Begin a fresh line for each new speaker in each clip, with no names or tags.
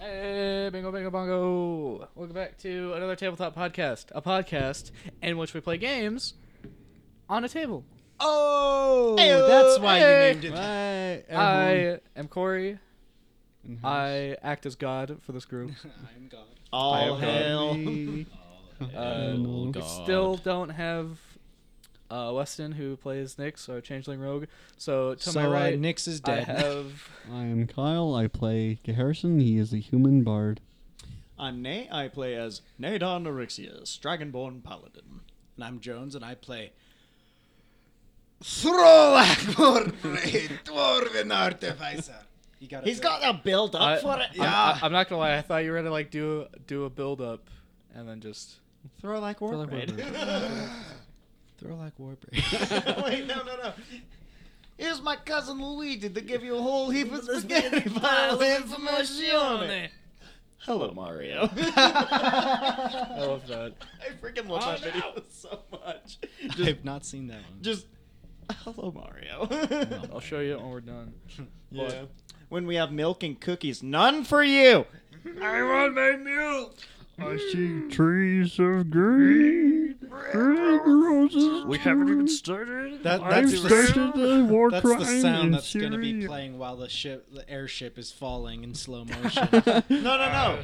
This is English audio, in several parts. Hey, bingo, bingo, bongo. Welcome back to another tabletop podcast, a podcast in which we play games on a table.
Oh,
Ayo,
that's why
hey.
you named it.
Hi, everyone.
I am Corey.
Mm-hmm.
I act as God for this group.
I'm God.
I
All
Oh,
am God.
hail.
Hey.
Um, we still don't have uh, Weston, who plays Nyx, our changeling rogue. So to
so
my
uh,
right,
Nyx is
I
dead.
have
I am Kyle. I play Harrison. He is a human bard.
I'm Nay. I play as Nadon Oryxius, Dragonborn Paladin. And I'm Jones, and I play. Throlakmor Dwarven Artificer. He's got a build up
I,
for it.
I'm, I, am not gonna lie. I thought you were gonna like do do a build up, and then just
Throw like war
Throlak
Throw like Warbrick.
Wait, no, no, no. Here's my cousin Luigi to give you a whole heap of spaghetti pile information. Hello, Mario.
I love that.
I freaking love that video so much. Just,
I've not seen that one.
just hello, Mario.
I'll show you when we're done.
yeah. When we have milk and cookies, none for you. I want my milk.
I see trees of green, green roses. We haven't even started.
That-
I've
that's the-
started the war
That's
crime
the sound
in
that's going to be
Syria.
playing while the ship, the airship is falling in slow motion.
No, no, no.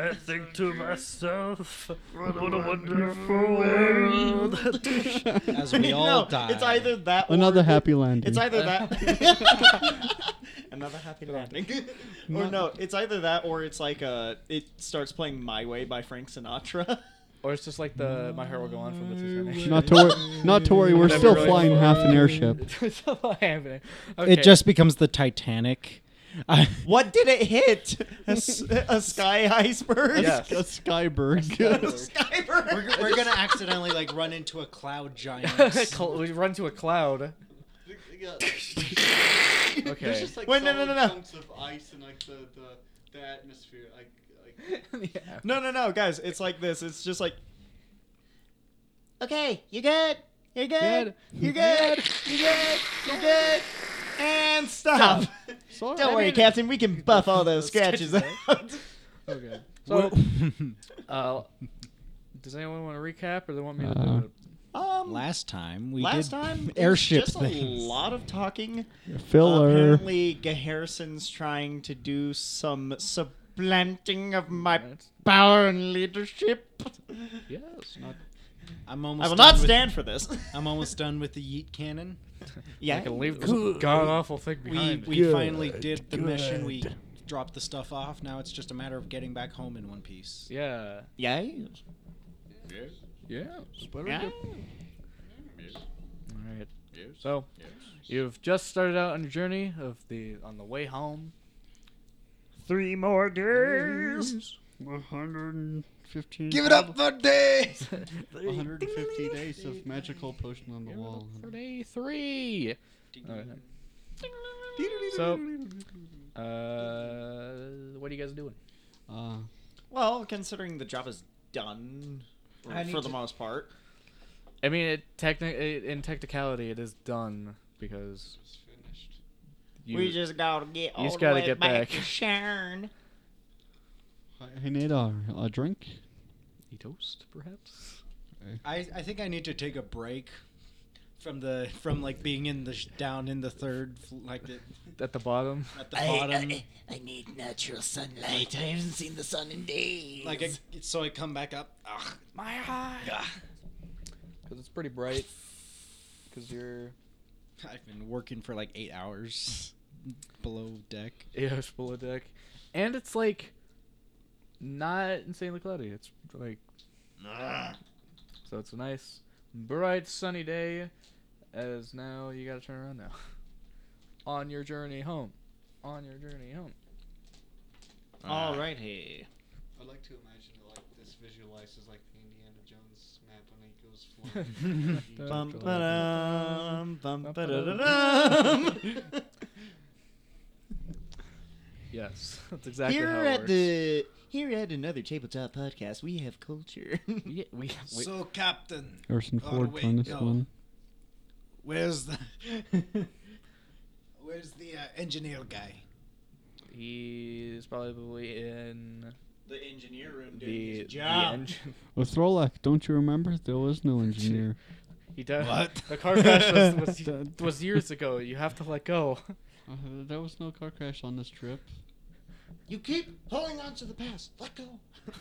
I think to myself, what a
wonderful
wonderful
world.
world.
as we all
no,
die.
It's either that. or-
Another happy landing.
It's either that. Another happy landing. or no, it's either that or it's like uh, it starts playing "My Way" by Frank Sinatra.
Or it's just like the my heart will go on from the Titanic.
not to worry. Not to worry. We're
Whatever
still
really-
flying half an airship.
It's not happening.
It
Okay.
just becomes the Titanic. I,
What did it hit? A, s- a sky iceberg.
Yeah.
A skyberg.
A sky bird.
we're we're going to accidentally like run into a cloud giant.
Cl- we run to a cloud. Okay.
like
Wait, no, no, solid no, no. chunks
of ice and like the, the, the atmosphere. Like,
Yeah.
No, no, no, guys. It's like this. It's just like. Okay, you good. You're
Good.
good. You're good. You're good. You're good. And stop.
Sorry.
Don't worry, Captain. We can buff all those scratches out.
Okay. So,
Well-
uh, does anyone want to recap, or they want me to
Uh,
do it?
Um,
last time we
last
did
time it was
airship
Just
things.
a lot of talking.
Filler.
Apparently, Geharson's trying to do some supplanting of my
That's-
power and leadership.
Yes. Not
I'm almost
I will
done
not
with-
stand for this.
I'm almost done with the yeet cannon.
Yeah.
I can leave this god awful thing
We
behind.
we
Good,
finally did the mission. We dropped the stuff off. Now it's just a matter of getting back home in one piece.
yeah.
Yeah.
Yeah.
Yeah.
All right. So, you've just started out on your journey of the on the way home.
Three more days.
115.
Give it up for days.
150 days of magical potion on the wall.
For day three. Okay. So, uh, what are you guys doing?
Uh,
Well, considering the job is done or
I need
for the
to-
most part.
I mean, it techni- in technicality, it is done because you,
we just gotta get all
just
the
gotta
way
get
back,
back.
to Sharon.
hey, Nadar, a drink?
you toast, perhaps.
I, I think I need to take a break from the from like being in the sh- down in the third fl- like the,
At the bottom,
at the bottom
I need natural sunlight. I haven't seen the sun in days.
like I, so I come back up. Ugh.
my eye, because it's pretty bright. Because you're
I've been working for like eight hours below deck.
yeah, it's below deck, and it's like not insanely cloudy. It's like so it's a nice, bright, sunny day. As now you gotta turn around now, on your journey home, on your journey home.
Alrighty.
I like to imagine that, like this visualizes like the Indiana Jones map when he goes flying.
Bum ba-dum, bum
Ba-da-da-dum.
ba-da-da-dum.
Yes, that's exactly
Here
how it
at
works.
the here at another tabletop podcast, we have culture.
Yeah, we, we,
So Captain,
Harrison
Oh,
Ford
wait,
on this
no.
one.
where's the where's the uh, engineer guy?
he's was probably in
The engineer room doing
the,
his
the
job.
engine.
With Throlak, don't you remember? There was no engineer.
He does.
What?
The car crash was, was, was years ago. You have to let go.
uh, there was no car crash on this trip.
You keep holding on to the past. Let go.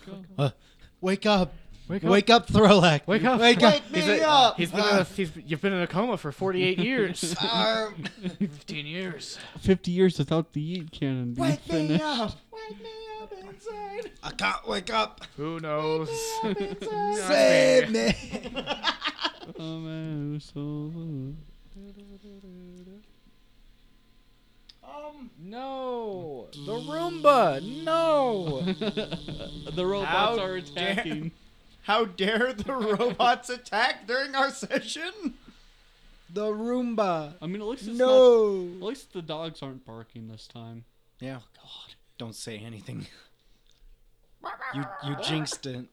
Go.
Wake up.
Wake up.
Wake up, Throlak.
Wake up.
Wake up.
Wake me up.
He's been in a, he's, you've been in a coma for 48 years.
Arr,
15 years.
50 years without the yeet cannon being
wake me
finished.
up. Wake me up inside. I can't wake up.
Who knows?
Save me.
Oh man, it was so long.
Um,
No. The Roomba. No.
the robots
How
are
dare-
attacking.
How dare the robots attack during our session?
the Roomba.
I mean, it looks it's not,
No.
at least the dogs aren't barking this time.
Yeah.
Oh,
God. Don't say anything. You you jinxed it.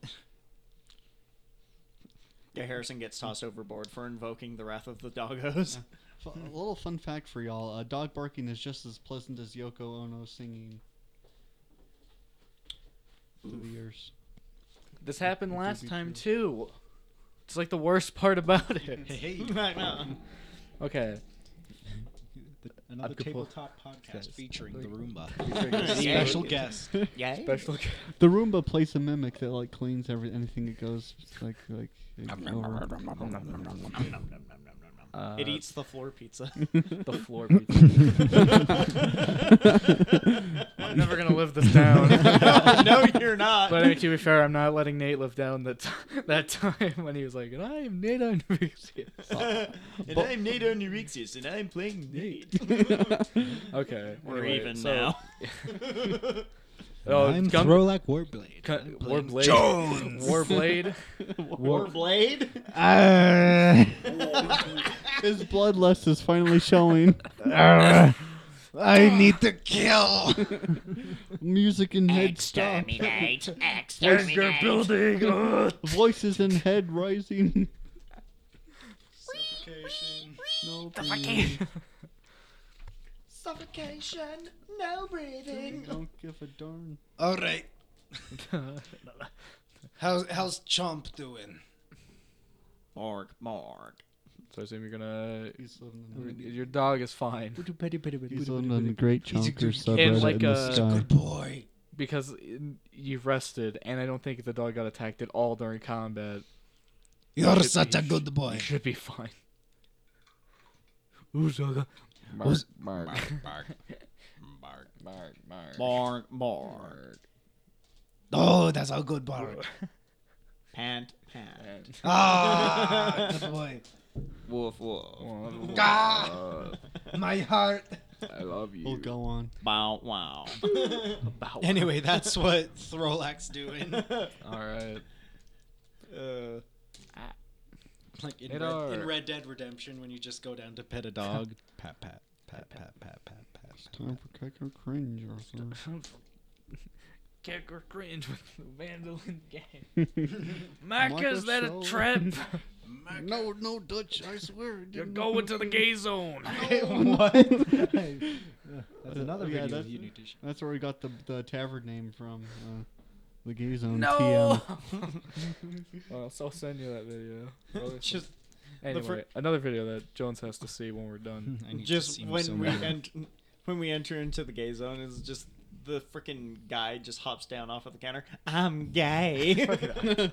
Yeah, Harrison gets tossed overboard for invoking the wrath of the doggos.
F- A little fun fact for y'all: uh, dog barking is just as pleasant as Yoko Ono singing. Through the years.
This happened last time, too. It's like the worst part about it.
Hey.
I know.
Okay.
Another
I've got-
tabletop podcast
Yes.
featuring
Like-
the Roomba.
Special
Special guest.
Yeah.
Special.
The Roomba plays a mimic that like cleans every anything that goes like like. over.
Uh,
It eats the floor pizza.
the floor. pizza. I'm never gonna live this down.
no, you're not.
But I mean, to be fair, I'm not letting Nate live down that t- that time when he was like, "And I am Nate Andrews."
and I'm Nate Onurexius, and I'm playing Nate.
okay,
We're
anyway,
even
so-
now.
Oh,
I'm
Gum-
Throlak Warblade.
Cu-
I'm playing
Warblade. Warblade.
Warblade?
Uh,
His bloodlust is finally showing.
I need to kill.
Music in head stop.
Anger building. Ugh.
Voices in head rising. No, please.
Suffocation, no breathing.
don't give a darn.
All right. How's how's Chomp doing?
Mark, Mark.
so I assume you're gonna.
He's
your-
Mm-hmm.
living
Your dog is fine
on, he's living on the great
He's a good-
chunker
And
subreddit
like
in the
a-
sky.
Good boy.
because you've rested, and I don't think the dog got attacked at all during combat.
You're
should-
such
you
a good
You
boy.
should be fine. Who's dog?
Who's-
Mark,
Bark. Bark.
Mark, Mark. Mark, Mark.
Oh, that's a good bark.
Pant, pant.
Ah, good boy.
Woof, woof.
Gah! My heart.
I love
We'll Oh, go on.
Bow, wow.
Anyway, that's what Throlak's doing.
All right.
Like Uh, in,
Radar.
Red, in Red Dead Redemption, when you just go down to pet a dog, pat, pat, pat, pat, pat, pat, pat.
Time for kick or cringe or something.
Kick or cringe with the mandolin game.
Mike, is that a Microsoft. trap?
No,
no Dutch, I swear.
You're going to the gay zone.
what? that's
another yeah, video that's- you need
to show.
That's where we got the the tavern name from. Uh, the Gay Zone
No.
TM.
well, so I'll send you that video.
Just,
anyway,
fir-
another video that Jones has to see when we're done.
I need to see
just
him
when
so
we
bad.
ent- when we enter into the gay zone is just the freaking guy just hops down off of the counter. I'm gay.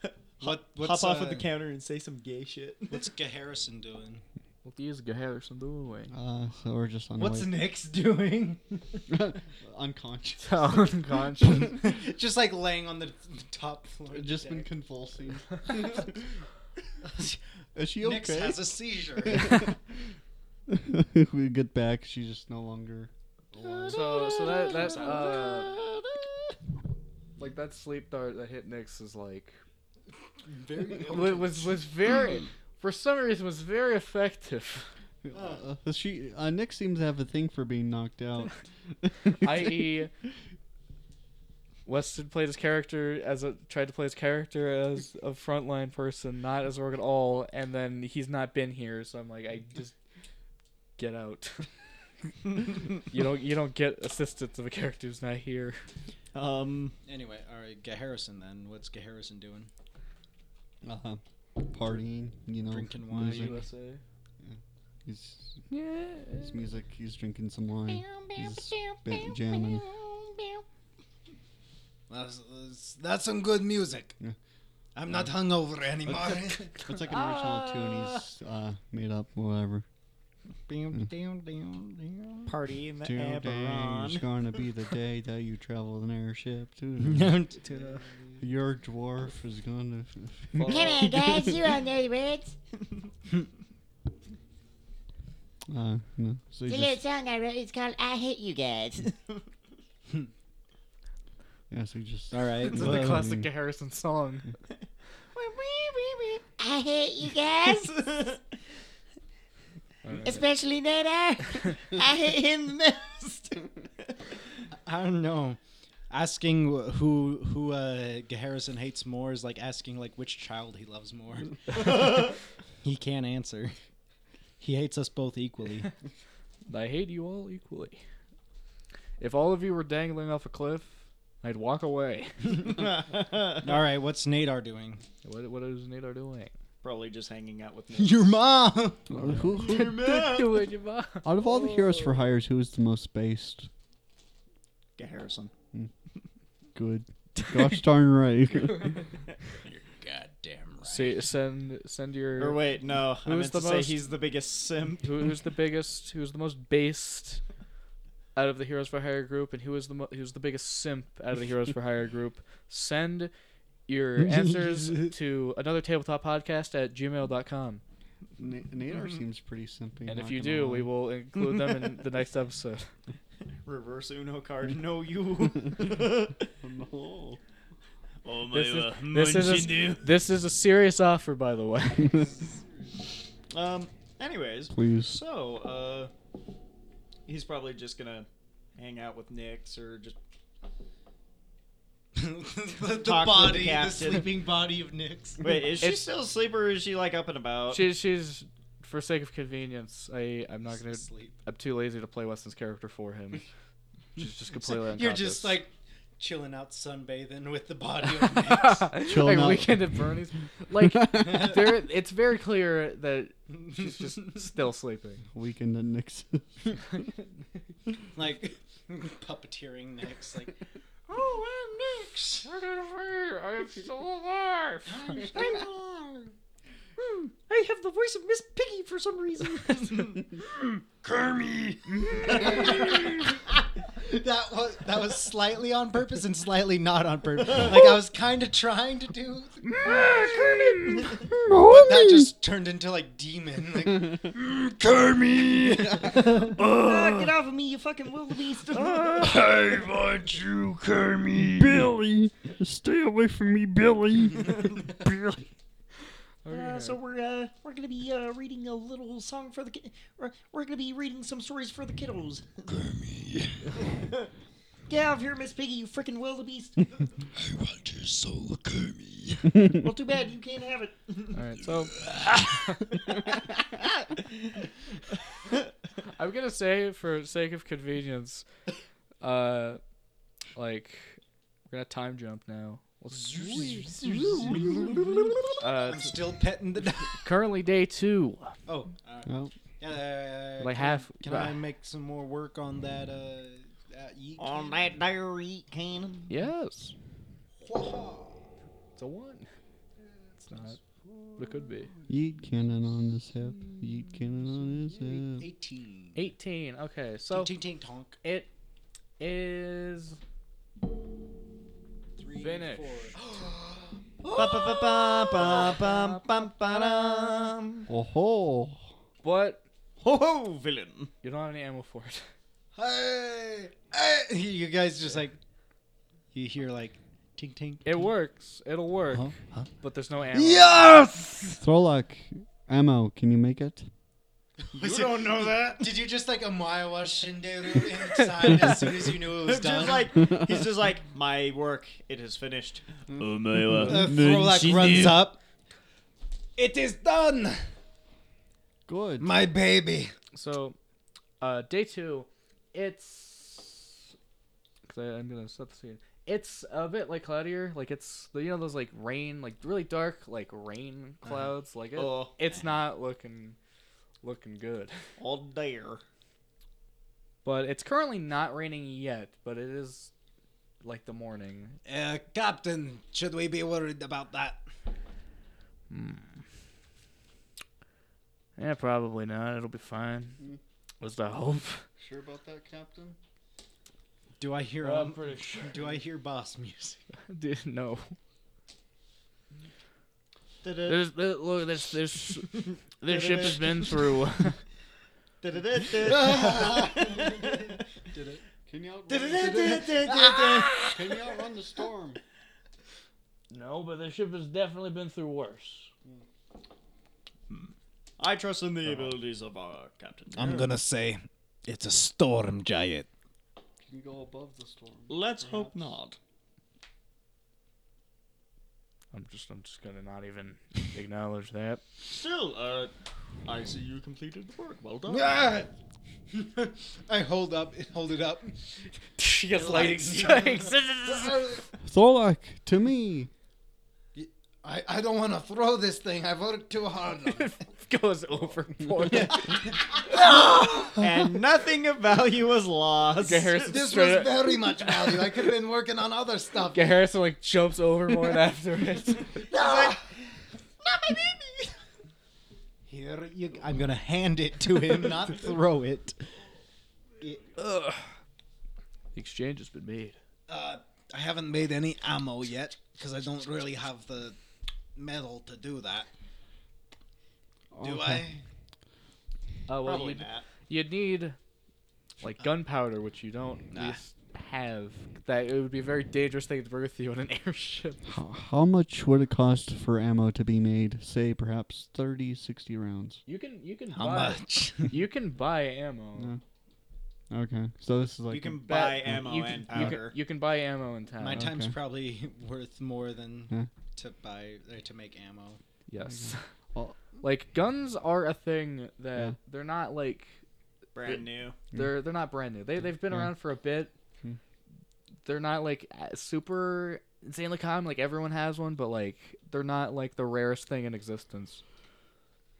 What-
Hop
what's,
off of
uh,
the counter and say some gay shit.
What's Harrison doing?
What these guys are doing?
Uh, so we're just on the
What's Nick's doing?
way- unconscious.
So unconscious.
just like laying on the the top floor. of
Just
the
been
deck.
convulsing. Is she
Nick's
okay?
has a seizure.
we get back. She's just no longer.
so so that that's uh like that sleep dart that hit Nix is like
Very
wa- was was very for some reason was very effective.
Uh, she uh, Nick seems to have a thing for being knocked out.
i.e. Weston played his character as a tried to play his character as a frontline person, not as Org at all, and then he's not been here, so I'm like, I just get out. You don't you don't get assistance of a character who's not here.
Um. Anyway, all right, Gaharrison. Then what's Gaharrison doing?
Uh-huh. Partying, you know.
Drinking wine.
music.
USA.
He's,
Yeah.
he's music. He's drinking some wine. He's ba- jamming.
That's, that's- that's some good music.
Yeah.
I'm not hungover anymore.
It's like an original tune he's uh, made up, whatever.
Bam, bam, bam, bam.
Party in the
Today's
Eberron.
gonna be the day that you travel in an airship. Today.
To-
Your dwarf is gonna.
Follow-
on, guys, you on those words.
Uh, no. So
It's
he
a little
just,
song I wrote. It's called "I Hate You Guys."
yeah, so he just.
all right.
It's
Well, um,
the
I
well,
classic
mean-
Harrison song.
I hate you guys, especially Nana. I hate him the most.
I don't know. Asking wh- who who uh, Harrison hates more is like asking like which child he loves more. he can't answer. He hates us both equally.
I hate you all equally. If all of you were dangling off a cliff, I'd walk away.
All right, what's Nadar doing?
What what is Nadar doing?
Probably just hanging out with me.
Your mom.
Who, who,
doing your mom?
out of all the heroes for hires, who is the most based?
Harrison.
Good. Gosh darn right.
Goddamn right.
Say, send send your.
Or wait, no. I meant
Who's the
to say
most-
he's the biggest simp.
who, who's the biggest? Who's the most based out of the Heroes for Hire group, and who is the mo- who's the biggest simp out of the Heroes for Hire group? Send your answers to another tabletop podcast at gmail.com.
Na- Nadar seems pretty simpy.
And if
not
you
gonna
do, we
lie.
will include them in the next episode.
Reverse Uno card. No, you.
No.
Oh my
This is, this, is a, this is a serious offer, by the way.
um. Anyways,
Please.
so uh, he's probably just gonna hang out with Nix or just
the, the
Talk with
body,
the
the,
captain.
sleeping body of Nix.
wait. Is she
It's-
still asleep or is she like up and about?
She's she's for sake of convenience. I I'm not gonna.
Sleep.
I'm too lazy to play Weston's character for him. She's just completely unconscious.
You're just like chilling out sunbathing with the body of Nix.
Chill
like
out.
weekend at Bernie's. Like there, it's very clear that she's just still sleeping.
Weekend at Nick's.
like puppeteering Nix. Like
Oh, I'm Nix. I am still alive.
Hmm, I have the voice of Miss Piggy for some reason.
that was that was slightly on purpose and slightly not on purpose. Like I was kind of trying to do,
Ah,
but that just turned into like demon. Like
Get off of me, you fucking wildebeest! Uh,
I want you, Kermit.
Billy, stay away from me, Billy.
Billy.
Uh, so we're uh, we're gonna be uh, reading a little song for the ki- we're, we're gonna be reading some stories for the kiddos. Get out of here, Miss Piggy, you freaking wildebeest!
want your soul, Kermit.
well, too bad you can't have it.
All right, so I'm gonna say, for sake of convenience, uh, like we're gonna time jump now. Let's- uh,
I'm still petting the. dog.
currently day two,
Oh, all right.
Well,
Uh,
like
can-
half.
Can I make some more work on that? Uh, uh, yeet?
On that diary cannon.
Yes. It's a one. It's not. But it could be.
yeet cannon on his hip. Yeet cannon on his hip.
eighteen.
18. Okay, so
Ting ting tonk.
it is.
Three,
Finish.
four.
Ho
Oh ho!
But
ho, villain!
you don't have any ammo for it.
Hey, hey. You guys just like you hear like ting ting.
It works. It'll work.
Huh? Huh?
But there's no ammo.
Throlok, ammo, can you make it?
You don't know that? Did you just like a Maiwa Shinderu inside as soon as you knew it was
Just
done?
like he's just like my work. It is finished.
Oh my
uh, Throlak runs up. It is done,
Good.
my baby.
So, Uh, day two, it's because I'm gonna set the scene. It's a bit like cloudier, like it's you know those like rain, like really dark, like rain clouds. Like it,
Oh.
it's not looking looking good.
All dare.
But it's currently not raining yet, but it is like the morning.
Uh, Captain, should we be worried about that?
Yeah, probably not. It'll be fine. Was the hope?
Sure about that, Captain?
Do I hear
I'm
um,
pretty sure.
do I hear boss music?
Dude, no.
There's, there- look, this this this ship has been through.
Did it? Can you outrun, can you outrun the storm?
no, but the ship has definitely been through worse.
I trust in the abilities of our captain.
I'm gonna say it's a storm giant.
Can you go above the storm?
Let's hope not.
I'm just I'm just gonna not even acknowledge that.
Still, uh, I see you completed the work. Well done.
I hold up, hold it up.
She gets lightning strikes.
Thorlock, to me.
I, I don't want to throw this thing. I've worked too hard.
Goes overboard.
and nothing of value was lost.
Garrison straight up-
very much value. I could have been working on other stuff.
Garrison like jumps overboard after it.
Here, you, I'm gonna hand it to him, not throw it.
The exchange has been made.
Uh, I haven't made any ammo yet because I don't really have the metal to do that.
Oh,
Do I?
Uh, well,
Probably
you'd,
not.
you'd need like gunpowder, which you don't at
Nah.
least have. That it would be a very dangerous thing to bring with you in an airship.
How, how much would it cost for ammo to be made? Say perhaps 30, 60 rounds.
You can you can
How
buy
much?
you can buy ammo.
Yeah. Okay, so this is like
You can
But
buy ammo
you can-
and
you can- Oh,
powder.
You can, buy ammo in town.
My time's
okay.
probably worth more than
Hmm?
Yeah.
to buy or to make ammo.
Yes.
Well-
like guns are a thing that
Yeah.
they're not like
Brand new.
they're they're not brand new. They they've been
Hmm. Yeah.
around for a bit.
Hmm.
They're not like a- super insanely common. Like everyone has one, but like they're not like the rarest thing in existence.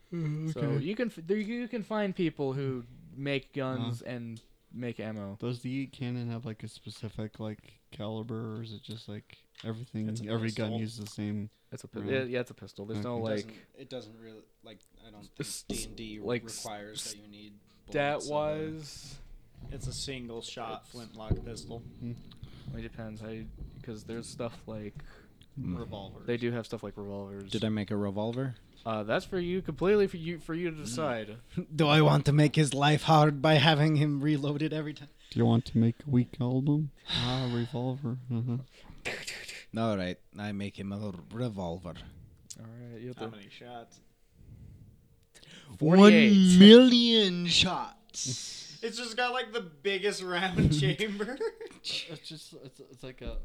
Hmm,
So you can f- there- you can find people who make guns
Uh-huh.
and make ammo.
Does the E cannon have like a specific like caliber, or is it just like everything?
It's a
Every gun
pistol.
uses the same.
It's a pi-
Really?
yeah, it's a pistol. There's no
Okay.
like
doesn't, it doesn't really like I don't think
S-
D and D
like,
requires that you need
stat
bullets and, uh,
wise.
It's a single shot flintlock pistol.
It depends how because there's stuff like
revolver.
they do have stuff like revolvers.
Mm. Did I make a revolver?
Uh, that's for you completely for you for you to decide.
Do I want to make his life hard by having him reload it every time?
Do you want to make a weak album? Ah, revolver. Uh-huh.
All right, I make him a revolver.
All right, you have
How
to
many shots?
One million shots.
It's just got like the biggest round chamber.
It's just it's, it's like a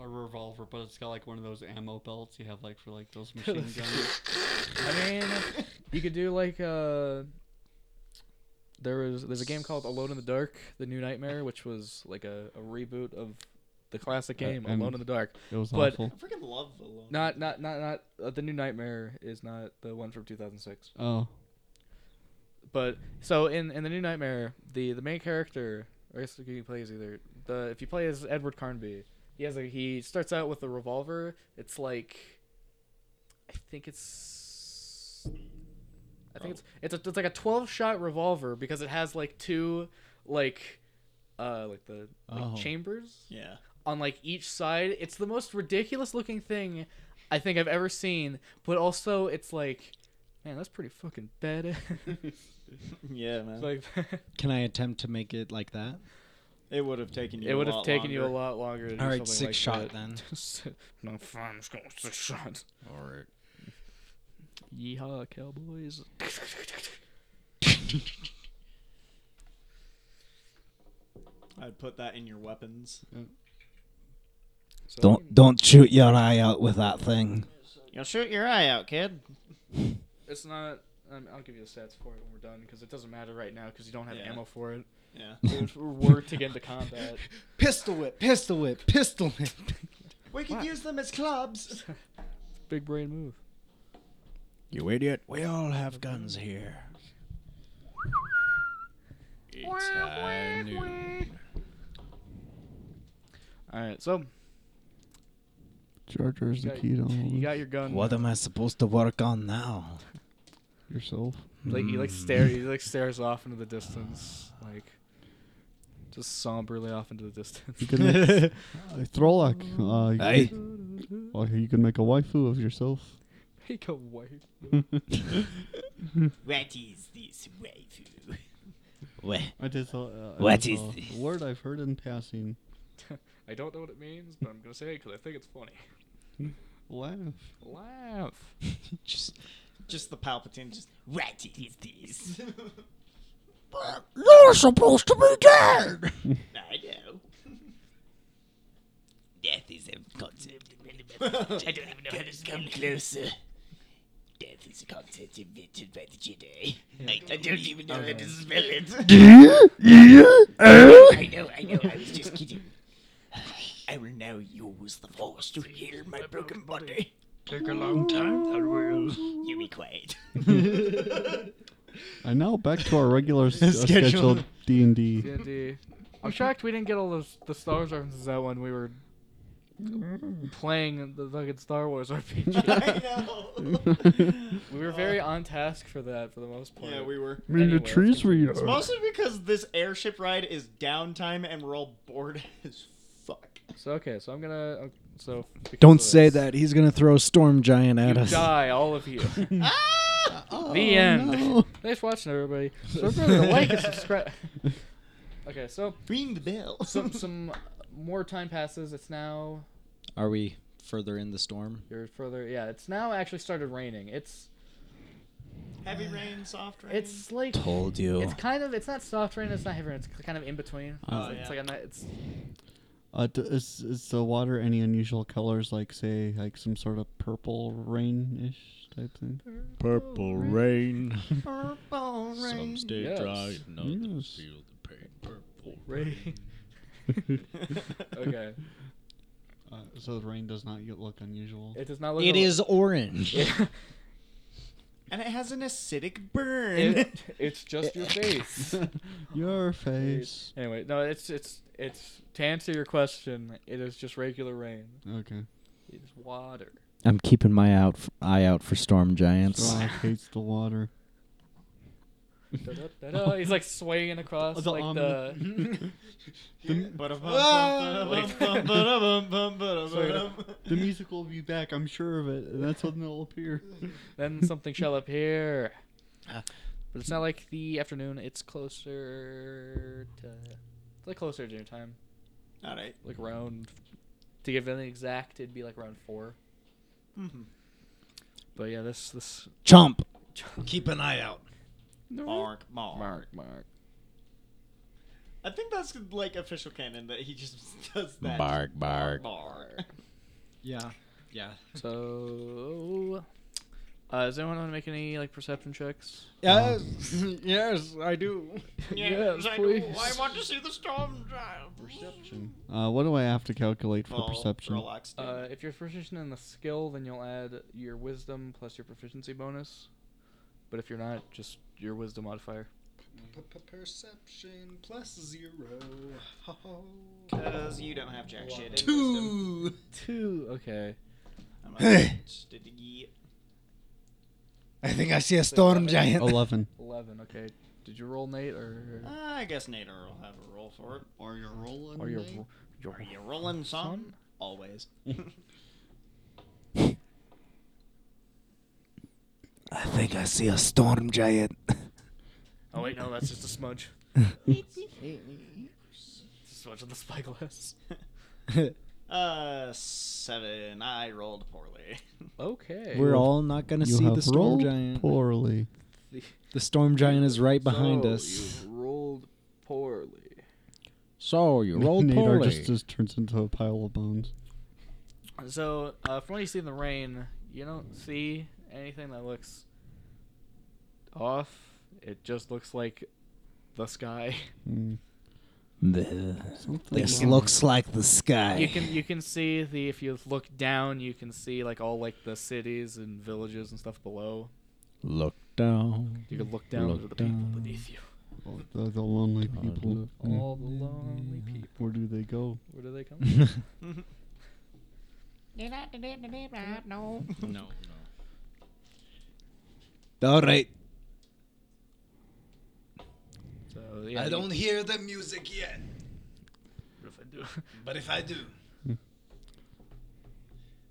a revolver, but it's got like one of those ammo belts you have like for like those machine guns.
I mean, you could do like uh, there was there's a game called Alone in the Dark: The New Nightmare, which was like a, a reboot of the classic
Uh,
game
and-
Alone in the Dark.
It was
But-
awful.
I freaking love the low.
Not not not not uh, the New Nightmare is not the one from 2006.
Oh,
But so in in the New Nightmare, the the main character, I guess you can play as either the if you play as Edward Carnby, he has a he starts out with a revolver. It's like, I think it's, I think it's it's a, it's like a twelve shot revolver because it has like two like, uh like the like
Oh.
chambers
Yeah.
on like each side. It's the most ridiculous looking thing I think I've ever seen. But also it's like, man, that's pretty fucking badass.
Yeah, man.
like.
Can I attempt to make it like that?
it would have taken you.
It
a
would have
lot
taken you a
longer.
lot longer. To do
All right,
something
six
like
shot
that.
then.
No, fine. Let's go with six shots.
All right.
Yeehaw, cowboys!
I'd put that in your weapons.
So
don't shoot your eye out with that thing.
You'll shoot your eye out, kid.
It's not. Um, I'll give you the stats for it when we're done because it doesn't matter right now because you don't have
Yeah.
ammo for it.
Yeah.
If we were to get into combat.
Pistol whip, pistol whip, pistol whip.
We could use them as clubs.
Big brain move.
You idiot. We all have guns here. It's high noon.
All right, so
Jar Jar's
you
the
got,
key to all
you
this.
got your gun.
What am I supposed to work on now?
yourself.
Like he like stare he like stares off into the distance, like just somberly off into the distance.
You can make, uh, Throllock, uh, you,
Hey.
well, you can make a waifu of yourself.
Make a wife.
What is this waifu?
Wait.
I just saw, uh,
What
it
is
was a
this?
word I've heard in passing?
I don't know what it means, but I'm gonna say it because I think it's funny.
Laugh.
Laugh.
Just
Just the Palpatine. Just
What is this?
You're supposed to be dead.
I know. Death is a concept. I don't even know how to come closer. Death is a concept invented by the Jedi. I, I don't even know how to spell it. I know, I know, I was just kidding. I will now use the force to heal my broken body.
Take a long time, that will.
You be quiet.
And now back to our regular s- uh,
Schedule.
scheduled D and D.
D&D. I'm shocked we didn't get all those the Star Wars references out when we were playing the fucking Star Wars RPG.
I know.
we were very on task for that for the most part.
Uh, yeah, we were.
I mean,
Anyway,
the
let's
trees we
It's mostly because this airship ride is downtime and we're all bored as fuck.
So okay, so I'm gonna uh, so because
Don't
of
say
this,
that. He's gonna throw a storm giant at
You
us.
die, all of you.
Ah!
oh,
The end.
no.
Thanks for watching, everybody. So remember to like and subscribe. Okay, so
Ring the bell.
some some more time passes. It's now
Are we further in the storm?
you're further. Yeah, it's now actually started raining. It's
Heavy rain, soft rain.
it's like
Told you.
it's kind of it's not soft rain. It's not heavy rain. It's kind of in between.
Oh,
it's, it's
yeah.
like a ni- it's
Uh, d- is, is the water any unusual colors, like say, like some sort of purple rain-ish type thing?
Purple rain.
purple rain.
Some stay
Yes.
dry, and others
Yes.
feel the pain. Purple
rain. okay,
Uh, so the rain does not yet look unusual.
it does not look.
It is orange.
and it has an acidic burn.
It, it's just your face.
Your face.
Anyway, no, it's it's it's to answer your question. It is just regular rain.
Okay.
It is water.
I'm keeping my out eye out for storm giants.
Sherlock hates the water.
Da-da-da-da. He's like swaying across
The
like
ominous-
the.
The music will be back, I'm sure of it. And that's when it'll appear.
then something shall appear. But it's not like the afternoon. It's closer to it's like closer to dinner time,
All right.
like around. To give an exact, it'd be like around four. But yeah, this this
Chomp. Keep an eye out.
Mark, Mark.
mark.
I think that's like official canon that he just does that.
Bark, bark.
Bark.
Yeah. Yeah.
So, uh, does anyone want to make any like perception checks?
Yes. yes, I do.
Yes, please.
I want to see the storm child.
Perception. Uh, what do I have to calculate for perception?
Relax, dude.
Uh, if you're proficient in the skill, then you'll add your wisdom plus your proficiency bonus. But if you're not, just your wisdom modifier.
Perception plus zero.
Because you don't have jack shit. in wisdom.
Two.
Two. Okay.
I'm not interested in ye-
I think I see a storm giant.
Eleven.
Eleven. Okay. Did you roll Nate or
Uh, I guess Nader will have a roll for it. Or you're rolling.
or your
Are you rolling some? Always.
I think I see a storm giant.
Oh wait, no, that's just a smudge. Just a smudge on the spyglass.
Uh, seven. I rolled poorly.
Okay.
We're all not gonna
You
see
have
the storm
rolled
giant.
poorly.
The storm giant is right behind
So,
us.
You rolled poorly.
So you
Nadar just, just turns into a pile of bones.
So, uh, from what you see in the rain, you don't see anything that looks off, it just looks like the sky.
Mm. Something
This
wrong.
looks like the sky.
You can you can see the if you look down, you can see like all like the cities and villages and stuff below.
Look down.
You can look down
Look
to the people
down.
beneath you.
Oh, the, the lonely people. Hmm.
All the lonely people.
Where do they go?
Where do they come? from?
No, no.
All right.
So yeah,
I
you-
don't hear the music yet,
what if I do?
but if I do.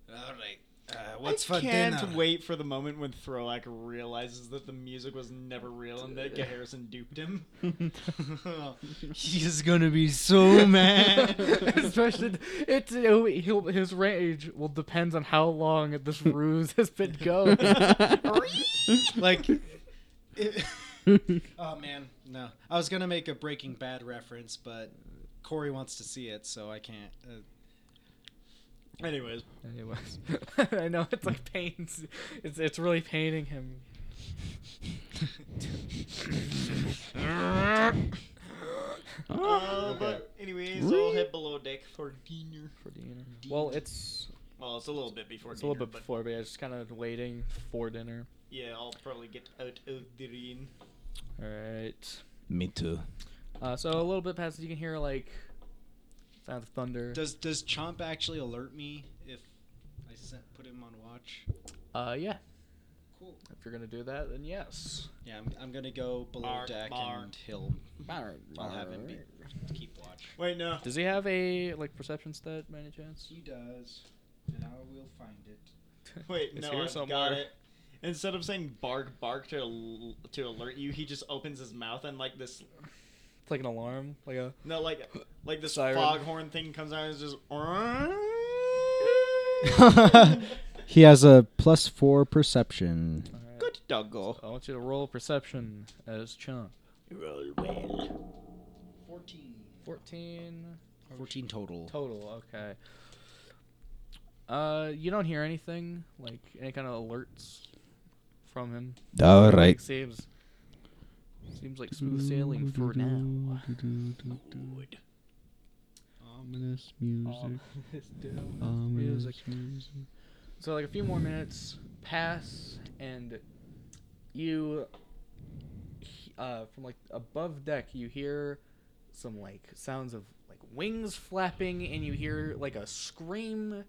All right. Uh, what's
I
for
can't
dinner?
wait for the moment when Throlak realizes that the music was never real and that Harrison duped him.
He's gonna be so mad.
Especially, it's uh, he'll, he'll, his rage will depends on how long this ruse has been going.
like, it- oh man, no. I was gonna make a Breaking Bad reference, but Corey wants to see it, so I can't. Uh,
Anyways,
Anyways, I know it's like pains. It's it's really paining him.
uh, but anyways, I'll head below deck for dinner.
Well, it's
Well, it's a little bit before.
it's a
dinner,
little bit
but
before, but yeah, just kind of waiting for dinner.
Yeah, I'll probably get out of the rain.
All right.
Me too.
Uh, so a little bit past, you can hear like sound of thunder.
does does Chomp actually alert me if I sent, put him on watch?
Uh, yeah.
Cool.
If you're gonna do that, then yes.
Yeah, I'm, I'm gonna go below
Bark,
deck
bark.
and he'll. I'll have him be, keep watch.
Wait, no.
Does he have a like perception stat by any chance?
He does, and I will find it.
Wait,
It's
no,
here
I've got
somewhere.
it. Instead of saying bark, bark to al- to alert you, he just opens his mouth and like this,
It's like an alarm, like a.
no, like like this
Siren.
foghorn thing comes out and it's just.
He has a plus four perception.
Alright.
Good doggo.
I want you to roll perception as Chunk.
Roll well.
Fourteen.
14
Fourteen total.
total. Okay. Uh, you don't hear anything like any kind of alerts from him.
All
It seems seems like smooth sailing for now.
Good. Ominous music. Ominous
music.
music. music.
So like a few more minutes pass, and you, he- uh, from like above deck, you hear some like sounds of like wings flapping, and you hear like a scream.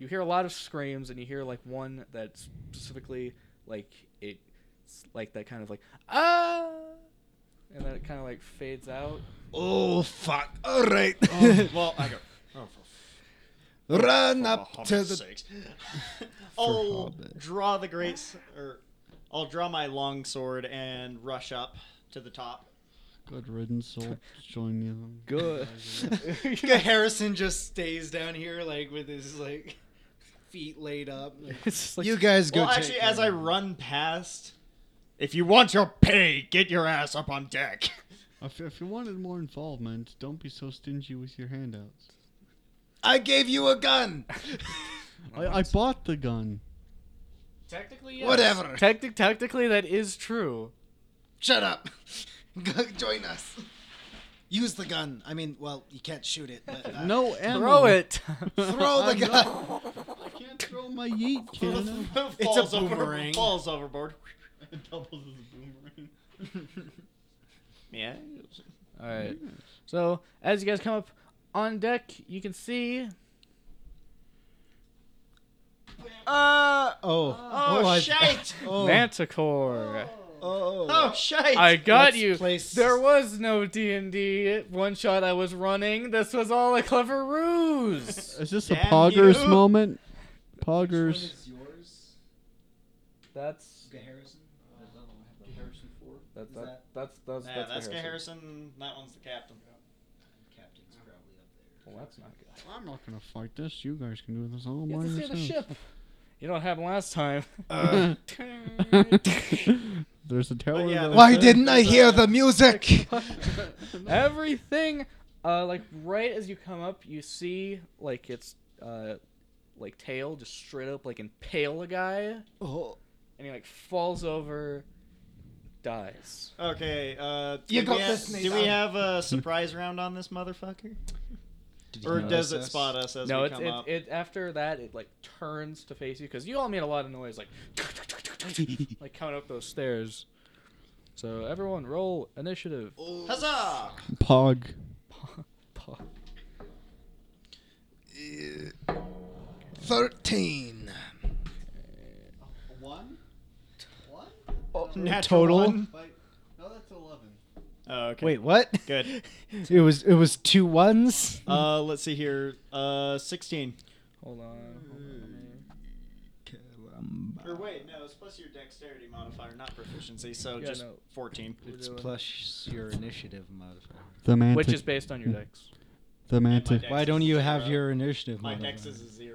You hear a lot of screams, and you hear like one that's specifically like it, like that kind of like ah, and then it kind of like fades out.
Oh fuck! All right.
Um,
well, I go. Oh, for
Run
For
up to
Hobbit's
the.
sakes. I'll
Hobbit.
draw the great, s- or I'll draw my long sword and rush up to the top.
Good riddance, soul. Join you.
Good.
Harrison just stays down here, like with his like feet laid up. like,
it's just like
you guys go.
well, actually,
take
as
care
I
of it."
run past, if you want your pay, get your ass up on deck.
If, if you wanted more involvement, don't be so stingy with your handouts.
I gave you a gun.
I, I bought the gun.
technically
Whatever.
Technic- technically that is true.
Shut up. Go join us.
use the gun. I mean, well, you can't shoot it. But, uh,
No ammo.
Throw it.
Throw the gun.
Oh.
I can't throw my yeet can.
falls
boomerang.
Over, falls overboard. Doubles as a boomerang. yeah.
All right. So as you guys come up on deck, you can see
Uh,
Oh,
oh,
I-
shite!
Oh,
Manticore.
Oh, shite!
I got
Let's
you.
place-
There was no D and D one shot I was running. This was all a clever ruse.
Is this a
Damn
poggers
you.
moment? Poggers.
yours,
that's
Harrison? uh,
that,
Is that-
that's that's
yeah, that's Harrison. That one's the captain.
Captain's probably up there.
Well, that's not good.
I'm not gonna fight this. You guys can do this all by
You have to steer the
yourselves.
ship. You don't have last time.
Uh, There's a tower.
yeah,
that-
Why didn't I hear the music?
Everything, uh, like right as you come up, you see like its uh, like tail just straight up like impale a guy,
Oh,
and he like falls over, dies.
Okay, uh, do
You
we
got
ha-
this,
Do we
Nathan.
have a surprise round on this motherfucker? Or does it spot us as
no,
we
it,
come
it,
up?
it after that it like turns to face you because you all made a lot of noise like like coming up those stairs. So everyone, roll initiative.
Oh. Huzzah!
Pog.
Paw.
13.
One? One? Oh,
Total?
No, that's 11.
Oh, okay.
Wait, what?
Good.
It was it was two ones.
Uh, let's see here. Uh, 16.
Hold on. hold on.
Or wait, no, it's plus your dexterity modifier, not proficiency, so
Yeah,
just
no.
14.
It's plus your initiative modifier.
The
Hmm.
man.
Which is based on your dex.
the mantic.
dex
Why
is
don't you have
zero.
your initiative
My
modifier?
dex is a 0.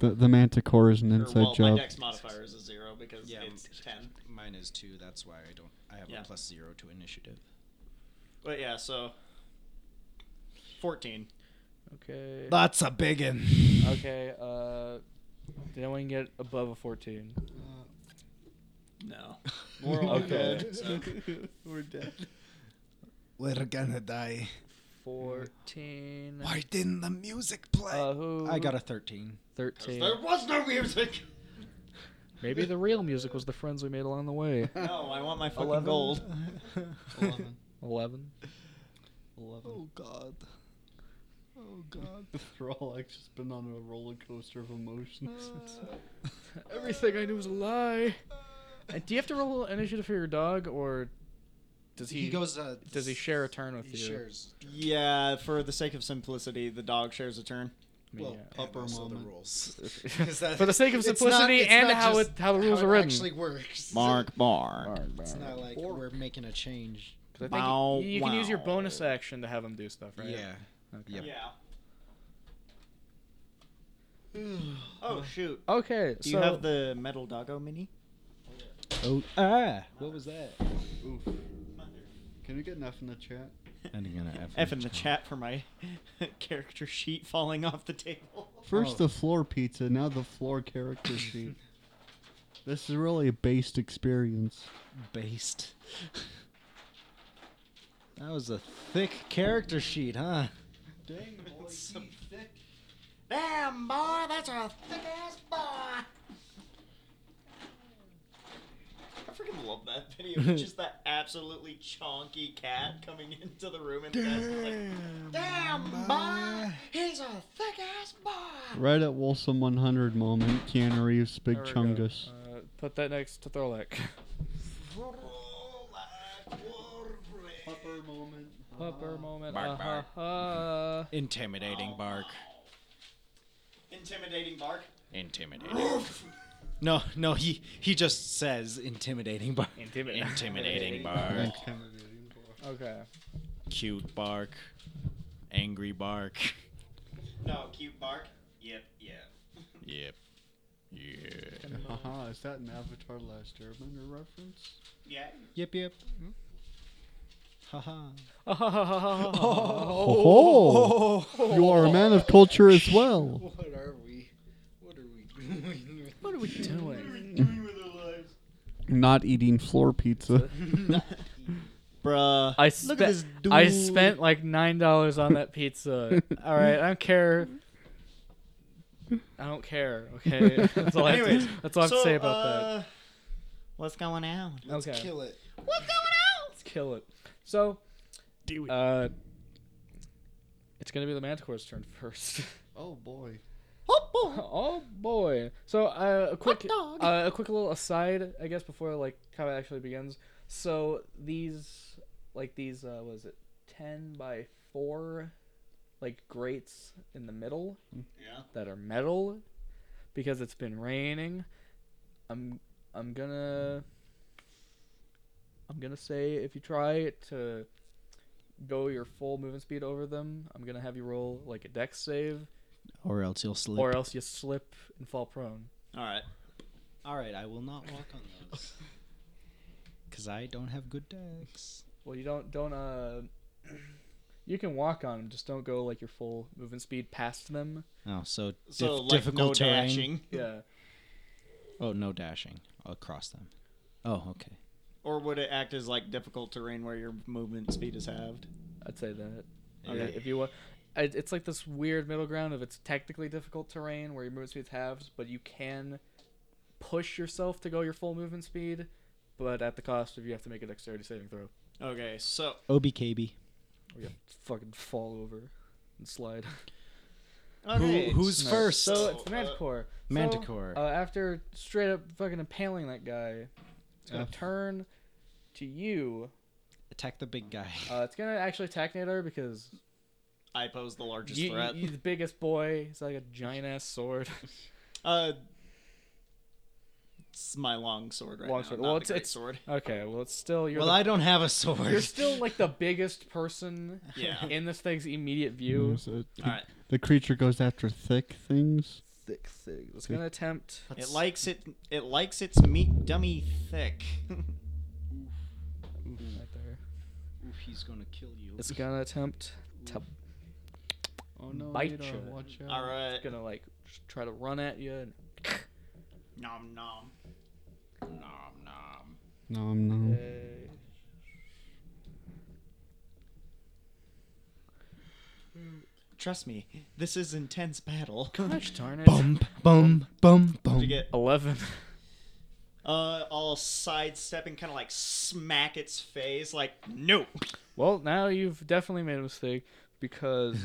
The, the manticore is an
Or,
inside
well, my
job.
dex modifier is a 0 because
Yeah,
it's 10.
Mine is two. That's why I don't. I have
a Yeah.
plus zero to initiative.
But yeah, so 14.
Okay.
That's a big one.
Okay. Uh, did anyone get above a fourteen?
No.
We're
all dead.
We're dead. We're gonna die.
Fourteen.
didn't the music play?
Uh, who?
I got a thirteen.
thirteen.
There was no music!
Maybe the real music was the friends we made along the way.
No, I want my fucking
11?
gold.
Eleven.
Oh, God. Oh, God.
They're all like just been on a roller coaster of
Uh,
emotions.
Everything I knew was a lie. And Uh, do you have to roll initiative for your dog, or does he,
goes. Uh,
does he share a turn with
He
you?
shares.
yeah, for the sake of simplicity, the dog shares a turn.
I mean,
well,
yeah.
and
upper
also the
moment.
rules.
For the sake of simplicity and how it how the rules are written.
actually works.
Mark.
It's not like we're making a change.
'Cause I think
Bow,
you, you can use your
wow.
bonus action to have him do stuff, right?
Yeah.
Okay.
Yep.
Yeah. oh, shoot.
Okay.
Do
so
you have the metal doggo mini?
Oh ah! What was that?
Oof. Can we get enough in the chat?
I'm gonna
F in the chat for my character sheet falling off the table.
First
Oh.
the floor pizza, now the floor character sheet. this is really a based experience.
based. That was a thick character sheet, huh?
Damn, boy, that's a thick ass boy. I freaking love that video. It's just that absolutely chonky cat coming into the room and the guy's like, Damn, boy, he's a thick ass boy.
Right at Wolsom 100 moment, Keanu Reeves, Big
there we go.
Chungus.
Uh, put that next to Thorlek.
Upper moment.
Pupper moment.
Bark,
uh-huh, uh,
Intimidating bark.
Intimidating bark.
Intimidating. no, no, he he just says intimidating bark.
Intimidating.
Intimidating bark.
Uh-huh. Okay.
Cute bark. Angry bark.
No, cute bark. Yep, yeah.
Yep. Yeah.
Haha, is that an Avatar Last Airbender reference?
Yeah.
Yep, yep. Haha.
Oh, You are a man of culture as well.
What are we? What are we doing?
What are we doing?
Not eating floor pizza.
Bruh.
I spent I spent like nine dollars on that pizza. all right, I don't care. I don't care. Okay, that's all. I
Anyways,
have to, that's all I have to say about
that. What's going on?
that. Okay,
Kill it.
let's kill it. So, uh, it's gonna be the Manticore's turn first.
Oh boy.
oh boy! So uh, a quick, uh, a quick little aside, I guess, before like combat actually begins. So these, like these, uh, was it ten by four, like grates in the middle,
Yeah.
that are metal, because it's been raining. I'm, I'm gonna, I'm gonna say if you try to go your full movement speed over them, I'm gonna have you roll like a dex save
Or else you'll slip.
or else you slip and fall prone.
All right.
All right, I will not walk on those. Cause I don't have good decks.
Well, you don't don't uh, you can walk on them, just don't go like your full movement speed past them.
Oh, so,
So
dif-
like
difficult
no
terrain.
dashing
Yeah,
Oh, no dashing across them. Oh, okay.
or would it act as like difficult terrain where your movement speed is halved?
I'd say that.
Okay.
Yeah, If you want, it- it's like this weird middle ground of it's technically difficult terrain where your movement speed's halved, but you can push yourself to go your full movement speed, but at the cost of you have to make a dexterity saving throw.
Okay, so
OBKB.
Or you have to fucking fall over and slide.
okay,
Who, who's
Nice.
first?
So it's
uh,
Manticore. So,
Manticore.
uh, after straight up fucking impaling that guy, it's gonna
F.
turn to you.
Attack the big guy.
Uh, it's gonna actually attack Nader because
I pose the largest
you,
threat.
you're the biggest boy. He's like a giant ass sword.
Uh, it's my long sword right
Long
now.
sword.
Not
Well,
the
it's-
great
it's-
sword.
Okay, well it's still you're
well,
the
I don't have a
You're
sword.
still like the biggest person
Yeah.
in this thing's immediate
Yeah,
view.
so it-
All right.
The creature goes after thick things.
Thick thing. It's gonna attempt.
It likes it. It likes its meat dummy thick.
Right there.
Oof, he's gonna kill you.
It's gonna attempt to
Oh no,
Bite
Ada,
you.
watch out.
All right.
it's gonna like just try to run at you and
Nom nom. Nom nom.
No, I'm not.
uh,
Trust me, this is intense battle.
gosh darn it.
Bum, bum, bum, bum.
What'd you get?
Eleven.
Uh, I'll sidestep and kind of like smack its face, like no.
Well, now you've definitely made a mistake because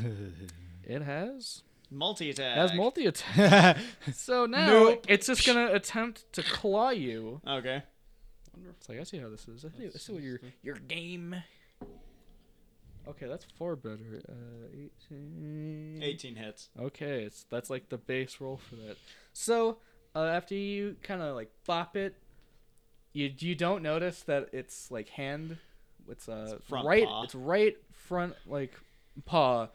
it has
Multi
it has
attack.
multi attack. So now
Nope.
it's just gonna attempt to claw you.
okay.
It's like I see how this is. I see, I see what your your game. Okay, that's four better. Uh, 18.
18 hits.
Okay, it's that's like the base roll for that. So uh, after you kind of like bop it, you you don't notice that it's like hand, it's uh
It's front
right,
paw.
it's right front like paw,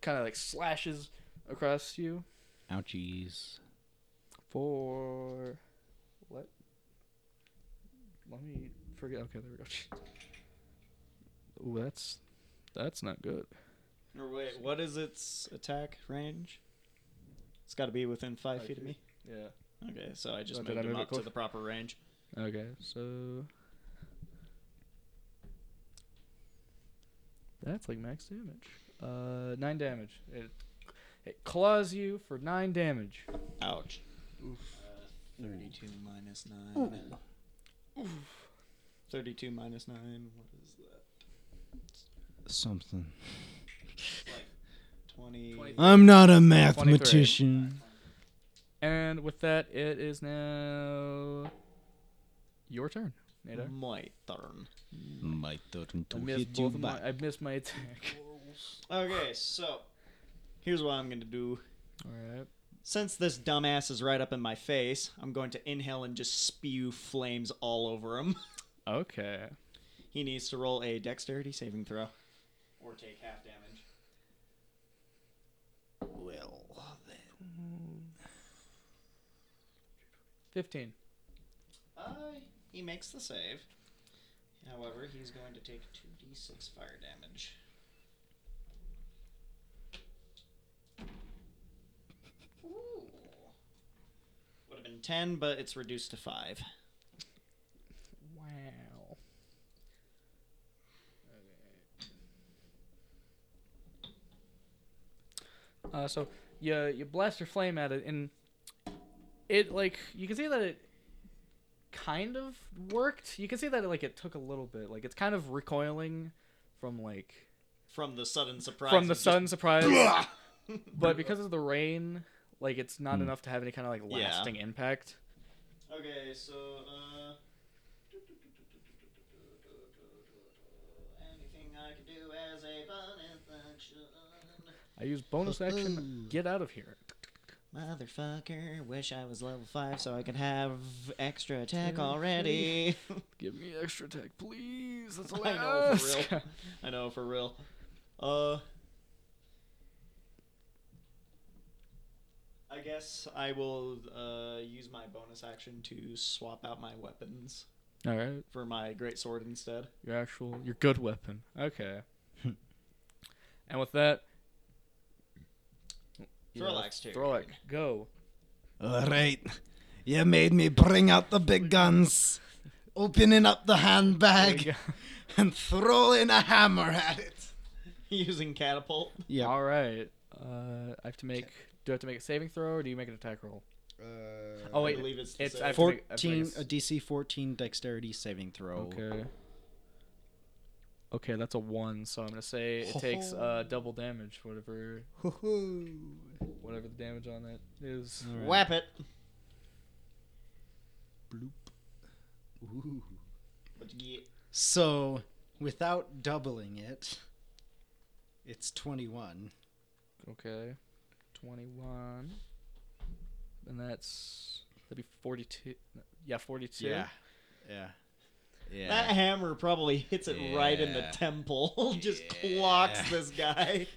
kind of like slashes across you
Ouchies.
for what? Let me forget. Okay, there we go. Ooh, that's that's not good.
Or wait, what is its attack range? It's got to be within five
Five
feet of me.
Yeah.
Okay, so I just
Oh, did
moved
I
him
move it
up to
close?
the proper range.
Okay, so that's like max damage. Uh, nine damage. It it claws you for nine damage.
Ouch. Uh, 32 minus 9. 32 minus 9. What is that?
Something.
20.
I'm not a
23.
mathematician.
And with that, it is now your turn, Nader.
My turn.
My turn
I
to
missed
hit you
both of my.
back.
I missed my attack.
Okay, so here's what I'm going to do.
All right.
Since this dumbass is right up in my face, I'm going to inhale and just spew flames all over him.
Okay.
He needs to roll a dexterity saving throw. Or take half damage. Well, then.
Fifteen.
Uh, he makes the save. However, he's going to take 2d6 fire damage. Ooh. Would have been 10, but it's reduced to 5.
Wow. Uh, so you you blast your flame at it, and it like you can see that it kind of worked. You can see that it, like it took a little bit, like it's kind of recoiling from like
From the sudden surprise.
from the
of just-
sun surprise. but because of the rain, like it's not enough to have any kind of like
Hmm. Yeah.
lasting impact.
Okay, so, uh. Anything I can do as a bonus action.
I use bonus action. Get out of here.
Motherfucker, wish I was level 5 so I could have extra attack already.
Give me extra attack, please. That's all
I know for real. I know for real. Uh I guess I will uh, use my bonus action to swap out my weapons
All right,
for my great sword instead.
your actual, your good weapon. Okay. and with that, you know,
Thorlax turn.
Thorlax, go.
All right. You made me bring out the big guns.
opening up the handbag and throwing a hammer at it.
Using catapult.
Yeah.
All right. Uh, I have to make. Do I have to make a saving throw, or do you make an attack roll? oh
Uh, I
wait,
believe it's. the
it's
same.
I have to make- I have to make a
14
s-
a DC 14 dexterity saving throw.
Okay. Okay, that's a one. So I'm gonna say it takes uh, double damage, whatever, whatever the damage on that is.
Whap it.
Ooh.
What you get?
So, without doubling it, it's 21.
Okay, twenty-one, and that's that'd be forty-two. Yeah, forty-two.
Yeah.
That
Yeah.
hammer probably hits it right in the
Yeah.
temple. Just clocks this guy.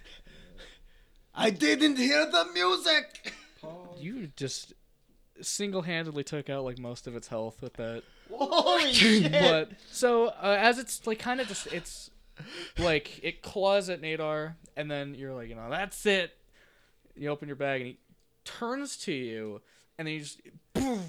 I didn't hear the music.
You just single-handedly took out like most of its health with that.
Holy shit!
but so uh, as it's like kind of just it's like it claws at Nadar, and then you're like, you know, that's it. You open your bag, and he turns to you, and then you just boom,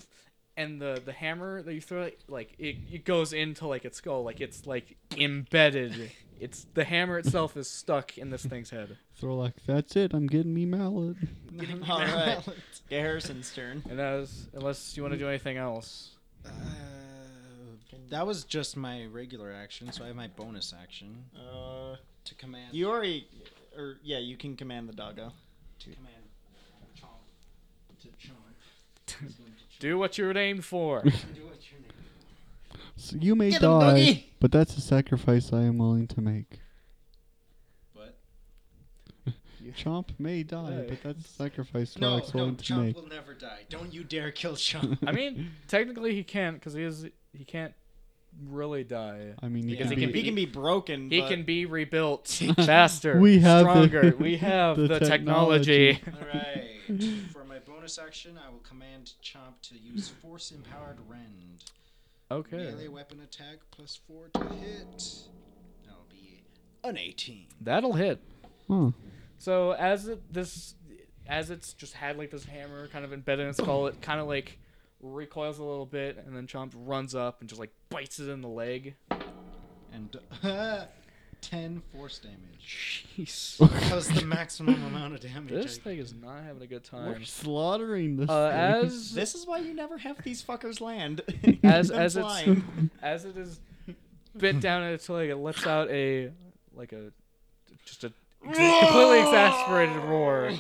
and the the hammer that you throw like it, it goes into like its skull, like it's like embedded. It's the hammer itself is stuck in this thing's head,
They're like, that's it. I'm getting me mallet.
All right, Garrison's turn.
and as unless you want to do anything else.
Uh, that was just my regular action, so I have my bonus action
Uh,
to command.
you already, or yeah, you can command the doggo.
to command Chomp to Chomp.
Do what you were named for.
Do what's your name?
So you may
Get him,
die,
doggy.
but that's a sacrifice I am willing to make.
What?
Chomp may die, but that's a sacrifice
No,
Rock's
no,
willing to
Chomp
make.
will never die. Don't you dare kill Chomp.
I mean, technically he can't because he is he can't really die.
I mean, he
Because
can,
He can,
be,
he can be broken.
He
but-
can be rebuilt faster,
We have the-
stronger. we have the,
the
technology.
All right. For my bonus action, I will command Chomp to use Force Empowered Rend. Melee
Okay,
weapon attack plus four to hit. That'll be an 18.
that'll hit.
Huh.
So as it, this, as it's just had like this hammer kind of embedded in its skull, it kind of like recoils a little bit, and then Chomp runs up and just like bites it in the leg.
And 10 force damage.
Jeez,
That was the maximum amount of damage.
this
I-
thing is not having a good
We're
time.
slaughtering this.
Uh,
thing.
as
This is why you never have these fuckers land.
as
I'm
as it's
flying.
as it is bit down at its leg, it lets out a like a just a completely exasperated roar.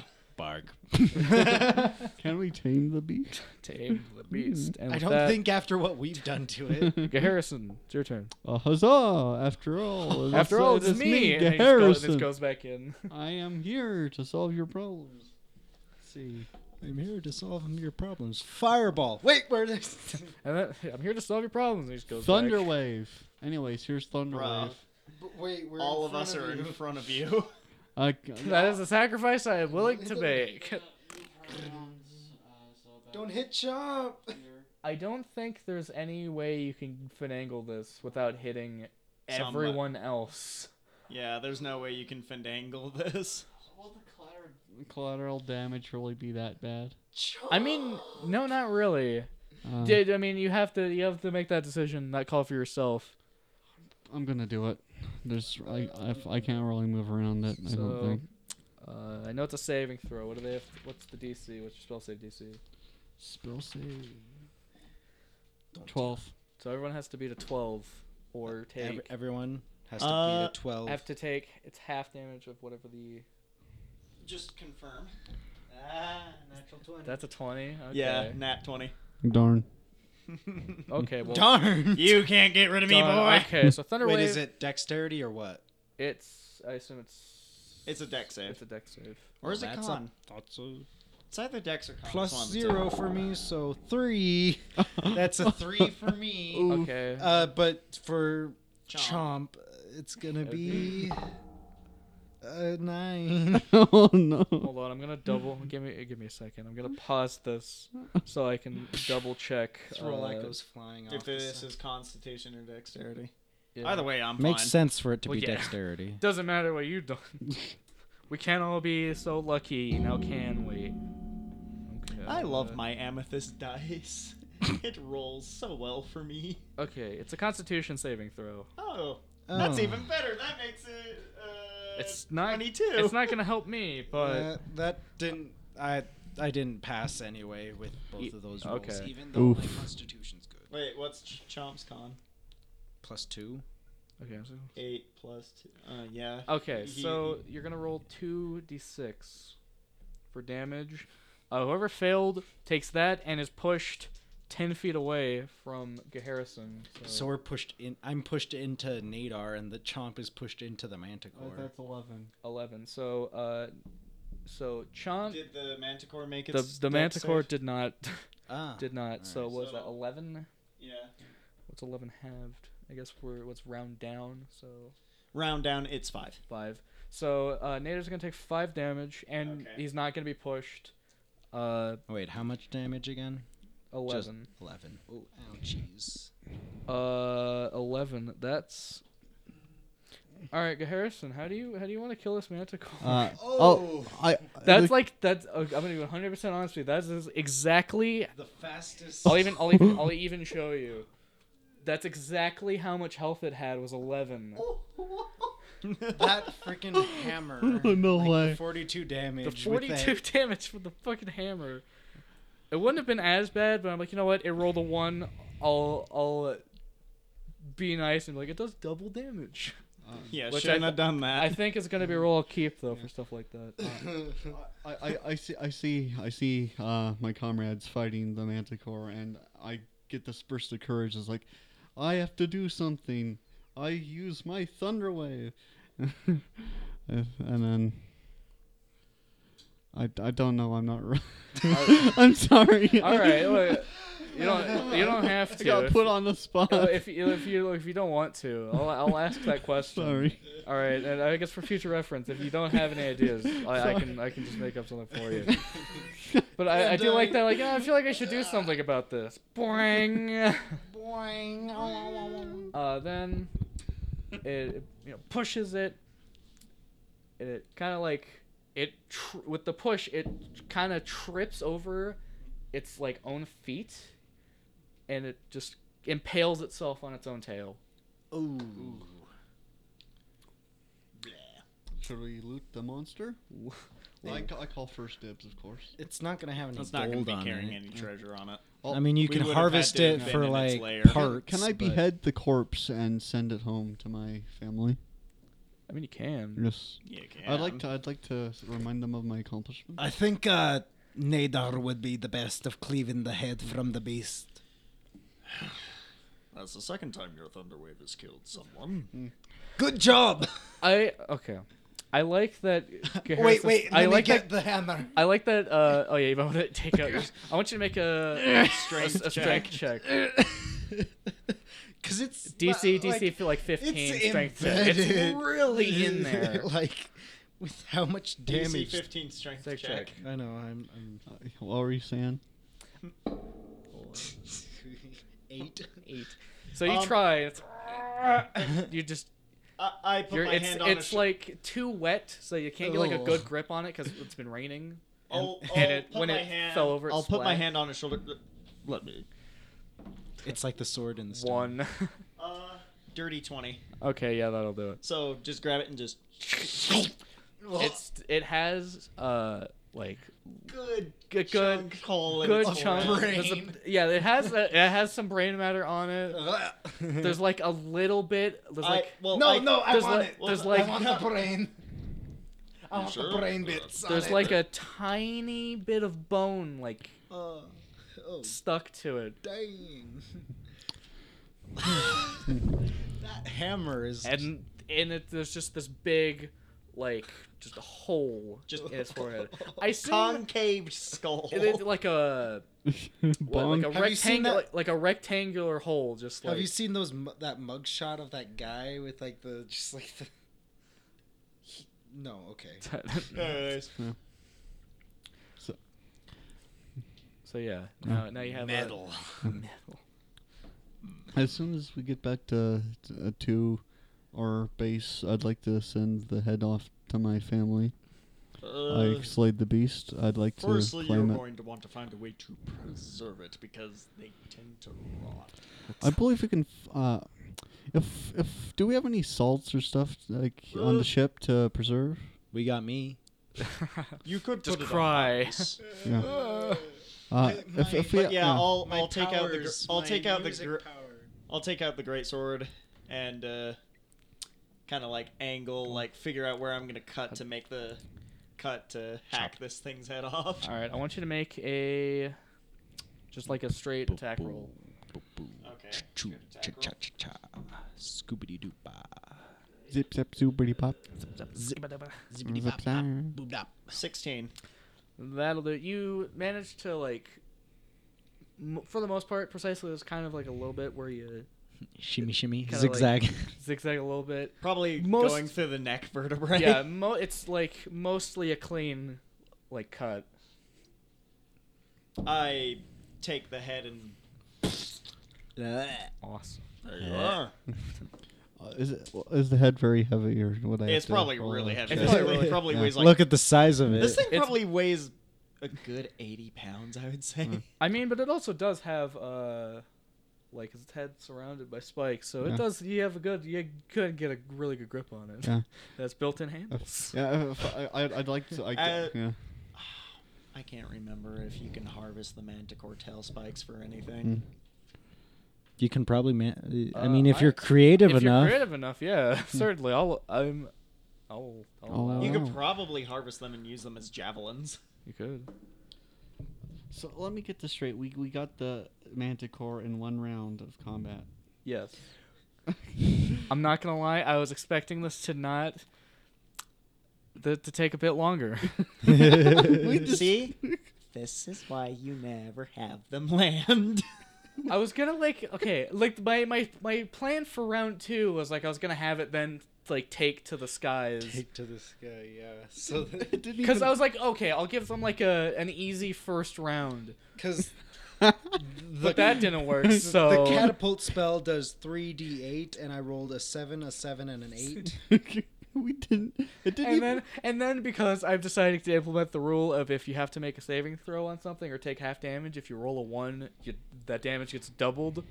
can we tame the beast?
Tame the beast. And
I
with
don't
that,
think after what we've done to it.
Harrison, it's your turn.
Uh, huzzah! After all, it
After
is-
all,
it
it's,
is
me. And he just goes-
Harrison.
just goes back in.
I am here to solve your problems. Let's see,
I'm here to solve your problems. Fireball. Wait, where is
And that, I'm here to solve your problems. And he just goes back.
Thunderwave. Anyways, here's Thunderwave.
Bruh.
Wait, we're
All of us are in front of you.
I,
That is a sacrifice I am willing to make.
Don't hit Chomp.
I don't think there's any way you can finagle this without hitting
Somebody.
everyone else.
Yeah, there's no way you can finagle this.
collateral damage really be that bad?
I mean, no, not really.
Uh,
Did I mean you have to you have to make that decision, that call for yourself.
I'm gonna do it. There's I, I, I can't really move around it. I
So-
don't think.
Uh, I know it's a saving throw. What do they have? What's the DC? What's your spell save DC?
Spell save. Twelve.
So everyone has to beat a twelve or take.
everyone has to
Uh,
beat a 12.
have to take it's half damage of whatever the.
Just confirm. Ah, natural 20.
That's a twenty. Okay.
Yeah, nat 20.
Darn.
Okay. Well.
Darn.
You can't get rid of me,
done.
boy.
Okay. So thunder
Wait,
wave.
is it dexterity or what?
It's. I assume it's.
It's a dex save.
It's a deck save.
Or is it
That's a-
con?
That's a
It's either dex or con. It's one
plus
of the two.
zero for me, so three. That's a three for me.
Okay.
Uh, but for
Chomp.
Chomp, uh, it's gonna be a nine.
oh no.
Hold on. I'm gonna double. Give me. Give me a second. I'm gonna pause this so I can double check.
This Rollout
uh,
goes flying off.
If
the
this
side.
is constitution or dexterity.
yeah.
Either way, I'm
makes
fine.
sense for it to
Well,
be
yeah.
dexterity.
Doesn't matter what you've done. we can't all be so lucky, now can we? Okay,
I love
uh,
my amethyst dice. It rolls so well for me.
Okay, it's a Constitution saving throw.
Oh, that's
Oh.
even better. That makes it. Uh,
It's not.
22.
It's not gonna help me, but
Uh, that didn't. I I didn't pass anyway with both of those rolls.
okay.
Even though my
Oof.
constitution's good.
Wait, what's Ch- Chomp's con?
Plus two.
okay. I'm sorry.
Eight plus two. Uh, yeah.
Okay,
He-
so you're gonna roll two d6 for damage. Uh, whoever failed takes that and is pushed ten feet away from Geharrison.
So
So,
we're pushed in. I'm pushed into Nadar, and the Chomp is pushed into the Manticore.
that's 11.
eleven. So, uh, so Chomp,
Did the manticore make
the
its
the
dex
Manticore
save?
did not
ah,
did not. so was that
So-
eleven?
Yeah.
What's eleven halved? I guess we're what's round down. So
Round down, it's five.
five. So uh, Nader's gonna take five damage and
Okay.
he's not gonna be pushed. Uh,
wait, how much damage again?
eleven.
Eleven. Oh, ouchies.
Uh, eleven. That's all right, Harrison. How do you how do you want to kill this manticore?
Uh, oh, I.
that's like that's. Uh, I'm gonna be 100 percent honest with you. That is exactly.
The fastest.
I'll even I'll even I'll even show you. That's exactly how much health it had was 11.
that freaking hammer.
No
Like,
way.
Forty-two damage.
The
with
42
that-
damage from the fucking hammer. It wouldn't have been as bad, but I'm like, you know what? It rolled a one. I'll I'll be nice and be like it does double damage.
Yeah,
Which
shouldn't
I-
have done that.
I think it's gonna be a roll I'll keep though for stuff like that. Uh,
I, I, I see I see I see uh, my comrades fighting the manticore and I get this burst of courage it's like I have to do something. I use my thunder wave. and then I, I don't know, I'm not right. I'm sorry.
All right, look, you don't you don't have
I
to.
got
If-
put on the spot.
uh, if you if you if you don't want to, I'll, I'll ask that question.
sorry.
All right, and I guess for future reference, if you don't have any ideas, I, I can I can just make up something for you. But I, I do like that. Like "Ah, I feel like I should do something about this. Boing.
Boing.
Uh, then it, it, you know pushes it. And it kind of like it tr- with the push, it kind of trips over its like own feet, and it just impales itself on its own tail.
Ooh.
Should we loot the monster? I, ca- I call first dibs, of course.
It's not gonna have any
it's not going
gold
to be
on
carrying
it.
any treasure on it.
Oh,
I mean, you
we
can
would've had
harvest
to
it
have been
for
in its
like
lair. Can-
parts.
Can I
but-
behead the corpse and send it home to my family?
I mean, you can.
Yes.
Yeah, you
I'd like
can.
to. I'd like to remind them of my accomplishment.
I think uh, Nadar would be the best of cleaving the head from the beast.
That's the second time your thunder wave has killed someone.
Good job.
I okay. I like that.
wait,
Geharison's-
wait. Let
I
me
like
get
that.
the hammer.
I like that. Uh, oh yeah, you want to take a. I want you to make a strength, a, strength check.
Cause it's
DC
like,
DC feel like fifteen
It's
strength check.
embedded.
It's really in there.
like with how much
DC
damage.
15 strength
Check,
check.
check.
I know. I'm. I'm
Uh, what were you saying?
eight. Eight.
So you
Um,
try. It's, you just
I, I put
you're
my
it's
hand on
it's
his
like too wet, so you can't get like a
Ugh.
good grip on it because it's been raining.
I'll, I'll
and it
put
when
my
it
hand,
fell over, it
I'll put my
splashed.
hand on his shoulder. Let me.
It's like the sword in the stone.
One.
Uh, dirty 20.
okay, yeah, that'll do it.
So just grab it and just.
It's it has uh like
Good.
good good
chunk hole in
good
its
chunk.
forehead.
There's a- yeah, it has a, it has some brain matter on it. There's like a little bit. There's
I,
like
well,
no,
I,
no, Uh, I
there's
want
like
it.
there's
I
like
want the brain. Oh. I
You
want the
sure?
brain bits. on
there's
it.
like a tiny bit of bone like
Oh, oh,
stuck to it.
dang. that hammer is.
and and it, there's just this big like just a hole just
Just-
in his forehead. I assume
concave skull.
it- it's like a what,
Bong.
like a
Have you seen
rectangular
that-
like, like a rectangular hole just like
Have you seen those mu- that mugshot of that guy with like the just like the? He- no, okay.
Anyways,
so yeah now, now you have a-
As soon as we get back to to, uh, to our base, I'd like to send the head off to my family.
uh,
I we slayed the beast, I'd like to
Firstly, you're
claim it.
going to want to find a way to preserve it because they tend to rot.
I believe we can. f- Uh, if if do we have any salts or stuff like on the ship to preserve?
We got me.
You could
Just
put it on
cry.
ice.
Yeah. Uh, if, if we,
But yeah, I'll,
My
I'll take out the gr-
powers,
I'll
my
take out the
music
gr-
power.
I'll take out the great sword and uh, kind of like angle, like figure out where I'm gonna cut to make the cut to hack this thing's head off.
All right, I want you to make a just like a straight attack roll.
Okay.
Choo,
Good
cha
attack
cha cha cha. Scoobity doop bop.
zip zip zoobity pop.
Zippity
Zip
bop bop.
zap.
Boop bop.
Sixteen.
That'll do. it. You managed to like, m- for the most part, precisely. It was kind of like a little bit where you
Shimmy shimmy.
Kinda
Zigzag.
zigzag a little bit.
Probably
Most-
going through the neck vertebrae.
Yeah, mo- it's like mostly a clean, like cut.
I take the head and
Awesome.
Uh, is it is the head very heavy or would I? have
it's
to
probably
roll
really
a
heavy.
It's
This
probably
thing
really-
probably
yeah.
weighs like
Look at the size of it.
this thing
It's-
probably weighs a good eighty pounds, I would say.
I mean, but it also does have uh, like his head surrounded by spikes, so
Yeah.
it does. You have a good. You could get a really good grip on it.
Yeah.
That's built-in
Uh,
handles.
Yeah, if I, I'd, I'd like to. I,
Uh,
yeah.
I can't remember if you can harvest the manticore tail spikes for
Mm.
anything.
You can probably. Man- I
Uh,
mean, if
I-
you're creative
if
enough.
you're creative enough, yeah, certainly. I'll. I'm. I'll. I'll
Oh.
allow
You
it.
Wow.
could probably harvest them and use them as javelins.
You could.
So let me get this straight. We we got the manticore in one round of combat.
Yes. I'm not gonna lie. I was expecting this to not. Th- to take a bit longer.
See? This is why you never have them land.
I was gonna like okay, like my my my plan for round two was like I was gonna have it then like take to the skies
to this guy, yeah. So,
because I was like okay, I'll give them like a an easy first round,
because
but that didn't work. So
the catapult spell does three d eight, and I rolled a seven, a seven, and an eight.
we didn't. It didn't
and
even.
then and then because I've decided to implement the rule of if you have to make a saving throw on something or take half damage, if you roll a one, you, that damage gets doubled.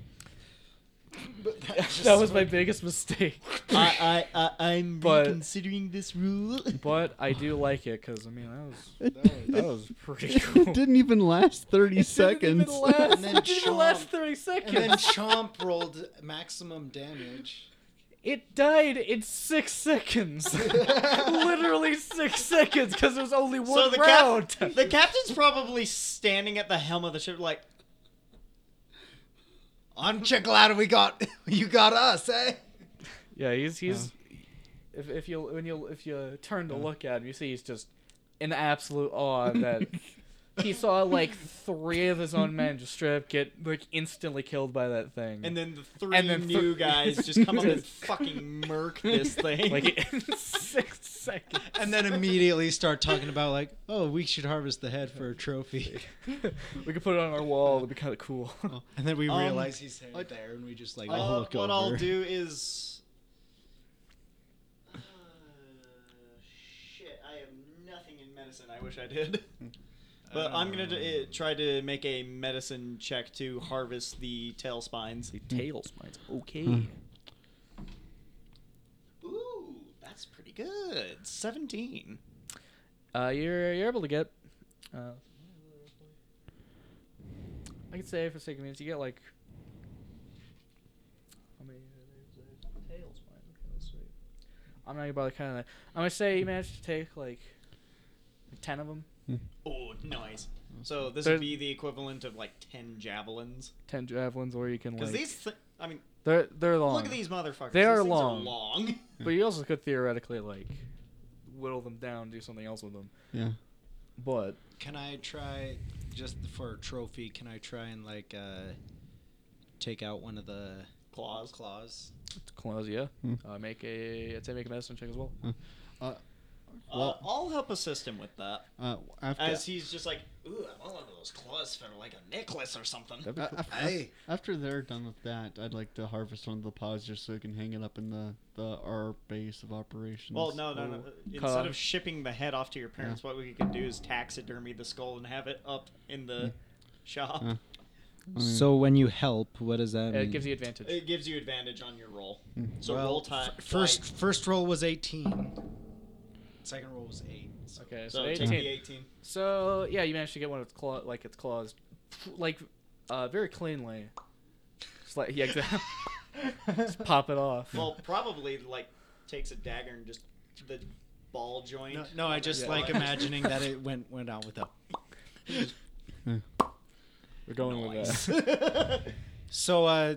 that was my biggest mistake,
I, I, I, I'm
But-
reconsidering this rule.
but I do like it because I mean that was
it,
that
it-
was pretty
it
cool.
didn't even last thirty seconds.
It didn't even last,
And then
it didn't even last
chomp.
30 seconds.
And then Chomp rolled maximum damage.
it died in six seconds. Literally six seconds because there was only
so
one
the,
round.
cap- the captain's probably standing at the helm of the ship, like,
I'm so glad we got you got us, eh?
yeah, he's he's. If, if you when you if you turn to look at him, you see he's just in absolute awe that he saw like three of his own men just straight up get like instantly killed by that thing.
and then the three
And then
new
thr-
guys just come up and fucking murk this thing.
like in six seconds.
And then immediately start talking about like, oh, we should harvest the head for a trophy.
we could put it on our wall. It'd be kind of cool.
And then we
Um,
realize he's headed there, and we just like
Uh,
look
what
over.
I'll do is. Uh, shit, I have nothing in medicine. I wish I did. But I'm gonna d- uh, try to make a medicine check to harvest the tail spines.
Tails, mine's okay.
Ooh, that's pretty good. Seventeen.
Uh, you're you're able to get. Uh, I could say for sake of minutes, you get like. How many? Tails, I'm not gonna bother kind of. I'm gonna say you managed to take like, ten of them.
Oh, nice. So this
There-
would be the equivalent of like ten javelins.
Ten javelins, or you can
Because
like.
these, thi- I mean,
they're they're long.
look at these motherfuckers.
They
These
are
things
long.
long.
But you also could theoretically like, whittle them down, do something else with them.
Yeah.
But
Can I try just for a trophy? Can I try and like uh, take out one of the
Claws.
claws?
close, yeah.
Hmm.
Uh, make a I'd say make a medicine check as well.
Uh, I'll help assist him with that.
Uh, after
As he's just like, ooh, I want one of those claws for like a necklace or something.
That'd be
A-
cool.
af- af- After they're done with that, I'd like to harvest one of the pods just so we can hang it up in the, the our base of operations.
Well, no, no, no. Instead
Cod.
of shipping the head off to your parents, what we could do is taxidermy the skull and have it up in the shop.
Yeah. I mean,
So when you help, what does that mean?
Mm. It gives you advantage.
It gives you advantage on your roll.
Mm.
So
Well,
roll time.
f- first, first roll was 18. Second roll was 8. So
Okay, so,
so take
18.
the 18.
So yeah, you managed to get one of its claw, like its claws, like uh, very cleanly. Just like yeah, exactly. just pop it off.
Well, probably like takes a dagger and just the ball joint.
No, no, I just
Yeah.
like imagining that it went went out with a.
We're going with that.
So uh,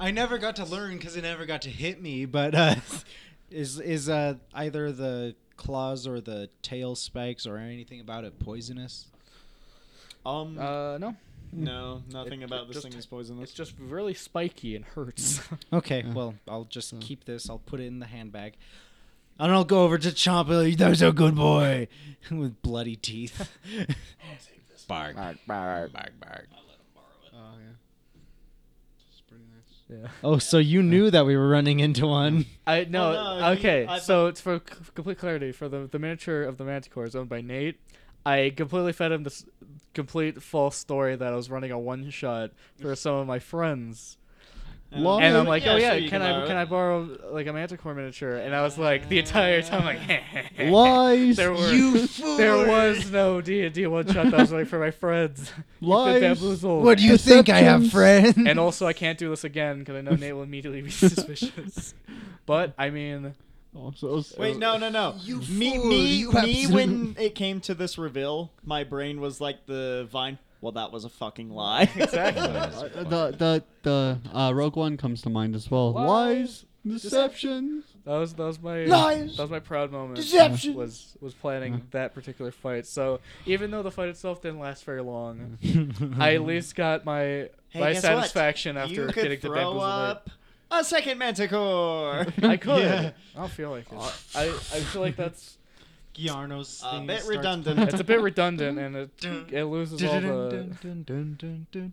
I never got to learn because it never got to hit me. But uh, is is uh either the claws or the tail spikes or anything about it poisonous?
Um,
Uh, no,
no, nothing
it-
about
it
this
just
thing is
it's
poisonous.
just really spiky and hurts.
Okay, well I'll just keep this. I'll put it in the handbag. And I'll go over to Chompa. like, There's a good boy with bloody teeth. Bark.
Oh, yeah. It's pretty nice.
yeah.
Oh, so you knew that we were running into one.
I no.
Oh, no, you-
okay,
I-
so it's for c- complete clarity. For the the miniature of the Manticore is owned by Nate. I completely fed him this complete false story that I was running a one shot for some of my friends.
Long
and I'm
as-
like,
Yeah,
oh yeah,
sure, you
can,
can
I
borrow
can
it.
I borrow like a manticore miniature? And I was like the entire time like,
lies.
there were there was no D and D one shot that was like for my friends. You've been
Lies.
bamboozled.
What do you think? I have friends.
and also, I can't do this again because I know Nate will immediately be suspicious. But I mean,
Oh, I'm so sorry.
Wait, no, no, no.
You
me,
fool,
me,
you
me.
absolute-
When it came to this reveal, my brain was like the vine. Well, that was a fucking lie.
Exactly.
Uh, the the the uh, Rogue One comes to mind as well. Lies, deception.
that was that was my
Lies.
that was my proud moment.
Deception.
Was was planning that particular fight. So even though the fight itself didn't last very long, I at least got my my
guess what?
satisfaction after
you
getting
could
to
throw
bamboozle Nate.
up a second manticore.
I could.
Yeah.
I don't feel like it. I, I feel like that's
Giarno's
A
thing
bit
starts-
redundant.
it's a bit redundant and it it loses all the.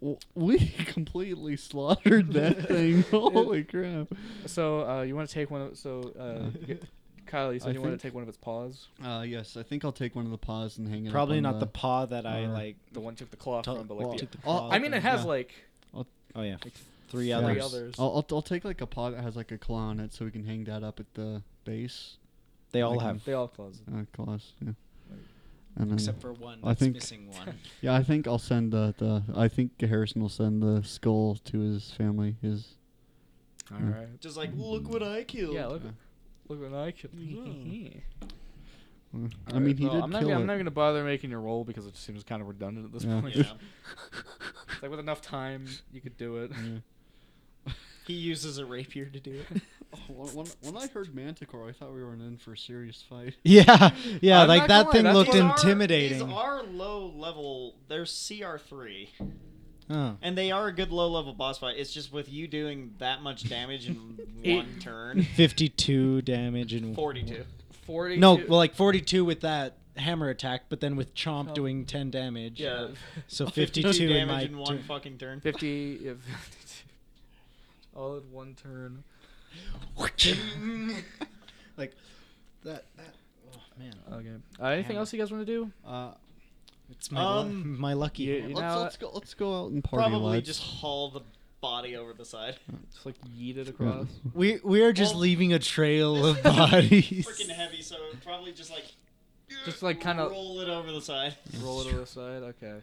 W- We completely slaughtered that thing. Holy crap!
So uh, you want to take one of so uh, y- Kyle, you said
I
you want
think-
to take one of its paws.
Uh, yes, I think I'll take one of the paws and hang it. up
Probably
on
not the
the
paw that I
Uh,
like.
The one took the claw
Tell-
from, but like
well,
the,
took the
I'll-
claw
I mean,
from-
it has
yeah.
like
Oh yeah, three
Yeah.
three
others.
others.
I'll, I'll I'll take like a paw that has like a claw on it, so we can hang that up at the base.
They all
Like,
have,
They all claws.
Uh, claws. Yeah. And then,
except for one.
I
That's
think-
missing one.
yeah, I think I'll send the, the I think Harrison will send the skull to his family. His
All right.
Just like, look what I killed.
Yeah. Look. Look what I could.
I mean, he did
I'm not,
kill
gonna,
it.
I'm not gonna bother making your roll because it just seems kind of redundant at this
Yeah.
point.
Yeah.
It's like with enough time, you could do it.
He uses a rapier to do it.
When, Oh, when- when I heard Manticore, I thought we were in for a serious fight.
yeah, yeah.
I'm not
like that
gonna lie,
thing
that's
looked
what
These are-
intimidating.
These are low level. They're CR3.
Oh.
And they are a good low level boss fight. It's just with you doing that much damage in
Eight.
one turn.
Fifty-two damage and
42.
Forty.
No, well, like forty-two with that hammer attack, but then with Chomp
Chomp.
doing ten damage.
Yeah.
So
52
fifty-two, in my
damage in one
turn.
fucking turn.
Fifty. Yeah, 52. All in one turn.
like that. that oh man,
Okay. Uh, anything
Hammer.
else you guys want to do?
Uh,
it's my lu-
Um,
my lucky.
you-
hand.
you
let's,
know,
let's go. Let's go out and party.
Probably
lads.
just haul the body over the side.
Just like yeet it across.
We we are just
Well,
leaving a trail of
this is gonna be
bodies.
Freaking heavy, so probably just like.
Just, like, kinda-
roll it over the side.
Roll it to the side. Okay.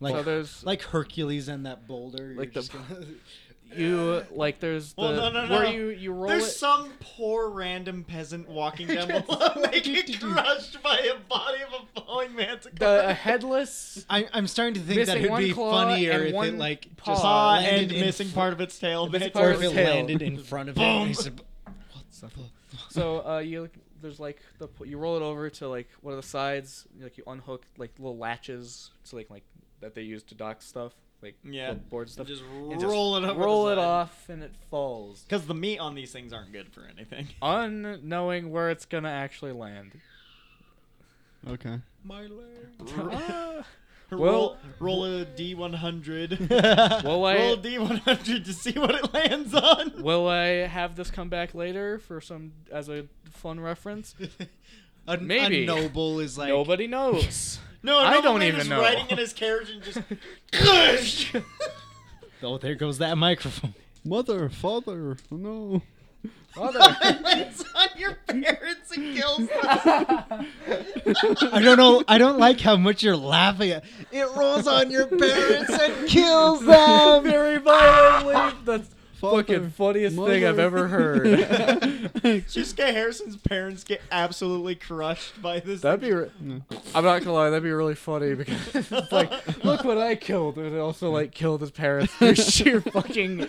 Like
so there's
like Hercules and that boulder. you're
Like the-
just gonna-
you like there's the
Well, no, no, no,
where
no.
you you roll
There's
it.
some poor random peasant walking down below, they get crushed by a body of a falling manticore.
the a headless.
I, I'm starting to think that
Missing
it'd
one
be
claw
funnier
and
if it
one
like
paw.
just
paw
landed
and
in
missing
fr-
part of its tail.
missing
bit.
part
or
of
if it
tail.
landed in front of
Boom.
it.
So uh, you there's like the p- you roll it over to like one of the sides. you, Like you unhook like little latches so like like that they use to dock stuff like
Yeah.
flip board stuff.
Just
and just
roll it up.
roll it off and it falls,
Because the
Uh,
meat on these things aren't good for anything.
unknowing where it's gonna actually land.
Okay.
My leg.
Well-
roll, roll a d100.
Will I-
roll a d100 to see what it lands on.
Will I have this come back later for some as a fun reference?
A,
Maybe.
a noble is like
Nobody knows.
No,
I
another
don't
man
even
is
know.
Riding in his carriage and just.
Oh, there goes that microphone.
Mother, father, oh no.
it lands on your parents and kills them.
I don't know. I don't like how much you're laughing at.
It rolls on your parents and kills them.
Very violently. That's
Father,
fucking funniest thing I've
mother.
ever heard.
Jessica Harrison's parents get absolutely crushed by this.
That'd be. Re-
Hmm.
I'm not gonna lie. That'd be really funny because it's like, look what I killed, and it also like killed his parents through sheer fucking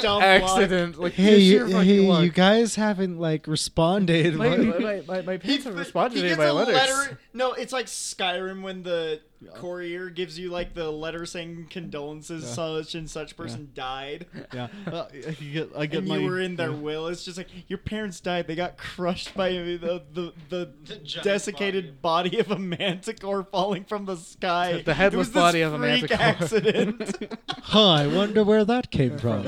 dumb luck.
accident. Like through
Hey, you,
sheer fucking
hey,
luck.
you guys haven't like responded.
My,
What-
my, my, my, my
He
parents haven't
th-
responded
he
to any of
gets
my
a
letters.
letter- No, it's like Skyrim when the courier gives you like the letter saying condolences, such and such person died,
Yeah. Uh, I get, I get
and
my,
you were in their
yeah.
will. It's just like your parents died; they got crushed by the the, the,
giant
desiccated body. of a manticore falling from the sky.
The headless
It was this
body of a
freak
manticore.
accident.
huh? I wonder where that came from.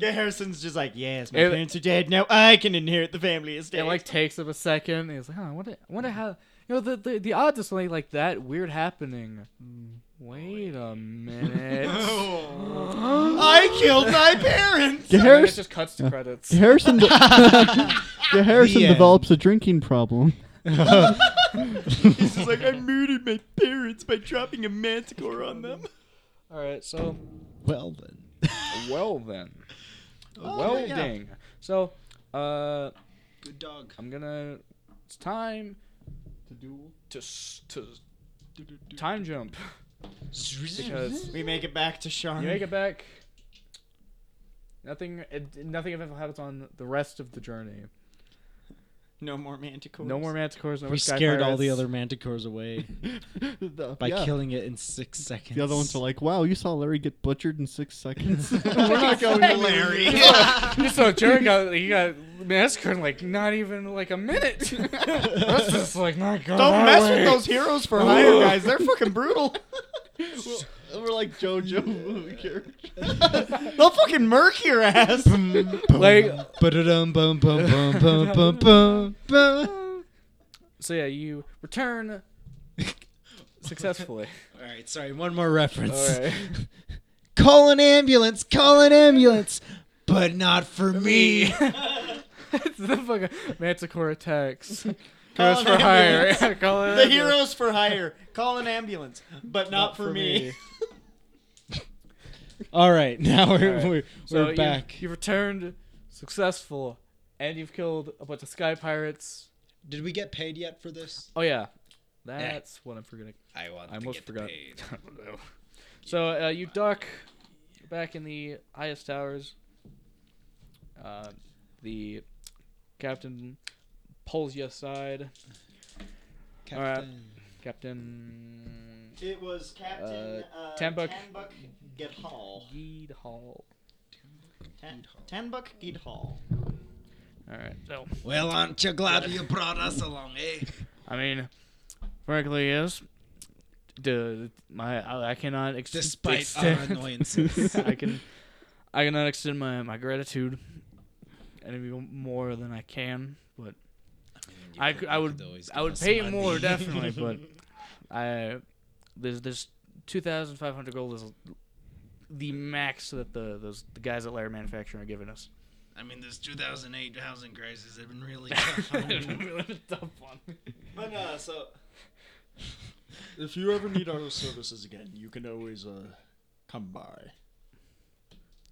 Harrison's just like, yes, my
It-
parents are dead. Now I can inherit the family estate.
It like takes him a second. And he's like, huh, I wonder, I wonder how. You know, the, the, the odds of something like that weird happening. Wait a minute.
I killed my parents.
Yeah,
And then it
Harris-
just cuts to credits.
Harrison, de- yeah, Harrison
The end.
develops a drinking problem.
He's just like, I murdered my parents by dropping a manticore on them.
All right, so
well then.
well then, well
yeah.
dang. So, uh,
Good dog.
I'm gonna. It's time to s- to time jump because
We make it back to Sharn.
you make it back. Nothing, it, nothing eventful happens on the rest of the journey.
No more manticores.
No more manticores. No more
We
sky
scared all the
pirates.
other manticores away
The-
by
yeah.
killing it in six seconds.
The other ones are like, wow, you saw Larry get butchered in six seconds.
We're not going to Larry. Yeah. so Jared got he got massacred in like not even like a minute. That's just like not going.
Don't
our
mess
way.
with those heroes for hire, guys. They're fucking brutal.
We're like JoJo movie characters.
They'll fucking murk your ass.
Like
Ba-da-dum, bum, bum, bum, bum, bum, bum, bum.
so, yeah. You return successfully.
All right, sorry. One more reference.
All right.
Call an ambulance. Call an ambulance. But not for me.
the fucking manticore attacks. Goes for hire. Yeah, call it
The
an ambulance.
heroes for hire. Call an ambulance, but not, for, me.
All right, now we're
All right.
we're,
So
we're
you-
back.
You've returned successful, and you've killed a bunch of sky pirates.
Did we get paid yet for this?
Oh yeah, that's what I'm forgetting.
I want.
I almost forgot. so uh, you duck back in the highest towers. Uh, the captain pulls you aside. Captain. Captain
It was
Uh,
Captain uh,
Tambuk.
Tanbuk Gidhall.
Geed Hall.
Tan- Tanbuk Gidhall.
All right. So
Well, aren't you glad you brought us along, eh?
I mean, frankly, yes. Dude, my I, I cannot ex-
Despite our
extend-
annoyances.
I can I cannot extend my my gratitude any more than I can, but I, could, I would I would pay more definitely, but I there's this 2,500 gold is the max that the those the guys at Lair Manufacturing are giving us.
I mean, this 2008 housing crisis has been really tough.
But uh, so
If you ever need our services again, you can always uh, come by.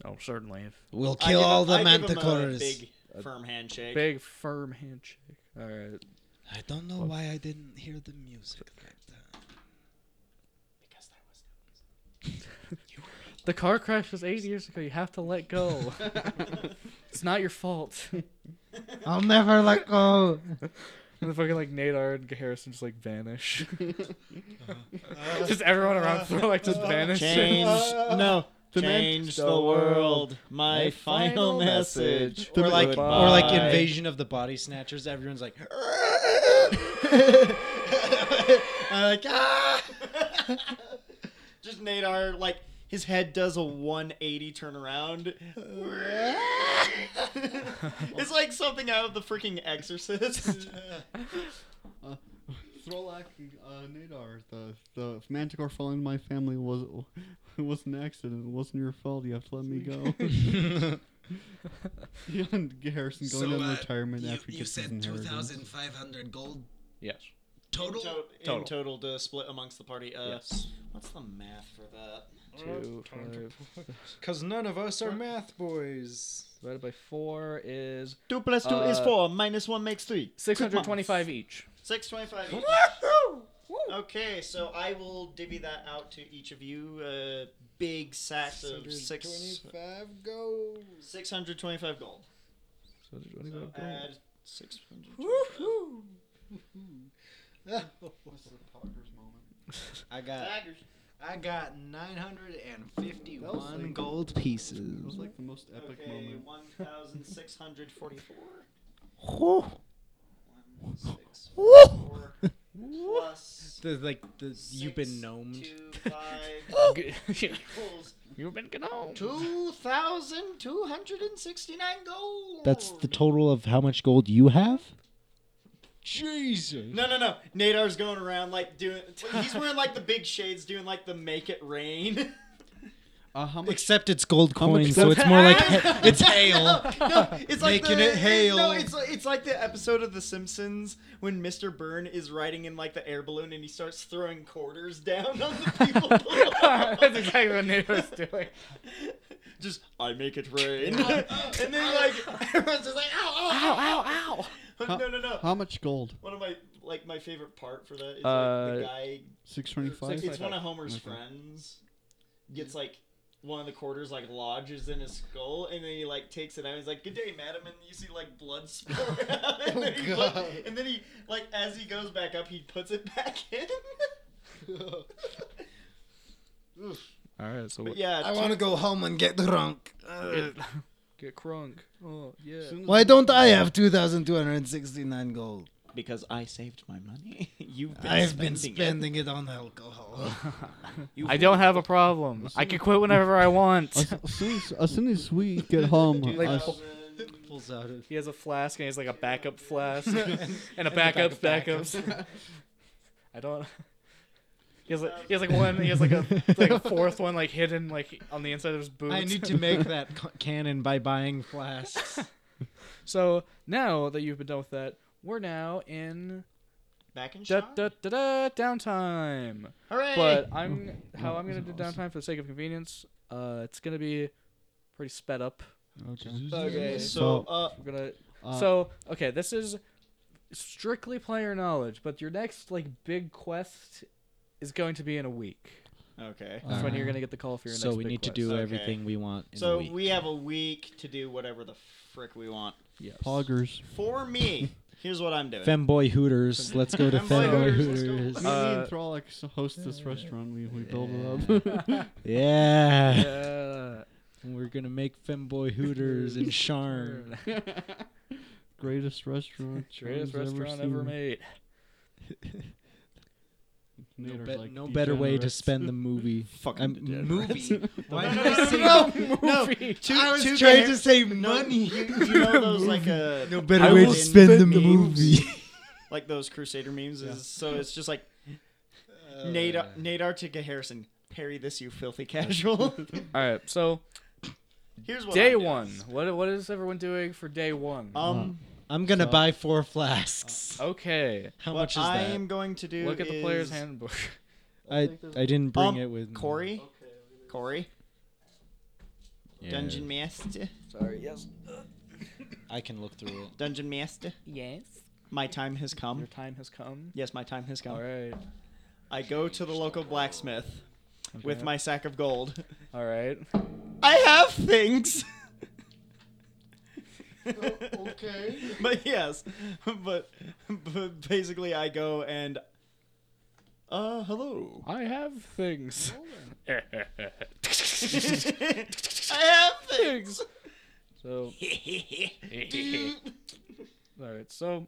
Oh, certainly. If
we'll
I
kill
give
all
him-
the
I give him a
manticores.
Big firm handshake.
Big firm handshake. All right.
I don't know why I didn't hear the music.
The car crash was eight years ago. You have to let go. it's not your fault.
I'll never let go.
And the fucking like Nadar and Harrison just like vanish. just everyone around the floor like just vanish.
Change no. Change the world. My
My
final
final
message.
Or like,
Goodbye.
or like invasion of the body snatchers. Everyone's like,
I'm like, ah! Just Nadar, like, his head does a 180 turnaround. it's like something out of the freaking Exorcist.
Throlak, uh, Nadar, the, the manticore falling to my family was it was an accident. It wasn't your fault. You have to let me go. Yeah, and Harrison going into retirement
you,
after he
you
gets his
said
inheritance.
2,500 gold
Yes.
total?
To-
Total.
In total to split amongst the party. Uh,
Yes.
What's the math for that?
Two, five,
Because none of us are math boys.
divided by four is
2 plus 2
is
is
Uh,
4, minus 1 makes 3.
six hundred twenty-five each.
625. Okay, so I will divvy that out to each of you. Uh, big sacks of six,
25 gold.
625 gold.
So
So
25 gold.
add 625.
I got
Daggers.
I got 951
like-
gold
It was
pieces.
like the most epic
Okay,
moment.
1,644. 1,644 plus
The, like the you've been gnomed.
625 equals
You've been gnomed.
2,269 gold.
That's the total of how much gold you have?
No, no, no. Nadar's going around like doing. He's wearing like the big shades, doing like the make it rain.
Uh, how much?
Except it's gold coins,
much
so
gold-
it's more like it's hail.
no, no, it's like
Making
the,
it hail.
No, it's like, it's like the episode of The Simpsons when Mr. Byrne is riding in like the air balloon and he starts throwing quarters down on the people. below.
That's exactly what Nader's doing.
just I make it rain, and then like everyone's just like ow,
ow, ow.
ow. no, no, no.
How much gold?
One of my like my favorite part for that is like,
Uh,
the guy
Six twenty-five.
It's one of Homer's
Okay.
friends gets like one of the quarters like lodges in his skull, and then he like takes it out. He's like, "Good day, madam," and you see like blood spill out,
Oh,
and, then he put- and then he like as he goes back up, he puts it back in.
All right, so
but
what?
yeah,
I want to go home and get drunk.
Uh,
Ugh.
Get crunk. Oh yeah.
Why don't I have 2,269 gold?
because I saved my money. You've been
I've
spending
been spending it on alcohol.
I don't have a problem. I can quit whenever I want.
As, as soon as, as soon as we get home,
Like-
I-
oh.
Pulls out a
He has a flask and he has like a backup flask and a backup backups. I don't. He has like he has like one. He has like a like a fourth one like hidden like on the inside of his boots.
I need to make that c- cannon by buying flasks.
So now that you've been done with that, we're now in
back in
da
shop.
da da da downtime.
Hooray!
But I'm how I'm gonna do downtime for the sake of convenience. Uh, it's gonna be pretty sped up.
okay,
So-
so uh,
We're gonna
Uh,
so okay, this is strictly player knowledge, but your next like big quest is going to be in a week.
okay.
That's when you're gonna get the call for your
so
next.
we
big
need to
quest.
do
Okay.
everything we want. In
So
a week.
we have a week to do whatever the frick we want.
Yes.
poggers.
For me, here's what I'm doing.
femboy hooters. Let's go to
Femboy
femboy
Hooters, let's
hooters.
Me, me
Uh,
and Thrall like, so host this restaurant. We, we build it up.
Yeah.
Yeah.
We're gonna make femboy hooters in Sharn.
Greatest restaurant.
Greatest
Sean's
restaurant
seen.
ever made.
No,
Nader's
bet-
like,
no better way to
"Degenerates."
spend the movie.
Fucking
I'm-
degenerate.
movie. Why did
no,
I
no,
say
no, no.
Movie.
Two,
I was
two
trying
Gahar-
to save
no,
money.
You, you know those like uh,
No better
I
way
will
to spend, the movie.
like those Crusader memes. Is, so it's just like
Oh,
Uh,
Nadar, Nadar to Harrison. Parry this, you filthy casual.
All right. So
Here's what
day
I'm doing.
one. What what is everyone doing for day one?
Um,
I'm gonna buy four flasks.
okay.
How
what
much is
Uh, I
that?
am going to do.
Look at the player's
is-
handbook.
I I didn't bring
Um,
it with me.
Corey. Corey,
Yeah.
Dungeon Master.
I can look through it.
Dungeon Master.
Yes.
My time has
Your
come.
time has come.
Yes, my time has come.
All right.
I go to the local blacksmith with
Okay.
my sack of gold.
All right.
I have things.
okay.
but yes, but, but basically I go and uh hello.
I have things.
I have things.
So. All right. So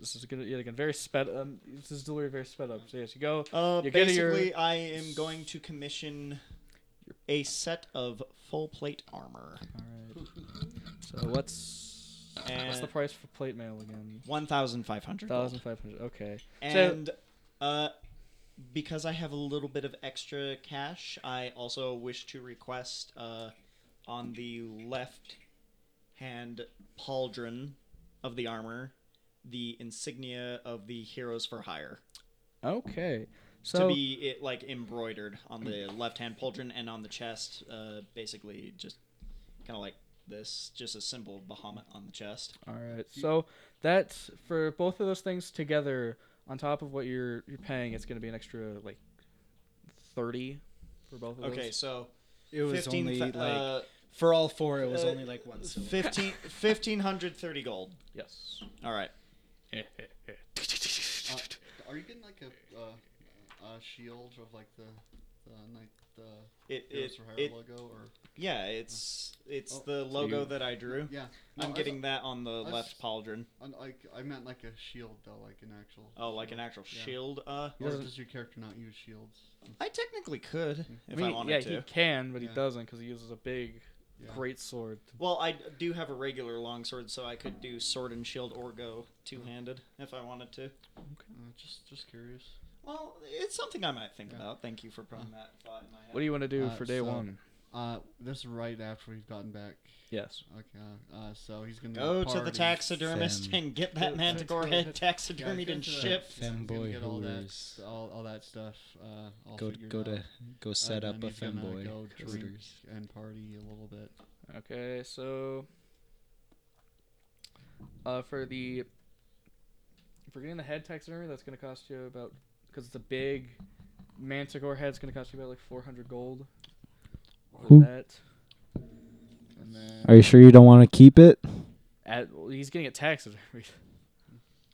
This is gonna yeah, like a very sped. Um, this is delivery very sped up. So yes, you go.
Uh,
you get your
basically, I am going to commission a set of full plate armor.
So what's what's the
And-
price for plate mail again?
One thousand five hundred.
Thousand five hundred. Okay.
And uh, because I have a little bit of extra cash, I also wish to request uh, on the left hand pauldron of the armor the insignia of the heroes for hire
Okay.
to
So
be it like embroidered on the left hand pauldron and on the chest uh, basically just kind of like this just a symbol of bahamut on the chest
all right. So that's for both of those things together. On top of what you're you're paying, it's gonna be an extra like thirty for both of
okay
those.
so
It was
15
only like
uh,
for all four. It was
uh,
only like one silver.
15 1530 gold
Yes.
all right
Are you getting like a, uh, a shield of like the the like the
it,
Heroes
it,
for Hire
it
logo or
yeah it's it's
Oh.
the logo that i drew
yeah?
i'm
No, I
getting that on the
I've-
left pauldron
thought- I, like I meant like a shield though, like an actual.
oh like an
shield.
actual
Yeah.
shield uh
Or
doesn't-
does your character not use shields?
i technically could if i,
mean,
wanted
yeah,
to
he can, but he
Yeah.
doesn't because he uses a big,
Yeah.
great sword.
Well, I do have a regular longsword, so I could do sword and shield or go two handed if I wanted to.
Uh, just just curious.
Well, it's something I might think
Yeah.
about. Thank you for putting that thought in my head.
What do you want to do
Uh,
for day
so-
one?
Uh, this is right after we've gotten back.
Yes.
Okay. Uh, so he's gonna
go to the
party.
taxidermist
Fem.
and get that manticore head
Yeah, he's
taxidermied
going
and
to the-
shipped.
yeah, he's gonna
Femboy
get all that,
hooters.
all, all that stuff. Uh, all
Go
figured
go
out.
to go set
and
up a
then he's gonna
femboy.
Go drink
hooters.
and party a little bit.
Okay, so uh, for the if we're getting the head taxidermy, that's gonna cost you about because it's a big manticore head. It's gonna cost you about like four hundred gold. for
Who?
That
And then
Are you sure you don't want to keep it?
at well, he's getting it taxidermy.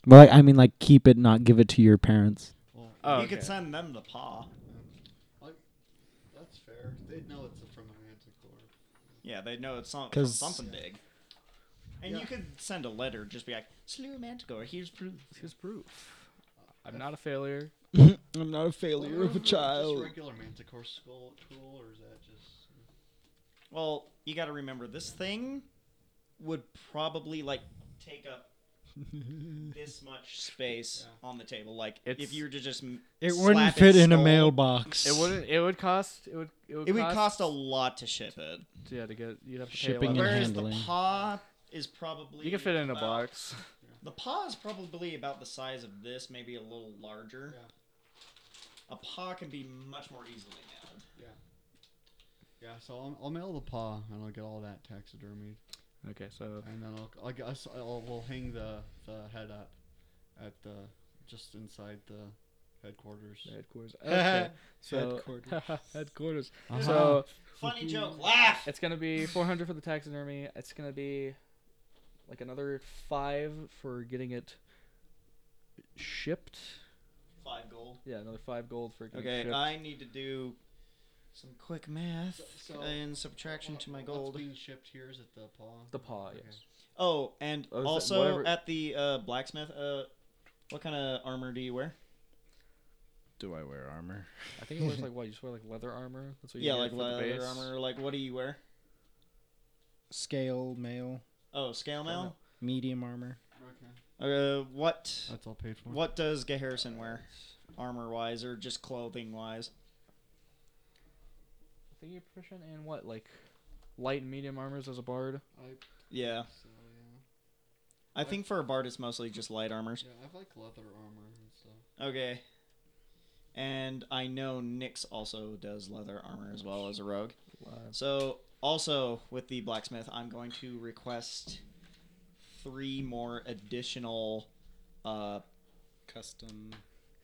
Well, I mean, like keep it, not give it to your parents.
well,
Oh,
you
okay.
could send them the paw.
that's fair. They know it's from a manticore.
Yeah, they know it's some,
'Cause-
something big. And
Yeah.
you could send a letter, just be like, "Slew a manticore. Here's proof."
Here's proof. I'm not a failure.
I'm not a failure
Well, Just regular manticore skull cool, or is that just?
Well, you got to remember this thing would probably like take up this much space on the table. Like if
It's-
you were to just m-
It
slap
wouldn't fit
its
in a
skull,
mailbox.
It wouldn't. It would cost. It would. It would.
It would cost a lot to ship it.
Yeah, to get you'd have to
Shipping
Pay a
and
lot.
Whereas
handling.
the paw is probably
You can fit it in a
about-
box.
The paw is probably about the size of this, maybe a little larger. A paw can be much more easily mounted.
Yeah, so I'll, I'll mail the paw and I'll get all that taxidermied,
Okay, so
and then I'll I guess I'll we'll hang the, the head up at the just inside the headquarters.
headquarters. Okay, so headquarters.
Uh-huh.
So
Funny joke. Laugh.
It's gonna be 400 for the taxidermy. It's gonna be like another five for getting it shipped.
Five gold.
Yeah, another five gold for getting it
Okay,
shipped.
I need to do some quick math
So- so-
and subtraction
What-
to my
what's
gold.
being shipped here is it the paw?
the paw,
Okay.
yes.
Oh, and
Oh, is that
also
whatever-
at the uh, blacksmith, uh, what kind of armor do you wear?
Do I wear armor?
I think it was like what you just wear like leather armor. That's what you
yeah,
get
like
for the
leather
base.
armor. Like, what do you wear?
Scale mail,
Oh, scale mail.
medium armor.
Okay,
Uh, what
that's all paid for.
what does Gay Harrison wear, armor wise or just clothing wise?
I think you're proficient in what like light and medium armors as a bard.
I,
Yeah,
so yeah,
I think for a bard it's mostly just light armors.
yeah, I've like leather armor and stuff.
Okay. And I know Nyx also does leather armor as well as a rogue.
Uh,
So, also with the blacksmith, I'm going to request three more additional, uh,
Custom.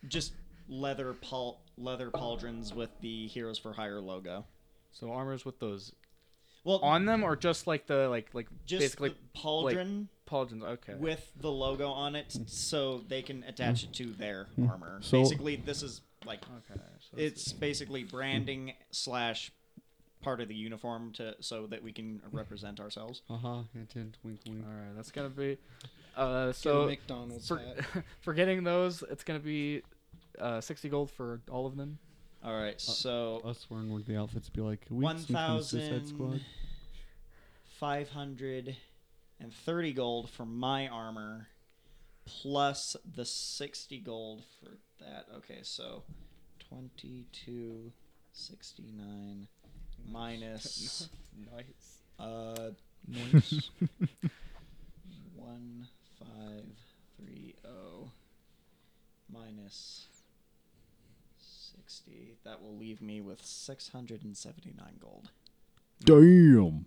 just leather pal- leather
Oh.
pauldrons with the Heroes for Hire logo.
So armors with those
Well,
on them, or just like the like like
just
basically
the pauldron
pauldrons. Okay.
with the logo on it,
Mm-hmm.
so they can attach it to their armor.
So-
basically, this is like
okay. So
it's basically branding slash part of the uniform to so that we can represent ourselves.
Haha, uh-huh, hint, hint, wink, wink.
all right. That's gonna be Uh, so
McDonald's
for,
hat.
for getting those, it's gonna be uh, sixty gold for all of them.
All right, so
Us wearing one of the outfits be like, uh, we
one
some kind of Suicide
thousand
Squad.
five hundred and thirty gold for my armor, plus the sixty gold for that. Okay, so twenty-two sixty-nine minus
Nice.
uh one five three oh minus sixty. That will leave me with six hundred and seventy-nine gold.
Damn.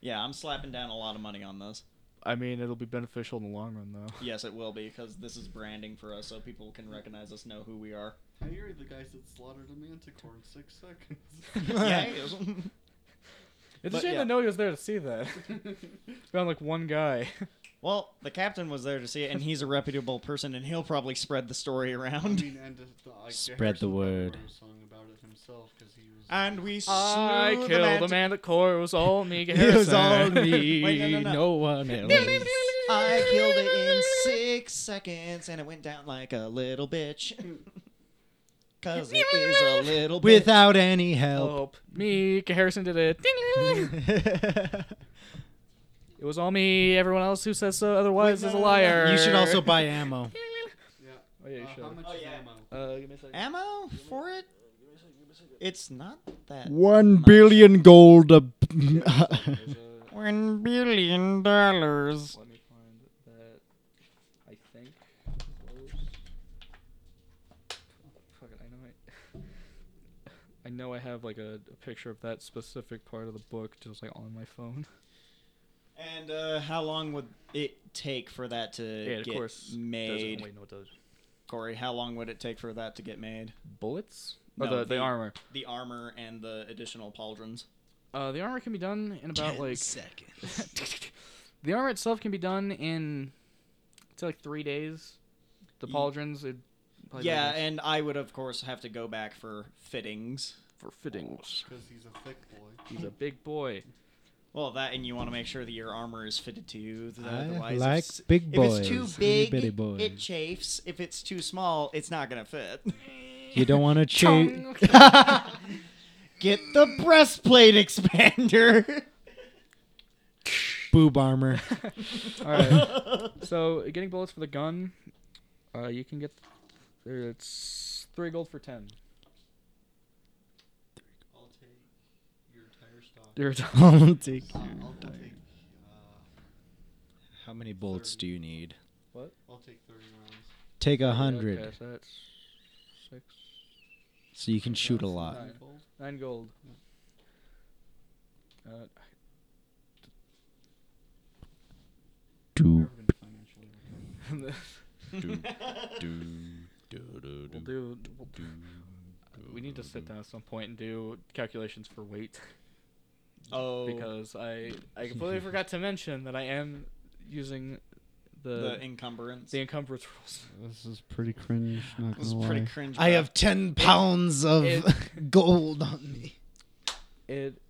Yeah, I'm slapping down a lot of money on this.
I mean, it'll be beneficial in the long run, though.
Yes, it will be because this is branding for us, so people can recognize us, know who we are.
How you're the guys that slaughtered a manticore in six seconds.
yeah,
It's
But,
a shame
yeah.
that nobody was there to see that. Found like one guy.
well, the captain was there to see it, and he's a reputable person, and he'll probably spread the story
I
around.
mean, and the, like,
Spread
Harrison
the
Ford
word.
wrote a song about it himself 'cause he was. uh,
And we slew
I
the
killed
man.
the man that core was all me.
It was
Garrison.
all me.
Wait, no, no, no.
one else.
I killed it in six seconds, and it went down like a little bitch. Cause it is a little bitch.
Without any help.
Help me, Harrison did it. It was all me. Everyone else who says so otherwise
Wait, no,
is a
no, no, no.
liar.
you should also buy ammo.
Yeah.
Oh yeah, you
Uh,
should.
how much
Oh,
is
yeah.
ammo?
Uh, give me a second.
ammo for it. It's not that.
One
much.
billion gold. A
One billion dollars.
Let me find that. I think. Close. Fuck it, I know I. I know I have like a, a picture of that specific part of the book just like on my phone.
And uh, how long would it take for that to
Yeah, of
get
course.
made,
no, it does.
Corey? How long would it take for that to get made?
Bullets? Or
No,
Oh, the, the
the-
armor.
The armor and the additional pauldrons.
Uh, the armor can be done in about like.
seconds.
the armor itself can be done in. It's like three days. The
Ye-
pauldrons. It, probably
yeah,
like,
and I would of course have to go back for fittings.
for fittings.
Because he's a thick boy.
He's a big boy.
Well, that and you want to make sure that your armor is fitted to you. th-
I
Otherwise,
like
if, s-
big
if it's too
boys, itty bitty
big,
boys.
it chafes. If it's too small, it's not gonna fit.
You don't want to cheat.
Get the breastplate expander.
Boob armor.
All right. so getting bullets for the gun, uh, you can get. There, it's three gold for ten.
I'll take your entire stock.
You're
I'll take
I'll,
your
I'll
entire-
take. Uh,
How many bolts do you need?
I'll take thirty rounds.
Take a hundred,
Okay, so that's six,
so you can shoot a lot.
nine, nine gold. Uh,
Two.
Never been financially recovered.
we'll do. we'll- we need to sit down at some point and do calculations for weight
Oh,
because I I completely forgot to mention that I am using
the
the
encumbrance.
the encumbrance rules.
This is pretty cringe. Not
This is
gonna lie.
pretty cringe.
I
bro.
have 10 pounds of
It-
gold on me.
It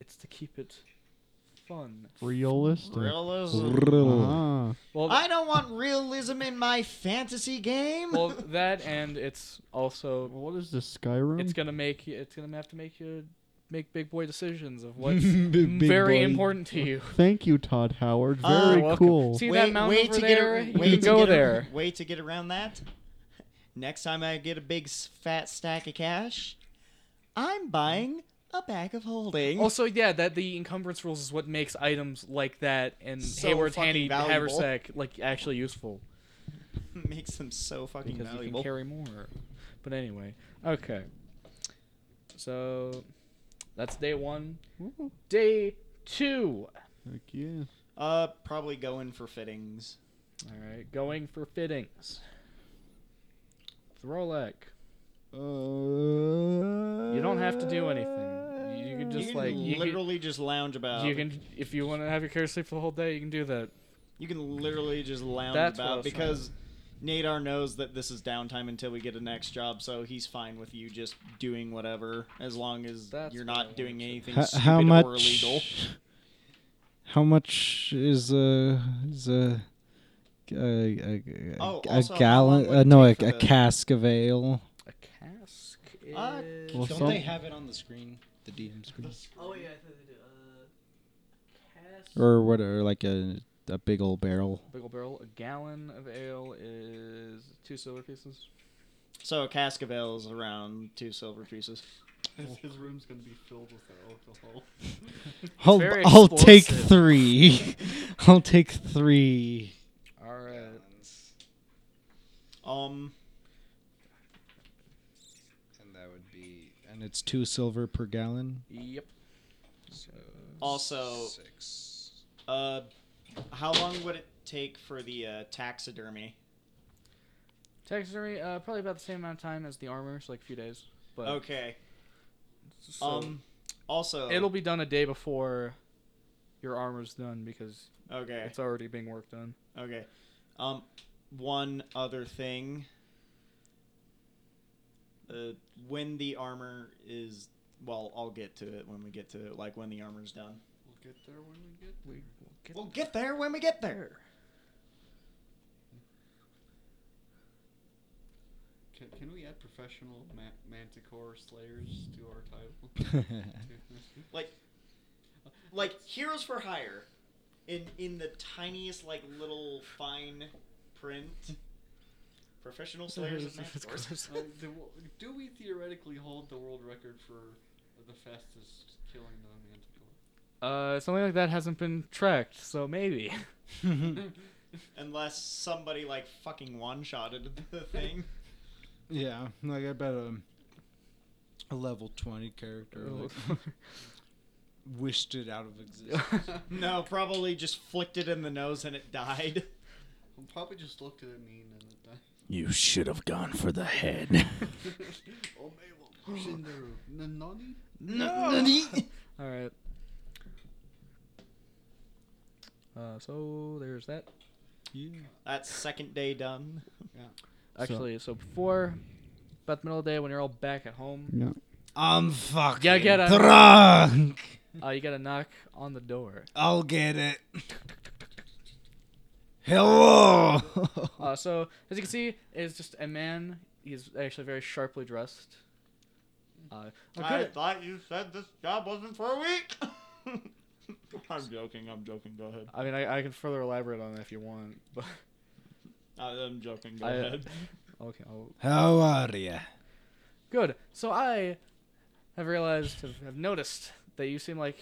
it's to keep it fun.
realistic.
realism.
Uh-huh.
Well,
I don't want realism in my fantasy game.
well that and it's also
Well, what is this Skyrim?
it's gonna make you, it's gonna have to make you make big boy decisions of what's very
boy.
important to you.
Thank you, Todd Howard.
Uh,
Very
welcome.
cool.
See that mountain over there?
ar-
you
way
can
to
go
get ar-
there.
way to get around that. Next time I get a big s- fat stack of cash, I'm buying a bag of holding.
Also, yeah, that the encumbrance rules is what makes items like that and
So
Hayward's
fucking
handy
valuable.
haversack like actually useful
makes them so fucking
because you can
valuable.
carry more. But anyway, okay. So that's day one.
Woo.
Day two.
Heck yeah.
Uh, probably going for fittings.
All right, going for fittings. Throlek. You don't have to do anything. You can just
you can
like you can,
literally just lounge about.
you can if you want to have your character sleep for the whole day, you can do that.
You can literally just lounge
That's what I
about
was trying
because Nadar knows that this is downtime until we get a next job, so he's fine with you just doing whatever as long as
That's
you're
what I
not
wanted
doing
to-
anything
How,
stupid
how much?
or illegal.
How much is a is a a, a, a,
Oh,
a
also, how
gallon?
long would
Uh,
it
no, a,
take for
a
the-
cask of ale.
A cask.
Uh,
is-
Well, Don't some- they have it on the screen? The DM screen,
Oh yeah, I thought they did. Uh, cask.
or what? Or like a a big old barrel.
Big ol' barrel. A gallon of ale is two silver pieces.
So a cask of ale is around two silver pieces.
His room's gonna be filled with alcohol.
I'll,
very
I'll take
explosive.
three. I'll take three.
All right.
Um,
And that would be, and it's two silver per gallon.
Yep.
So
Also-
six.
uh, how long would it take for the uh, taxidermy?
Taxidermy, uh, probably about the same amount of time as the armor, so like a few days. But
Okay.
so
um, also,
it'll be done a day before your armor's done because
okay.
it's already being worked on.
Okay. Um, one other thing. Uh, when the armor is, well, I'll get to it when we get to it. Like when the armor's done.
We'll get there when we get there.
We'll get there when we get there.
Can, can we add professional ma- manticore slayers to our title?
Like, like heroes for hire, in in the tiniest like little fine print. Professional slayers and manticores.
Uh, the wo- do we theoretically hold the world record for the fastest killing of a manticore?
Uh, something like that hasn't been tracked, so maybe.
Hmm.
Unless somebody like fucking one shotted the thing.
Yeah, like I bet a, a level twenty character like, wished it out of existence.
No, probably just flicked it in the nose and it died.
I'll probably just looked at it mean and it died.
You should have gone for the head.
Oh, Mabel, Shinderu, Nanani?
All right. Uh, so there's that.
That's second day done.
Actually, so, before about the middle of the day when you're all back at home,
No.
I'm fucking
Yeah, get out.
drunk.
uh, you got to knock on the door.
I'll get it. Hello.
Uh, so as you can see, it's just a man. He's actually very sharply dressed. Uh, a
I
good,
thought you said this job wasn't for a week. I'm joking. I'm joking. Go ahead.
I mean, I, I can further elaborate on that if you want, but
I, I'm joking. Go
I-
ahead.
okay. I'll,
How are you?
good. So I have realized, have, have noticed that you seem like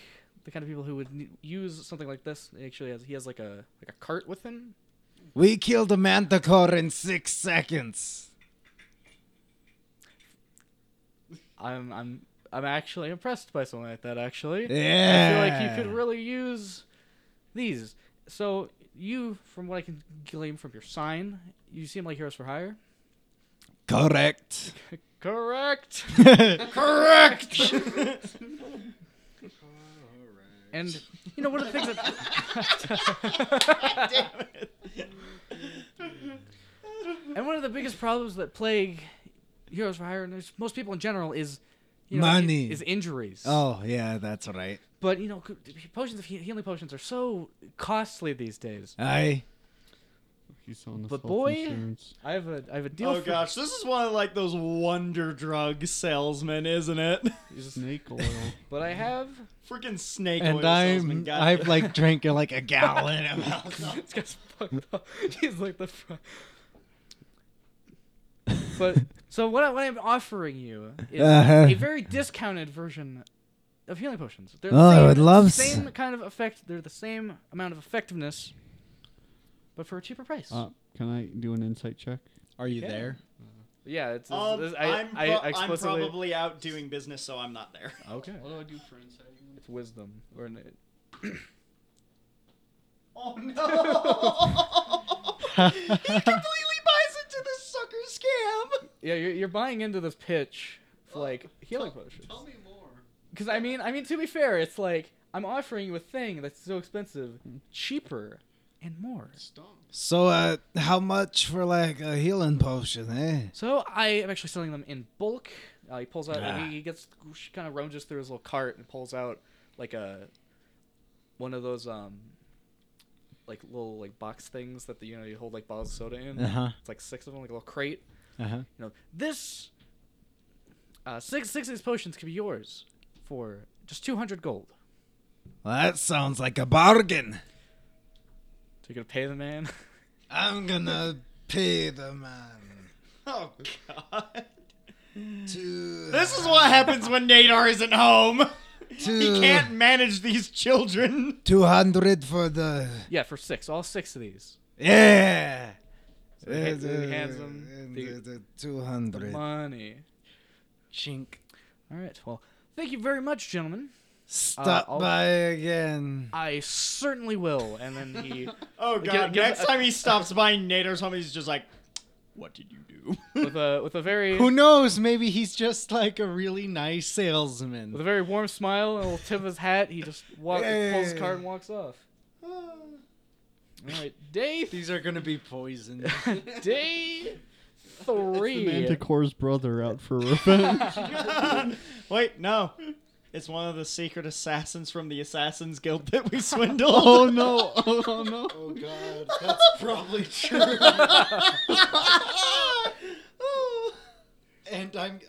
the kind of people who would n- use something like this. He actually has he has like a like a cart with him.
We killed a manticore in six seconds.
I'm I'm I'm actually impressed by something like that. Actually, I feel
Yeah.
like you could really use these. So you, from what I can glean from your sign, you seem like heroes for hire.
Correct.
Correct.
Correct.
And you know one of the things
God
that
damn it.
and one of the biggest problems that plague heroes for hire and there's- most people in general is you know,
Money.
is injuries.
oh yeah, that's right.
But you know c- potions of he- healing potions are so costly these days.
I
He's on the
But
health
boy-
insurance.
I have a I have a deal
Oh
for
gosh, this is one of like those wonder drug salesmen, isn't it?
Snake oil.
but I have
Freaking snake
and
oil
I'm
salesman. God
I've
damn-
like drank uh, like a gallon of alcohol.
this guy's fucked up. He's like the front. But so what, I, what I'm offering you is
Uh-huh.
a very discounted version of healing potions. They're the
Oh, I
same,
would love s-
same kind of effect. They're the same amount of effectiveness, but for a cheaper price.
Uh, can I do an insight check?
Are you
Yeah.
there?
yeah, it's, it's,
Um,
it's- I,
I'm,
I,
pro-
I
I'm
explicitly
probably out doing business, so I'm not there.
okay.
What do I do for insight? again?
It's wisdom or an,
Oh no! he completely buys into this sucker scam.
yeah. You're, you're buying into this pitch for like healing potions.
Tell me more.
Because I mean, I mean to be fair, it's like I'm offering you a thing that's so expensive,
Hmm.
cheaper, and more.
So uh, how much for like a healing potion, eh?
So I am actually selling them in bulk. Uh, he pulls out,
Ah.
he gets, kind of rummages through his little cart and pulls out like a one of those um like little like box things that the you know you hold like bottles of soda in.
Uh-huh.
It's like six of them, like a little crate.
Uh huh.
You know this. Uh, six six of these potions can be yours for just two hundred gold.
Well, that sounds like a bargain.
So you gonna pay the man?
I'm gonna pay the man.
Oh God.
Two.
This is what happens when Nadar isn't home. He
Two-
can't manage these children.
200 for the.
yeah, for six, all six of these.
Yeah!
So he hands- he hands him
And
the-
the- the 200.
Money.
Chink.
All right. Well, thank you very much, gentlemen. Uh,
Stop
I'll-
by again.
I certainly will. And then he,
Oh
Give-
God.
give-
Next time he stops by Nadar's home, he's just like, "What did you do?"
with a with a very
Who knows? Maybe he's just like a really nice salesman.
with a very warm smile and a little tip of his hat, he just walk, pulls his card and walks off. All right, day
These are gonna be poisoned.
day
The
three.
Manticore's brother out for revenge.
Wait, no. It's one of the secret assassins from the Assassin's Guild that we swindled.
oh no! Oh, oh, no!
Oh god, that's probably true.
and I'm,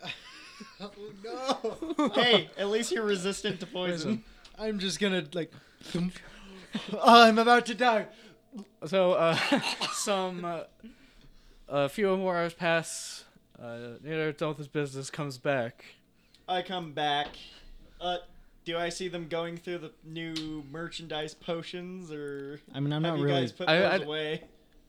oh no.
Oh.
Hey, at least you're resistant to poison.
I'm just gonna like. Oh, I'm about to die.
So uh, some uh, a few more hours pass. Uh, Nader done with his business, comes back.
I come back. Uh, do I see them going through the new merchandise potions, or
I mean, I'm
have
not
you
really.
guys put
I-
those
I-
away?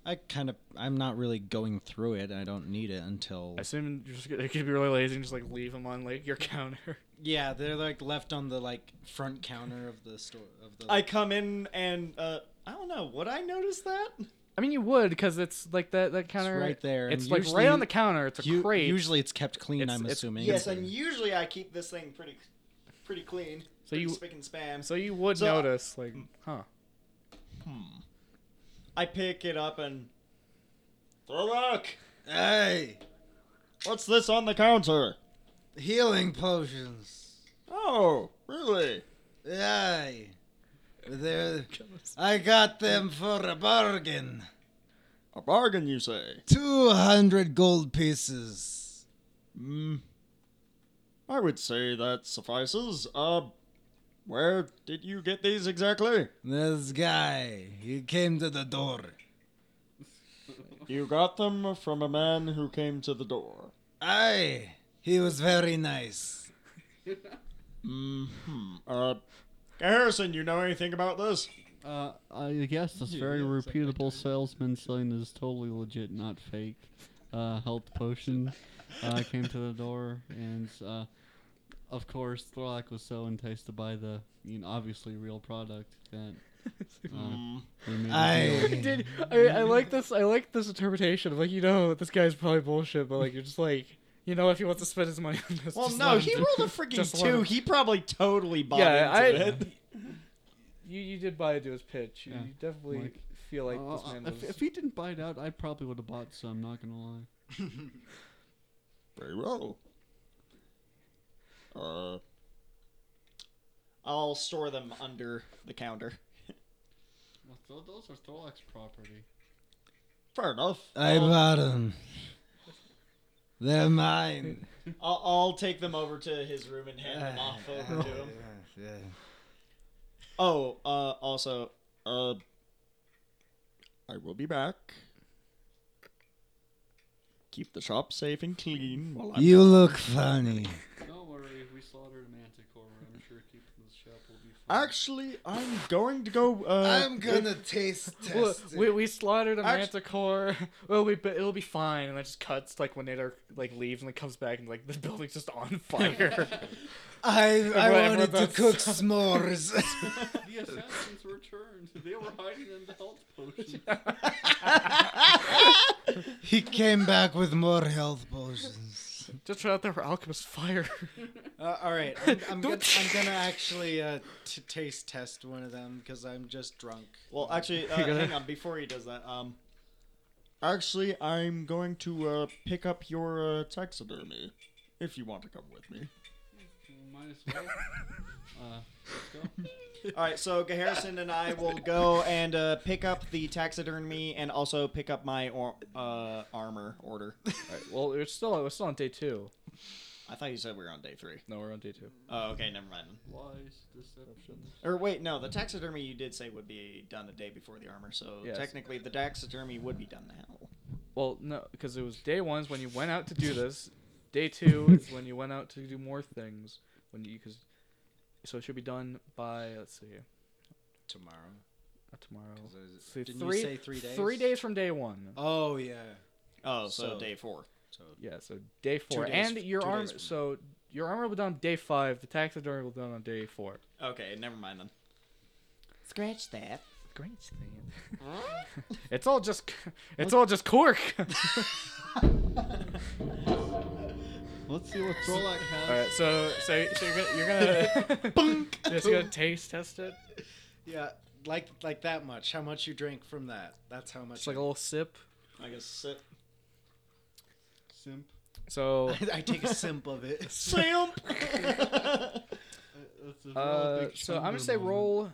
I kind of. I'm not really going through it. I don't need it until.
I assume you're just gonna, you could be really lazy and just like leave him on like your counter.
Yeah, they're like left on the like front counter of the store of the.
I come in and uh, I don't know. Would I notice that?
I mean, you would because it's like that that counter
right there,
It's
and
like
usually-
right on the counter. It's a
U-
crate.
Usually it's kept clean.
It's-
I'm
it's-
assuming.
Yes, and usually I keep this thing pretty, pretty clean.
So
pretty
you-
spick and spam.
so you would
So-
notice, like, huh?
I pick it up and. Look!
Hey,
What's this on the counter?
healing potions.
Oh, really?
Hey, they're, I got them for a bargain.
A bargain, you say?
200 gold pieces.
Hmm. I would say that suffices. Uh, where did you get these exactly?
This guy, he came to the door.
You got them from a man who came to the door.
Aye, he was very nice.
Hmm. Uh, Harrison, you know anything about this?
Uh, I guess this very reputable salesman sign is totally legit, not fake. Uh, health potion uh, came to the door, and uh, of course, Thorlock was so enticed to buy the, you know, obviously real product that.
Mm.
Uh, we made a
Aye.
deal.
Did I, I like this? I like this interpretation of like you know this guy's probably bullshit, but like you're just like you know if he wants to spend his money on this.
Well,
just
no,
let
he
him.
rolled a freaking
Just let
two.
him.
He probably totally bought
Yeah, I.
into it.
You you did buy into his pitch. You,
Yeah,
you definitely
like-
feel like
Uh,
this man
if,
was.
if he didn't buy it out, I probably would have bought some. Not gonna lie.
Very well. Uh, I'll store them under the counter.
Well, th- those are Thorlock's property.
Fair enough.
I
I'll,
bought them. They're mine.
I'll, I'll take them over to his room and hand them off over to him. Oh, uh, also, uh, I will be back. Keep the shop safe and clean while I'm.
You look funny.
Don't worry, if we slaughtered a manticore, I'm sure keeping the shop will be fine.
Actually, I'm going to go. Uh,
I'm gonna taste
Well,
test
we,
it.
we slaughtered a
Actu-
manticore. Well, we but it'll be fine. And it just cuts like when Nader like leaves and it comes back and like the building's just on fire.
I, I
Everyone-
wanted to
everyone's-
cook s'mores.
The assassins returned. They were hiding in the health potion.
he came back with more health potions.
just try out there were alchemist fire.
Uh, all right, I'm, I'm, gonna, I'm gonna actually uh, t- taste test one of them because I'm just drunk.
Well, actually, uh, hang on. Before he does that, um, actually, I'm going to uh, pick up your uh, taxidermy if you want to come with me.
Well, might as well. uh, let's go.
All right, so Harrison and I will go and uh, pick up the taxidermy and also pick up my or- uh, armor order.
Alright, well, we're still, we're still on day two.
I thought you said we were on day three.
No, we're on day two.
Oh, okay, never mind.
Lies, deception.
Or wait, no, the taxidermy you did say would be done the day before the armor, so
Yes.
technically the taxidermy would be done now.
Well, no, because it was day one's when you went out to do this. Day two is when you went out to do more things. When you, cause, so it should be done by let's see,
Tomorrow.
not tomorrow.
'Cause there's-
See,
didn't you say three days?
Oh. Three days from day one.
Oh yeah.
Oh, so,
So-
day four.
Yeah, so day four,
days-
and your
two days
armor.
from now.
So your armor will be done on day five. The taxidermy will be done on day four.
Okay, never mind then.
Scratch that.
Great thing. it's all just, it's all just cork.
Let's see what Trolloc has.
all right, so so, so you're gonna you're gonna just gonna taste test it.
Yeah, like like that much. How much you drink from that? That's how much.
It's like a little sip.
I guess sip.
Simp.
So
I take a simp of it.
Simp!
That's a real
Uh,
big
so I'm gonna
shoulder
say
moment.
roll.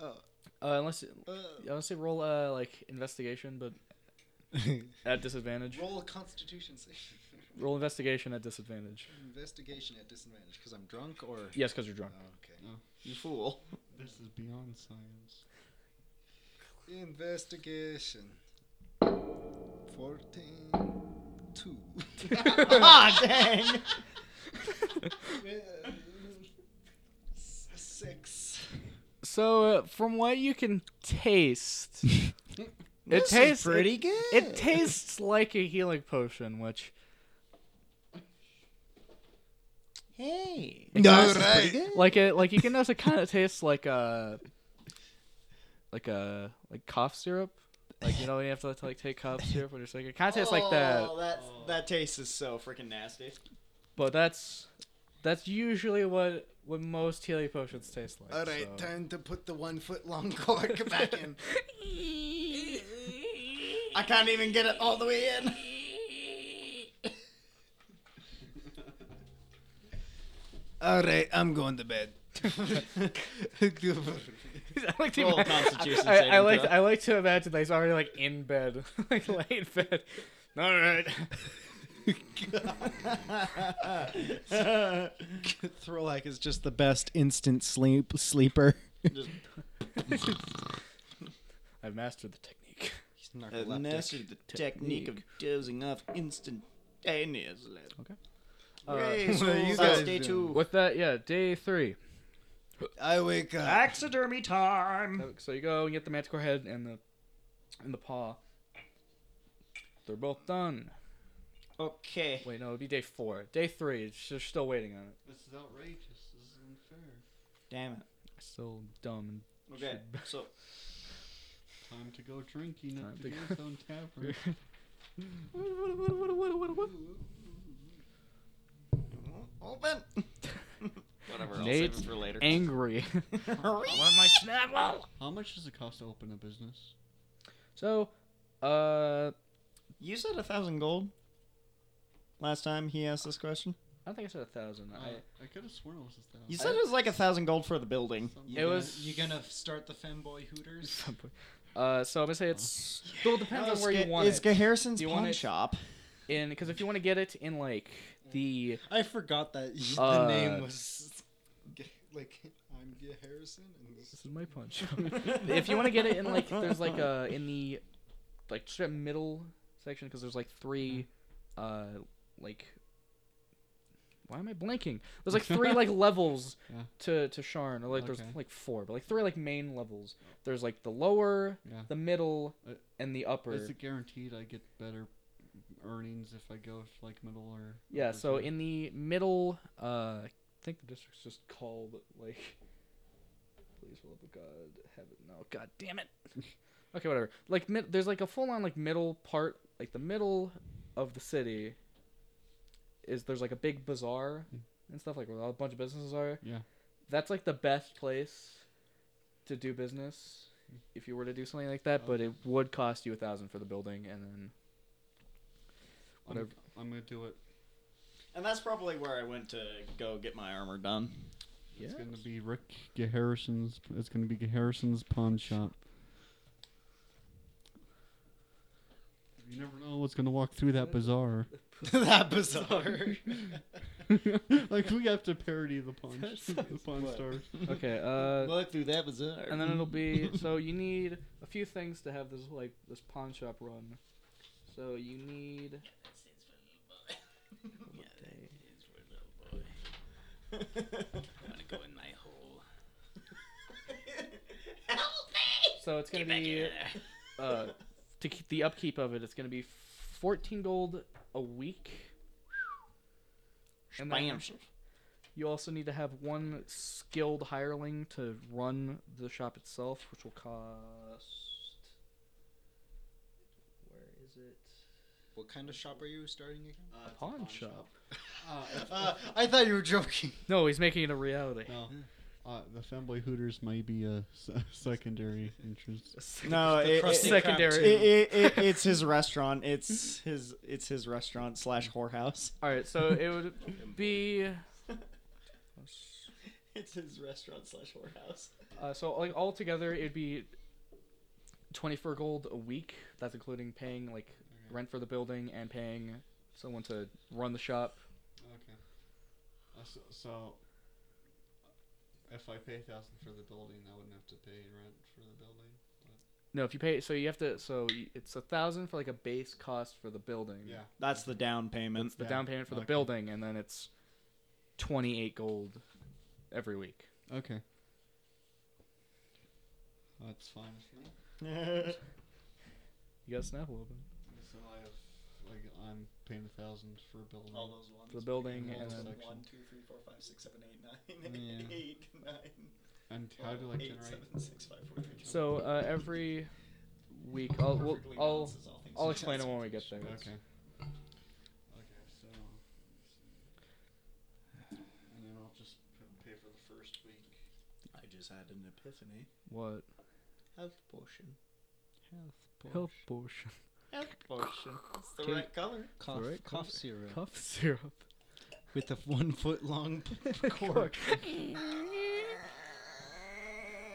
Oh.
Uh, unless I'm gonna say roll uh like investigation, but at disadvantage.
Roll a Constitution save.
Roll investigation at disadvantage.
Investigation at disadvantage because I'm drunk or.
Yes, because you're drunk.
Okay.
You fool.
This is beyond science.
Investigation. Fourteen. Two.
ah, dang!
Six.
So uh, from what you can taste, it tastes pretty good. It tastes like a healing potion, which
Hey!
All right.
like it like you can notice it kind of tastes like a like a like cough syrup. Like you know when you have to like take cough syrup when you're sick. It kind of tastes like that.
Oh, that's, that taste is so freaking nasty.
But that's that's usually what what most healing potions taste like.
All right,
so.
time to put the one foot long cork back in.
I can't even get it all the way in.
All right, I'm going to bed.
I like to
Roll
ima-
Constitution
I, I,
saving
like
throw.
I like to imagine that he's already like in bed, like lay in bed. All right.
Throlak is just the best instant sleep sleeper.
I've mastered the technique.
He's
I've mastered the technique of dozing off instantaneously.
Okay.
Yay,
what are you
so uh,
guys
stay
doing?
tuned.
With that, yeah, day three.
I wake up.
Taxidermy time!
So you go and get the manticore head and the and the paw. They're both done.
Okay.
Wait, no, it'd be day four. Day three. it's- They're still waiting on it.
This is outrageous. This is unfair.
Damn it.
Still dumb.
Okay, so
Time to go drinking
Time
at
to
the
go-
Greenstone Tavern.
open. Whatever. I'll
Nate's
save it for later.
Angry.
How much does it cost to open a business?
so, uh,
you said a thousand gold. Last time he asked this question,
I don't think I said a thousand.
I,
I,
Uh, I could have sworn it was a thousand.
you said it was like a thousand gold for the building.
Something.
You
It
gonna,
was-
You gonna start the femboy hooters?
Uh, so I'm gonna say it's. Well, it depends on where you want
it's
it.
Harrison's
Do you
pawn
want it-
shop.
In because if you want to get it in like the
I forgot that y-
Uh,
the name was G- like I'm G- Harrison and this
this is my punch. if you want to get it in like there's like uh in the like strip middle section because there's like three uh like why am I blanking? There's like three like levels
Yeah.
to to Sharn or like
Okay.
there's like four but like three like main levels. There's like the lower,
Yeah.
the middle,
Uh,
and the upper.
Is it guaranteed I get better earnings if I go to like middle or?
Yeah,
upper
so
tier?
in the middle, uh, I think the district's just called like, please, for the love of God, have it no, God damn it. okay, whatever. Like, mid- there's like a full-on like middle part, like the middle of the city. Is there's like a big bazaar and stuff like where a bunch of businesses are.
Yeah.
That's like the best place to do business if you were to do something like that, but it would cost you a thousand for the building and then
I'm,
whatever.
I'm gonna do it.
And that's probably where I went to go get my armor done.
It's gonna be Rick Harrison's. It's gonna be Harrison's pawn shop. You never know what's gonna walk through that bazaar.
that bizarre.
like we have to parody the pawn, the pawn stars.
Okay. Uh,
Look through that bizarre.
and then it'll be so you need a few things to have this like this pawn shop run. So you need. So it's gonna be uh, to keep the upkeep of it. It's gonna be fourteen gold a week. And then You also need to have one skilled hireling to run the shop itself, which will cost. Where is it?
What kind of shop are you starting again?
a pawn, shop.
Uh, I thought you were joking.
No, he's making it a reality.
No, uh, the fanboy hooters might be a s- secondary interest.
No, it,
crusty
it-
secondary.
it- it- it- it's his restaurant. It's his it's his restaurant slash whorehouse.
All right, so it would be
It's his restaurant slash whorehouse.
uh, so like all together it'd be twenty four gold a week. That's including paying like rent for the building and paying someone to run the shop.
Okay. Uh, so, so, if I pay a thousand for the building, I wouldn't have to pay rent for the building.
No, if you pay, so you have to. So y- it's a thousand for like a base cost for the building.
Yeah.
That's the down payment.
It's the
Yeah,
down payment for the
okay.
building, and then it's twenty eight gold every week.
Okay. That's fine with me.
You got Snapple open
So I have, like, I'm paying a thousand for a building.
All those ones.
for the building,
Yeah,
and
it's
then
like-
One, two, three, four, five, six, seven, eight, nine,
Yeah.
eight, nine,
and how do I
eight,
generate?
seven, six, five, four, three, two.
so uh, every week I'll we'll,
Perfectly
I'll
balances all things
I'll
in
explain it
chess.
when we get there.
Okay. Okay, so. And then I'll just p- pay for the first week.
I just had an epiphany.
What
Health potion.
health potion?
Health potion. It's the
Okay.
right color.
Cough,
Alright,
cough syrup
Cough syrup.
with a one foot long cork.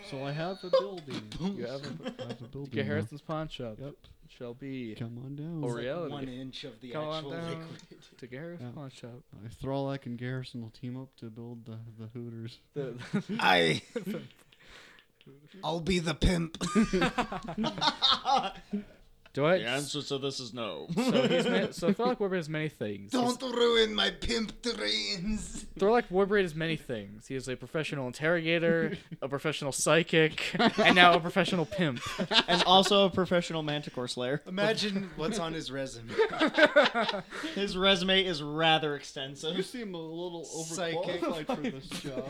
So I have a building.
You have a,
I have a building.
get
now.
Harrison's pawn shop.
Yep.
Shall be
Come on down.
a reality.
One inch of the
Come on
actual
down.
liquid.
to Garrett's
Yeah.
pawn shop.
Uh, Thrallak and Garrison will team up to build the, the Hooters.
The,
I. I'll be the pimp.
do I?
to this is no.
So he's ma- so Thorlock Warbraid has many things. He's-
Don't ruin my pimp dreams.
Thorlock Warbraid is many things. He is a professional interrogator, a professional psychic, and now a professional pimp.
and also a professional manticore slayer.
Imagine what's on his resume.
His resume is rather extensive.
seem a little
Psychic.
for this job.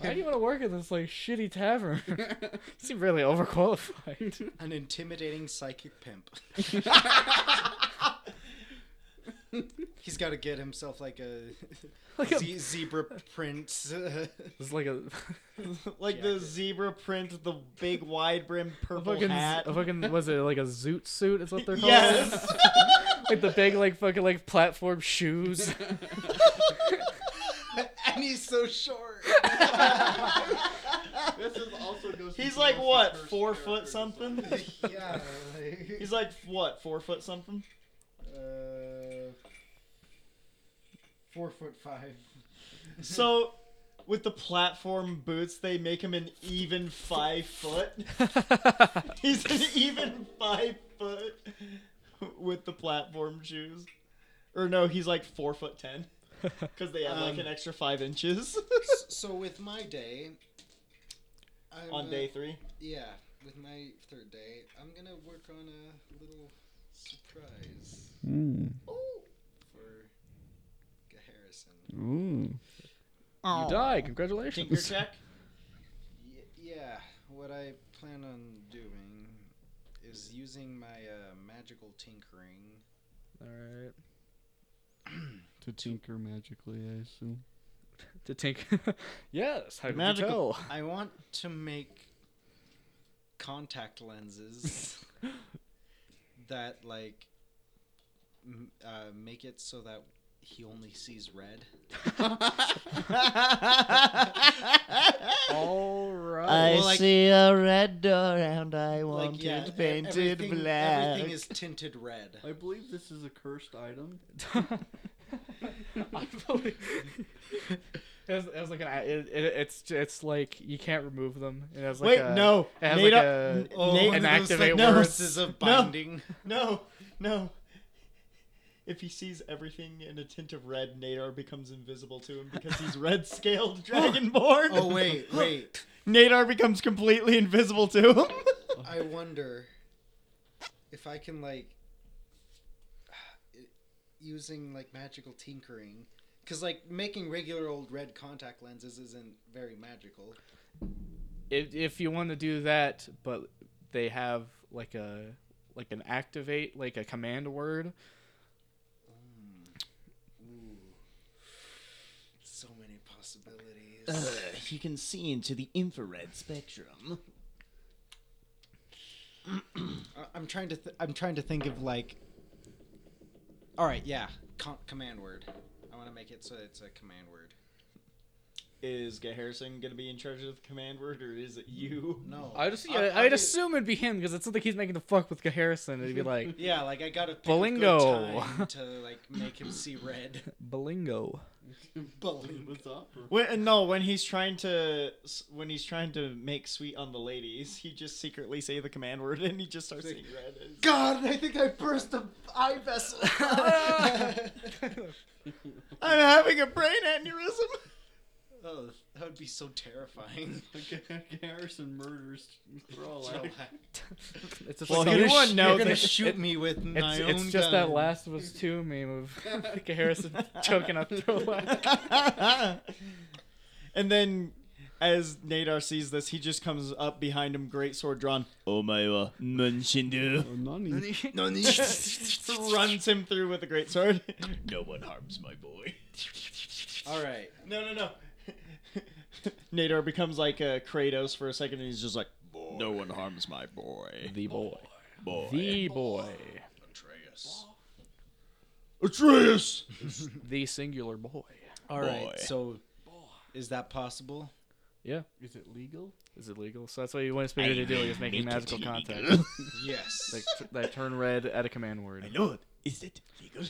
Why do you want to work at this like shitty tavern? you seem really overqualified.
An intimidating psychic pimp. He's got to get himself like a,
Like a-
ze- zebra print. uh,
It's like a,
like the zebra print, the big wide brim
a
purple
fucking,
hat.
a fucking was it like a zoot suit? Is what they're called.
Yes.
like the big like fucking like platform shoes.
and he's so short.
this is also goes.
He's like what, four foot something?
yeah. like,
He's like what, four foot something?
uh, four foot five.
So with the platform boots, they make him an even five foot. He's an even five foot with the platform shoes. Or no, he's like four foot ten. Because they add like
Um,
an extra five inches
S- so with my day, I'm,
on
uh,
day three.
yeah, with my third day, I'm gonna work on a little surprise for Harrison.
Ooh.
Oh.
you die. Congratulations.
Tinker check.
Y- yeah, what I plan on doing is using my uh, magical tinkering.
All right.
To tinker magically, I assume.
To tinker. yes. How did you tell?
I want to make contact lenses that like m- uh, make it so that
he only sees red.
All right.
I
Well, like-
see a red door and I want
Like, yeah, e-
it painted
everything-
black.
Everything is tinted red.
I believe this is a cursed item.
I'm voting. It has, it has like an, it, it, it's it's like you can't remove them. It has like
Wait,
a,
no.
It has
Nate,
like a,
uh, N- Nate-
an
one of those, like,
activate
no.
words.
Forces of
No.
binding.
No, no. If he sees everything in a tint of red, Nadar becomes invisible to him because he's red scaled dragonborn.
Oh wait, wait.
Nadar becomes completely invisible to him.
I wonder if I can like using like magical tinkering because like making regular old red contact lenses isn't very magical.
If, if you want to do that, but they have like a like an activate like a command word.
Ooh. So many possibilities.
Uh, he can see into the infrared spectrum.
I- I'm trying to th- I'm trying to think of like. All right, yeah, Com- command word. I want to make it so it's a command word.
Is Geharrison gonna be in charge of the command word, or is it you?
No.
I just I,
I- I
would
do-
assume it'd be him because it's something he's making the fuck with Harrison. It'd be like
yeah, like I gotta pick a
Balingo.
good time to like make him see red.
Balingo.
What's up? bro?
When, uh, no, when he's trying to when he's trying to make sweet on the ladies, he just secretly say the command word and he just starts saying red.
God, I think I burst a eye vessel.
I'm having a brain aneurysm.
oh, that would be so terrifying.
Like, Harrison murders Thrall.
You're
It's just
Well,
like
you
some-
wouldn't know
it's-
gonna
that-
shoot
it-
me with my
It's,
own
it's just
gun.
that Last of Us 2 meme of Harrison choking up Throwback.
and then, as Nadar sees this, he just comes up behind him, great sword drawn,
Oh, Nani.
runs him through with a great sword.
No one harms my boy.
All right.
no, no, no. Nadar becomes like a Kratos for a second, and he's just like,
No one harms my boy.
The boy.
Boy.
The boy.
Atreus.
Atreus!
The singular boy.
All right.
Boy.
So, is that possible?
Is it legal?
Is it legal? So that's why you want Spirit to do is making magical contact.
Yes.
like, tr- that turn red at a command word.
No, it- is it legal?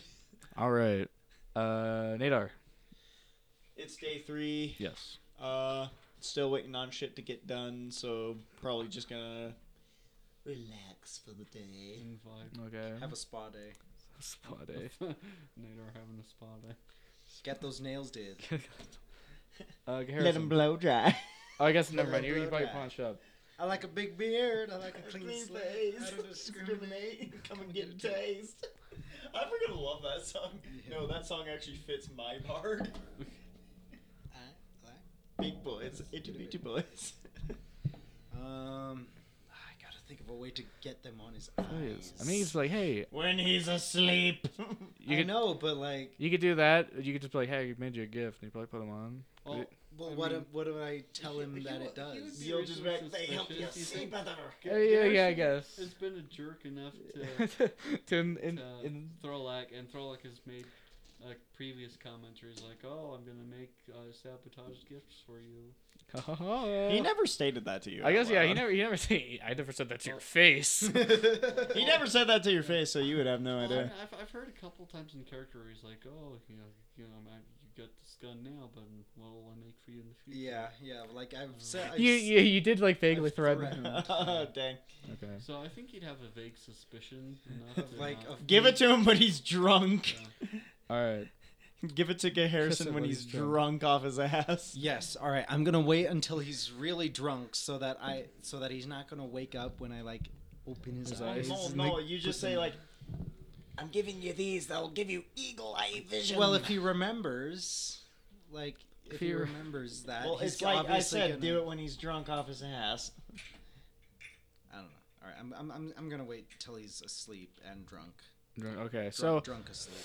All right. Uh, Nadar.
It's day three.
Yes.
Uh, still waiting on shit to get done, so probably just gonna.
Relax for the day.
Invite
Okay.
Have a spa day.
Spot A.
Nadar having a eh? spa day.
Get those nails did.
Uh,
Let him
Harrison.
blow dry.
Oh, I guess never
him
mind. You,
blow
you probably
dry.
punch up.
I like a big beard. I like a clean, slate. I don't discriminate.
Come and get a taste. I freaking love that song. No, that song actually fits my part. Big boys, itty bitty boys.
Um, I gotta think of a way to get them on his
Please.
eyes.
I mean, he's like, hey,
When he's asleep.
you
I
could,
know, but like,
you could do that. You could just be like, hey, I made you a gift, and you probably put them on.
Well,
well,
I
what
mean-
do- what do I tell him that it
you would
does?
be
You'll just be like, they
Suspicious,
help you
you think?
see better.
Yeah, yeah, yeah, I
Garrison
guess.
Has been a jerk enough to.
to in, in,
uh,
in
Thorlak, and Thorlak has made like previous commentaries like, "Oh, I'm gonna make uh, sabotage gifts for you."
He never stated that to you.
I guess
out
yeah. He
loud.
never he never said I never said that to your face.
He never said that to your face, so you would have no
Well,
idea.
I- I've, I've heard a couple times in character where he's like, "Oh, you know, you know, I, you got this gun now, but what will I make for you in the future?"
yeah, yeah. Like I've said, I've
you,
s-
you you did like vaguely
I've
threaten.
threatened.
him.
Oh, dang.
Okay.
So I think he'd have a vague suspicion. enough
of
to
like
not-
of
Give
me-
it to him when he's drunk.
All right.
Give it to Gay Harrison when he's drunk off his ass.
Yes. All right. I'm gonna wait until he's really drunk, so that I, so that he's not gonna wake up when I like open his,
His
eyes.
eyes.
No,
and,
no,
like,
you just
put
say
them-
like,
I'm giving you these. That'll give you eagle eye vision.
Well, if he remembers, like, if he
he re-
remembers that,
well,
Uh, he's
it's like I
obviously
said,
gonna,
do it when he's drunk off his ass.
I don't know. All right, I'm, I'm, I'm, I'm gonna wait till he's asleep and drunk.
Drunk- Okay.
Drunk,
So
drunk asleep.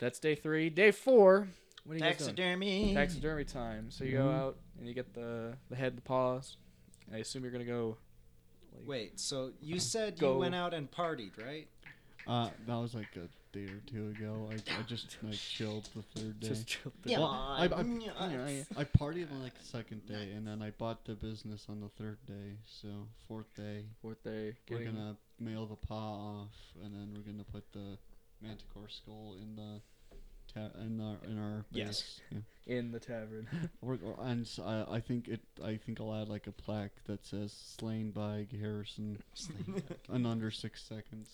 that's day three. Day four. What are you guys doing?
Taxidermy.
Taxidermy time. So you go out and you get the the head, the paws. I assume you're gonna go.
Wait, so you said
Go.
you went out and partied, right?
Uh, that was like a
day or two ago. I, I just like chilled the third day.
Just chilled the-
Well, I, I,
Yeah.
I partied on like the second day, and then I bought the business on the third day. So fourth day,
Fourth day.
we're
Getting,
gonna mail the paw off, and then we're gonna put the manticore skull in the ta- in our in our
Yes.
base. Yeah.
in the tavern.
We're, go- and s- I, I think it. I think I'll add like a plaque that says "Slain by Harrison" in under six seconds.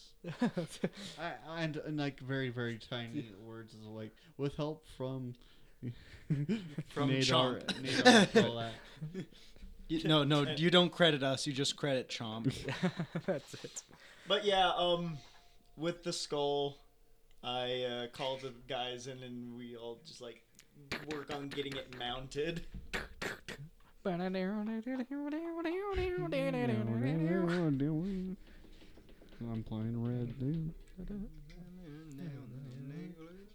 I, and and like very very tiny words is like with help from
From
Nadar,
Chomp.
Nadar Kolak.
You- no, no, you don't credit us. You just credit Chomp.
That's it.
But yeah, um, with the skull, I uh, call the guys in and we all just like work on getting it mounted.
I'm playing red, dude.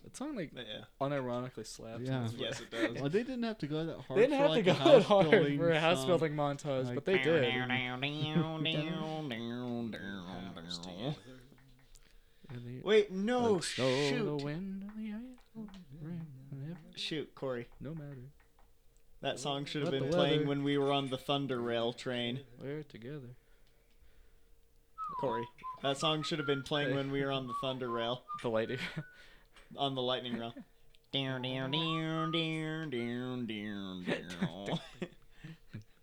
That song like
But yeah,
unironically slaps.
Yeah.
yes, it does.
Well, they didn't have to go that hard.
They didn't
for,
have
like,
to
a
go that
house
hard
building
for a house
song.
building montage,
Like-
but they did.
Wait, no,
Like, so
shoot,
the wind and the ice ring and every-
shoot, Corey.
No matter.
That song should have
Let
been
the
playing
weather-
when we were on the Thunder Rail train.
We're together.
Corey, that song should have been playing when we were on the Thunder Rail,
The lady.
on the Lightning Rail. Down, down, down, down, down, down, down.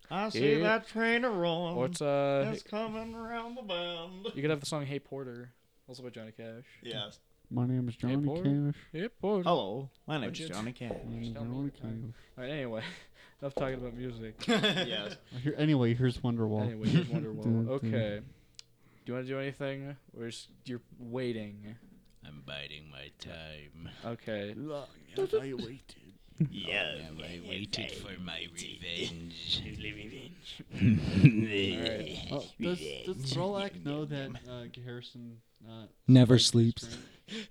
I see
Yeah.
that train of wrong.
or it's uh
It's coming around the bend.
you could have the song Hey Porter, also by Johnny Cash.
Yes.
My name is Johnny
boy.
Cash.
Hey Porter.
Hello, my name
is Legend. Johnny
Cash.
My name is
Tell me
Johnny
your time.
Cash.
Alright, anyway. Enough talking about music.
yes.
Here, anyway, here's Wonderwall.
Anyway, here's Wonderwall.
Dun, dun.
Okay. Do you want to do anything? Or just, you're waiting.
I'm biding my time.
Okay.
Long have I waited.
Yeah, Oh, I waited for my revenge.
Oh, does does Throlak know that uh, Harrison uh,
Never
sleeps
sleeps.
during-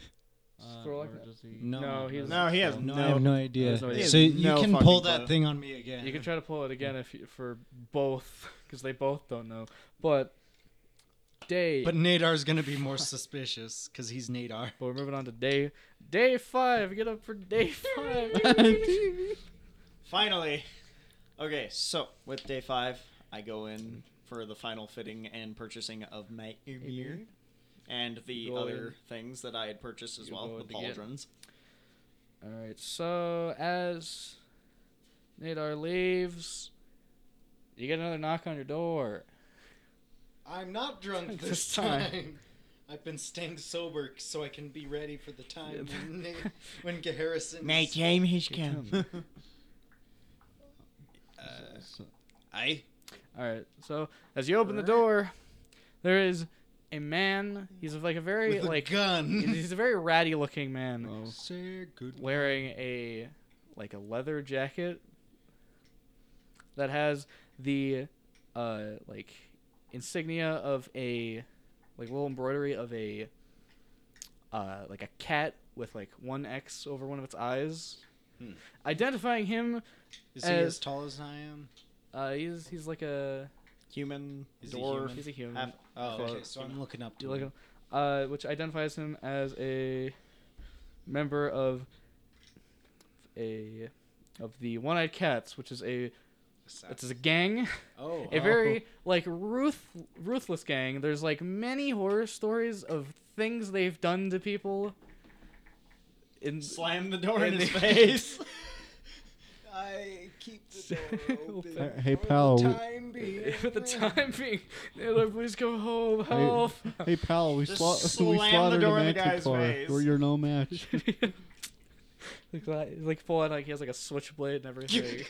Uh,
Throlak-
or does he?
No,
No, he doesn't.
No, he has
No, I have no idea.
has no idea.
So
He
you
has no
can
fucking
pull that
clue.
thing on me again.
You can try to pull it again if you, for both, because they both don't know. But day.
But Nadar's gonna be more suspicious because he's Nadar.
but we're moving on to day. Day five. Get up for day five.
Finally. Okay, so with day five, I go in for the final fitting and purchasing of my ear and the
Go
other
in.
things that I had purchased as
You
well,
go
the
in to get-
pauldrons.
All right. So as Nadar leaves, you get another knock on your door.
I'm not drunk this time. I've been staying sober so I can be ready for the time when, Na- when Garrison.
time has come. Uh,
So-
I.
All right. So as you open the door, there is a man. He's like a very
With a
like
gun.
he's he's a very ratty looking man.
oh.
Say good.
wearing a like a leather jacket that has the uh like insignia of a like little embroidery of a uh like a cat with like one X over one of its eyes. Identifying him,
Is he
As-
as tall as I am?
uh, he's he's like a
Human,
Is he
dwarf,
human?
he's a human.
half.
Oh,
Close.
okay. So I'm looking
Do
up. To
you like
him.
him? Uh, which identifies him as a member of a of the One-Eyed Cats, which is a it's a gang,
Oh.
a very like ruth ruthless gang. There's like many horror stories of things they've done to people. In
Slam the door in
And
his
the-
face.
I keep the door open.
Open.
Hey, pal,
For
we-
the time being.
for the time being, they're like, please come home,
Hey-
help.
Hey pal, we,
Just
sla- we
slam the
slaughtered
door
a
in the guy's
manticore.
face.
We're you're no match.
Like, like full on, like he has like a switchblade and everything.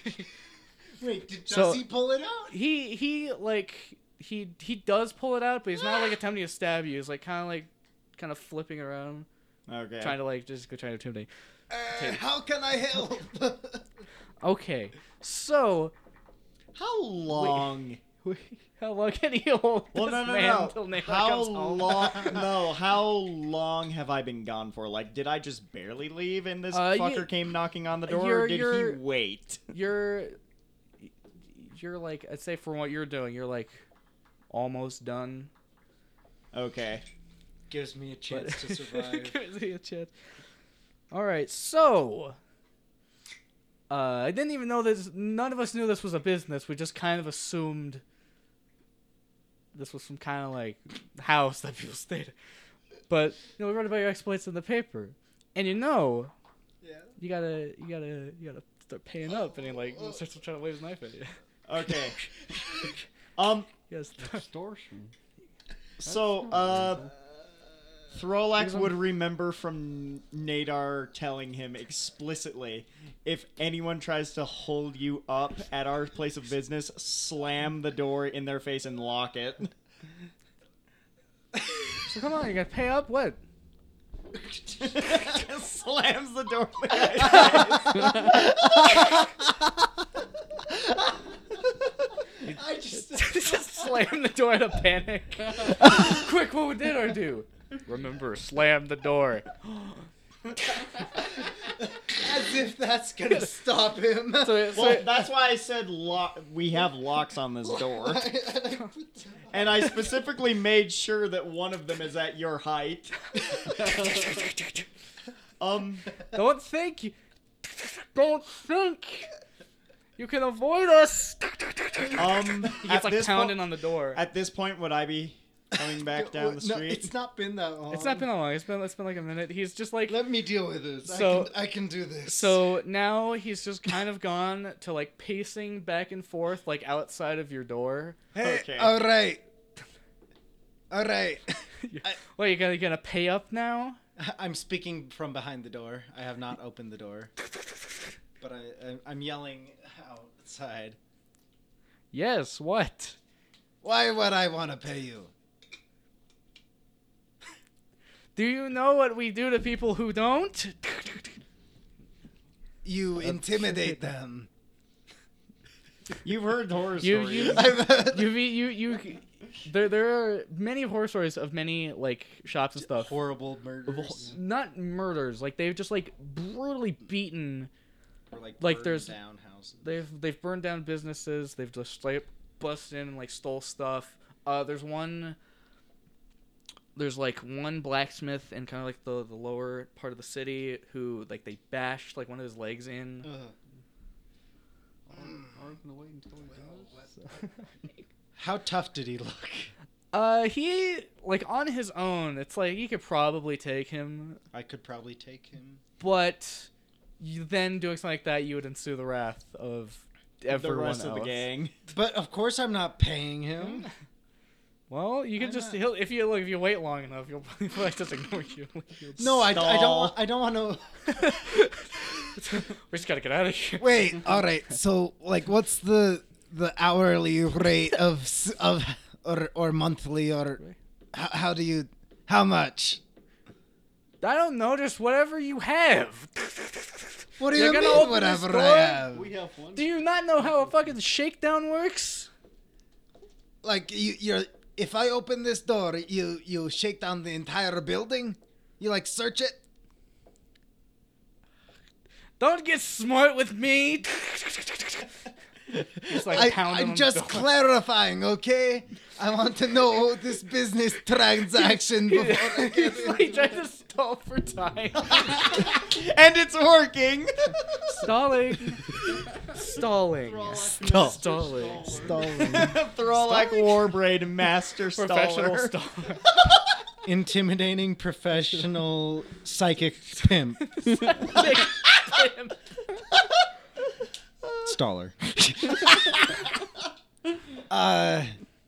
Wait, did, does
So-
he pull it out?
he he like he he does pull it out, but he's not like attempting to stab you. He's like kind of like kind of flipping around,
okay.
trying to like just go trying to intimidate.
Uh,
Take-
how can I help?
Okay, so
How long?
how long can he hold
Well,
this
no, no,
man
no.
till Nana
How
comes home?
long? no, how long have I been gone for? Like, did I just barely leave and this
Uh, you-
fucker came knocking on the door,
you're-
or did
you're-
he wait?
You're you're like I'd say from what you're doing, you're like almost done.
Okay.
Gives me a chance to survive.
Give me a chance. All right, so uh, I didn't even know this. None of us knew this was a business. We just kind of assumed this was some kind of like house that people stayed. in. But you know, we read about your exploits in the paper, and you know, yeah, you gotta, you gotta, you gotta start paying up, and he like starts trying to wave his knife at you.
Okay. um.
Yes.
Extortion.
So, uh, Throlak would remember from Nadar telling him explicitly if anyone tries to hold you up at our place of business, slam the door in their face and lock it.
So come on, you gotta pay up. What?
Slams the door. in their face.
I just
just slam the door in a panic. Quick, what did I do? Remember, slam the door.
as if that's gonna stop him.
So, it- so
well,
it-
that's why I said lock. We have locks on this door. And I specifically made sure that one of them is at your height. um,
don't think. you- Don't think. You can avoid us.
um,
He
at
gets like
this po-
pounding on the door.
At this point, would I be coming back down the
No,
street?
it's not been that long.
It's not been that long. It's been it's been like a minute. He's just like
Let me deal with this.
So-
I, can, I can do this.
so now he's just kind of gone to like pacing back and forth like outside of your door.
okay.
All right. All right.
What you gonna you gonna pay up now?
I'm speaking from behind the door. I have not opened the door, but I, I I'm yelling outside.
Yes. What?
Why would I want to pay you?
Do you know what we do to people who don't?
You intimidate them.
You've heard horror
You-
stories.
you-
I've-
you you you there there are many horror stories of many like shops and stuff
Horrible murders.
not murders like they've just like brutally beaten
Or like,
Like,
burned
there's-
down houses.
they've they've burned down businesses they've just like busted in and like stole stuff uh there's one there's like one blacksmith in kind of like the the lower part of the city who like they bashed like one of his legs in
Uh-huh.
Aren't gonna wait until he does.
How tough did he look?
uh he like on his own it's like you could probably take him
I could probably take him.
but you, then doing something like that, you would ensue the wrath of
the
everyone
rest
else.
of the gang.
But of course, I'm not paying him.
Well, you can
Why
just
not?
he'll, if you look if you wait long enough, you'll probably he'll just ignore you. He'll just-
No, I, I don't.
Stall.
wa- I don't want to.
we just gotta get out of here.
Wait. All right. So, like, what's the the hourly rate of s- of or or monthly or how, how do you how much?
I don't know, just whatever you have.
What do
You're
you
gonna
mean
open
whatever
this
I
door?
have?
We have one.
Do you not know how a fucking shakedown works?
Like you, you're if I open this door, you you shake down the entire building. You like search it.
Don't get smart with me. He's like
I,
pounding
I'm
on
just
the door.
clarifying, okay? I want to know this business transaction before I get
He's like trying to stall for time.
And it's working!
Stalling. Stalling.
Stall.
Stalling.
Throlak Warbraid Master Staller.
Professional staller.
Intimidating professional psychic pimp staller.
Uh,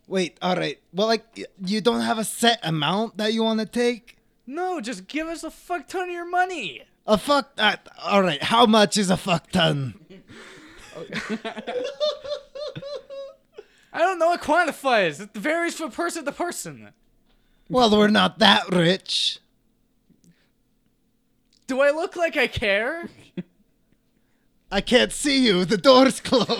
wait, all right. Well, like, y- you don't have a set amount that you want to take?
no, just give us a fuck ton of your money.
A fuck that. All right, how much is a fuck ton?
I don't know what quantifies. It varies from person to person.
Well, we're not that rich.
Do I look like I care?
I can't see you. The door's closed.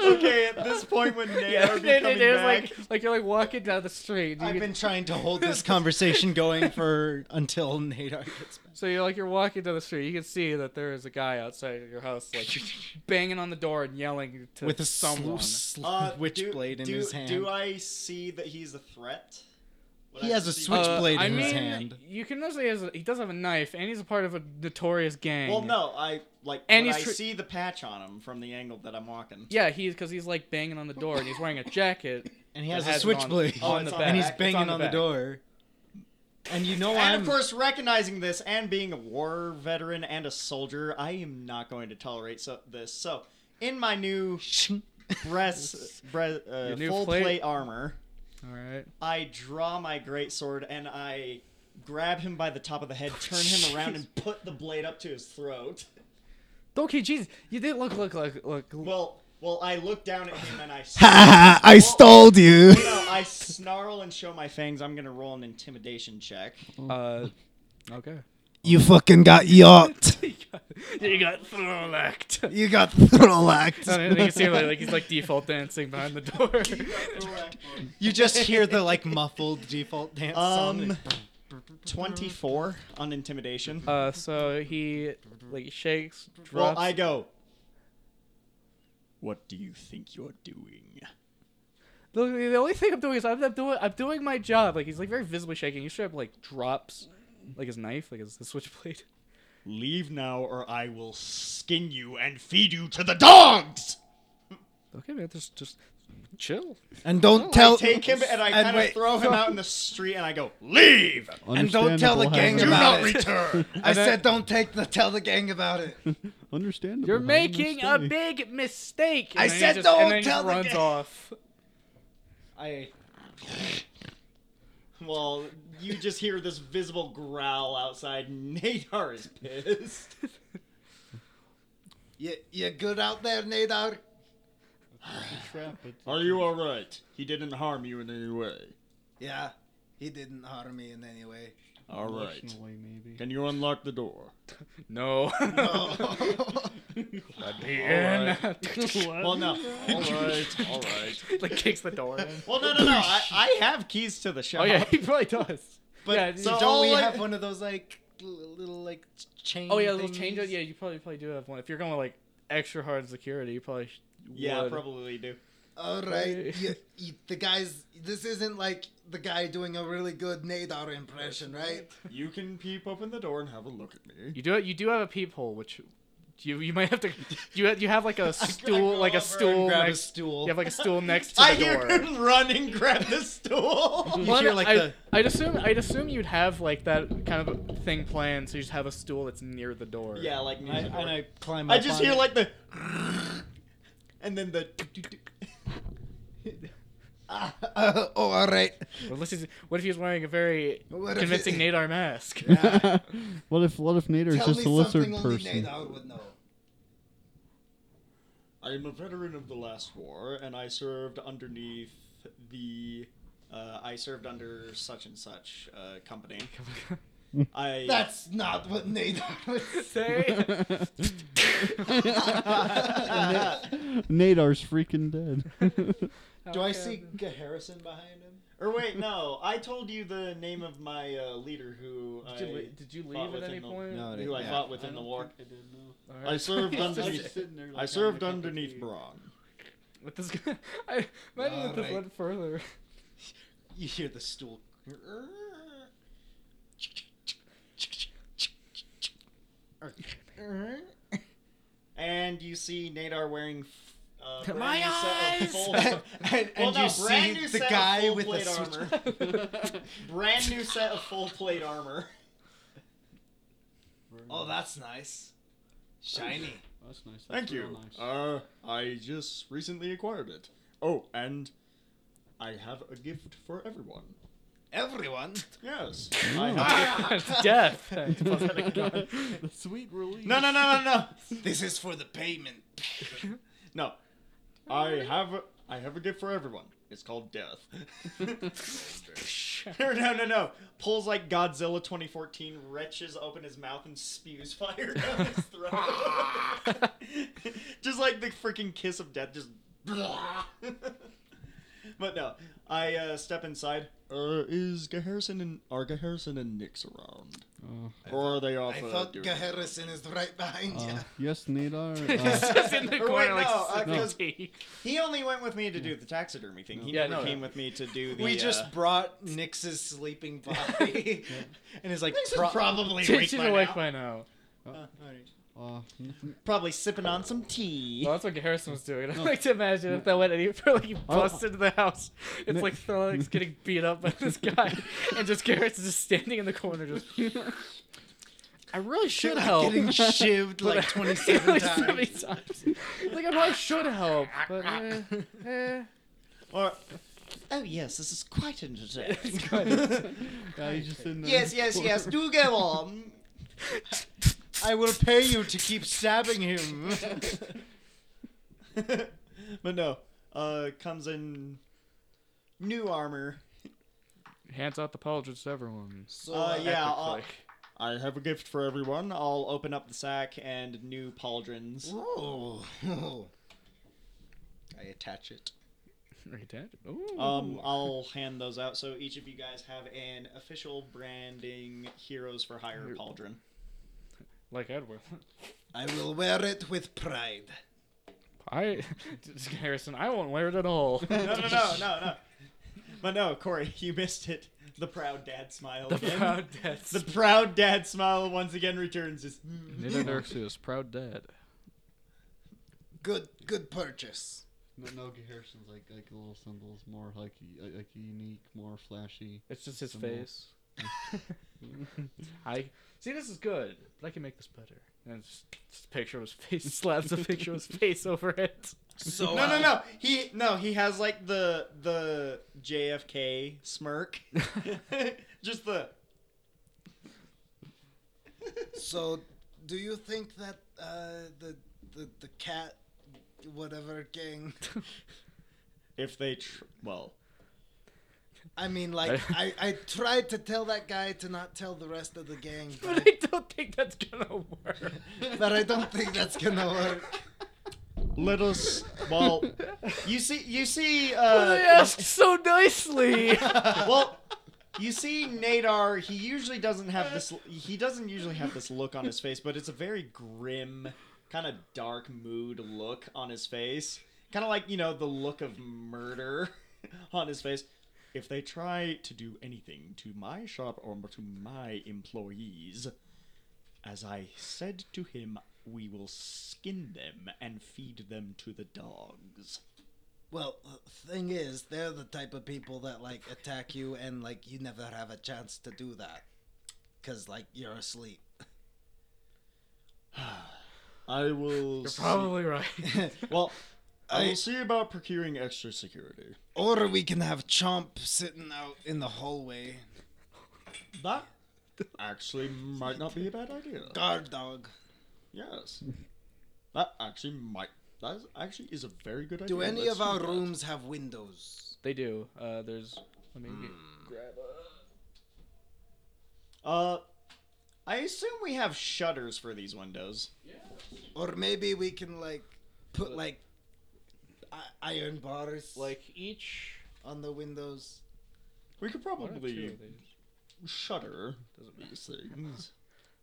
okay, at this point when Nate yeah, are
It- it
becoming
is
back,
like like you're like walking down the street. You
I've
get-
been trying to hold this conversation going for until Nadar gets back.
so you're like you're walking down the street. You can see that there is a guy outside of your house, like banging on the door and yelling to
With a
someone.
slu- slu-
uh,
witchblade
do,
in
do,
his hand.
Do I see that he's a threat? Would
He
I
has a
see-
switch-
Uh,
blade
I
in
mean,
his hand.
You can notice he, has a, he does have a knife, and he's a part of a notorious gang.
Well, no, I like.
And
would
he's
I
tr-
see the patch on him from the angle that I'm walking.
Yeah, he's because he's like banging on the door, and he's wearing a jacket.
And he
that
has a
has it on-
switchblade.
on
the
And
back.
he's
It's
banging
on
on
the
the,
back.
door. And you know
And
I'm
of course, recognizing this and being a war veteran and a soldier, I am not going to tolerate so this. So, in my new breast, breast uh,
Your new
full
plate?
plate armor,
All right.
I draw my greatsword and I grab him by the top of the
Oh,
head, turn him around, and put the blade up to his throat.
Okay, jeez, you didn't look look look look.
Well, well, I look down at him and I.
I stole
No,
you.
no, I snarl and show my fangs. I'm gonna roll an intimidation check.
Uh, okay.
You fucking got yocked.
you got thrown
You got throllacked.
and you can see like, like he's like default dancing behind the door.
you just hear the like muffled default dance
Um,
song.
Twenty-four on intimidation.
uh, so he like shakes,
Well,
drops.
I go. What do you think you're doing?
the, the only thing I'm doing is I'm, I'm doing I'm doing my job. Like he's like very visibly shaking. He straight up like drops like his knife, like his, his switchblade.
Leave now, or I will skin you and feed you to the dogs.
Okay, man, just just chill.
And don't tell.
Take him and I kind of
wait.
throw him out in the street, and I go, "Leave!
And don't tell the
Understandable
gang
how-
Do not
about it.
return."
I said don't take the tell the gang about it.
Understandable.
You're
how
making a
understand.
big mistake.
I
And then he
said
just,
don't
and then he
tell
just
the
runs
guy.
off.
I
Well, you just hear this visible growl outside. Nadar is pissed.
You, you good out there, Nadar?
Are you all right? He didn't harm you in any way.
Yeah, he didn't harm me in any way.
All right.
Emotionally, maybe.
Can you unlock the door?
No.
Oh.
Well, no. All right. All right.
like kicks the door. in.
Well, no, no, no. I, I have keys to the shop.
Oh yeah, he probably does.
But
yeah,
so
you
all
don't we
I-
have one of those like l- little like chain.
Oh yeah, little
thingies?
change. Yeah, you probably probably do have one. If you're going like extra hard security, you probably sh-
Yeah,
would.
probably do.
All right, you, you, the guys. This isn't like the guy doing a really good Nadar impression, right?
You can peep open the door and have a look at me.
You do you do have a peephole, which you you might have to. You have, you have like a
go
stool, like a
over and
stool
Grab a
next.
stool.
You have like a stool next to the
I
door.
hear him run and grab the stool.
You hear, like,
I,
the-
I'd assume I'd assume you'd have like that kind of thing planned, so you just have a stool that's near the door.
yeah, like me. I,
I, and I climb.
I
up
just
on
hear
it.
like the, and then the.
oh, all right.
Unless he's, what if he's wearing a very
What if
convincing
it-
Nadar mask?
what if what if Nader is
Tell me
just a lizard
something only
person?
Nadar would know.
I am a veteran of the last war, and I served underneath the. Uh, I served under such and such uh, company. I.
That's not what Nadar would
Say.
Nadar's freaking dead.
Do I see Harrison behind him?
Or wait, no. I told you the name of my uh, leader who I
Did, you- did you
fought
leave at
with
any
in the-
point?
No,
who I
yeah.
fought with in the war.
I didn't know.
I served
Just
underneath.
sitting there,
I
like,
served
having a cup of
underneath
tea.
Braun.
With this, guy- I imagine that this
Alright.
went further.
You hear the stool.
know.
And you see Nadar wearing. Uh, brand
My
new set of
eyes!
full-
and and
well, no,
you
brand
see
new
the
set of
guy
full
with the
plate
switch.
armor. brand new set of full plate armor.
oh, that's nice. Shiny.
That's nice. That's
Thank
real
you.
Nice.
Uh, I just recently acquired it. Oh, and I have a gift for everyone.
Everyone.
Yes. I have
it's death. Prosthetic
Sweet relief.
No, no, no, no, no.
This is for the payment.
No. I have a, I have a gift for everyone. It's called death. no, no, no, no. Pulls like Godzilla 2014, wrenches open his mouth and spews fire down his throat. just like the freaking kiss of death, just but no, I uh, step inside. Uh, is Harrison and are Harrison and Nick's around, or are they off?
I
uh,
thought
doing-
Harrison is right behind you.
Uh, yes, Nadar.
It's
Uh,
just in the
Or
corner,
wait,
like,
no, uh,
sucking
'cause
teeth.
He only went with me to do the taxidermy thing. He
Yeah,
never
no,
came with me to do the.
we
uh,
just brought Nix's sleeping body, and it's like pro-
probably
She's awake by now.
uh,
Probably sipping on some tea.
Well, that's what Harrison was doing. I like to imagine if that
Oh.
went any further, like, he busts into the house. It's like Thorlake's getting beat up by this guy, and just Garrett's just standing in the corner, just. I really should help.
Getting shivved like
But-
27
like
times.
70 times. It's Like I probably should help, but eh, eh.
Or, oh yes, this is quite entertaining.
It's good.
yeah, he's just in there.
yes, yes, yes. Do go on.
I will pay you to keep stabbing him.
but no, uh, comes in new armor.
Hands out the pauldrons to everyone.
So,
Uh, yeah, uh,
Click.
I have a gift for everyone. I'll open up the sack and new pauldrons.
Oh.
I attach it.
Reattach. Ooh.
Um, I'll hand those out. So each of you guys have an official branding Heroes for Hire pauldron.
like Edward.
I will wear it with pride.
I, Harrison, I won't wear it at all.
No, no, no, no, no. But no, Corey, you missed it. The proud dad smile.
the
again.
proud dad's
The proud dad smile once again returns. Just
Nidor Nurxus, proud dad.
Good, good purchase.
No, no Garrison's like like little symbols, more like y- like unique, more flashy.
It's just his
Symbol.
face. I see. This is good, but I can make this better. And it's just a picture of his face. Slaps a picture of his face over it.
So
no, no, no. He no, he has like the the JFK smirk. just the
So, do you think that uh, the, the the cat, whatever gang?
if they tr- well.
I mean, like I, I tried to tell that guy to not tell the rest of the gang,
But
but,
I don't think that's gonna work.
but I don't think that's gonna work.
Let us well.
Uh,
You see, you see.
But they
Uh,
asked so nicely.
well, you see, Nadar. He usually doesn't have this. He doesn't usually have this look on his face, but it's a very grim, kind of dark mood look on his face. Kind of like you know the look of murder on his face. If they try to do anything to my shop or to my employees, as I said to him, we will skin them and feed them to the dogs.
Well, the thing is, they're the type of people that like attack you, and like you never have a chance to do that, cause like you're asleep.
I will.
You're
see-
probably right.
Well, I
I-
will see about procuring extra security.
Or we can have Chomp sitting out in the hallway,
That actually might not be a bad idea.
guard dog.
Yes. That actually might. That is- actually is a very good idea.
Do any
Let's
of our
do that.
rooms have windows?
they do. Uh, there's. Let me.
Uh, I assume we have shutters for these windows.
Or maybe we can like put like i- iron bars
Like each.
on the windows.
We could
one or two
probably
of these.
shutter these things.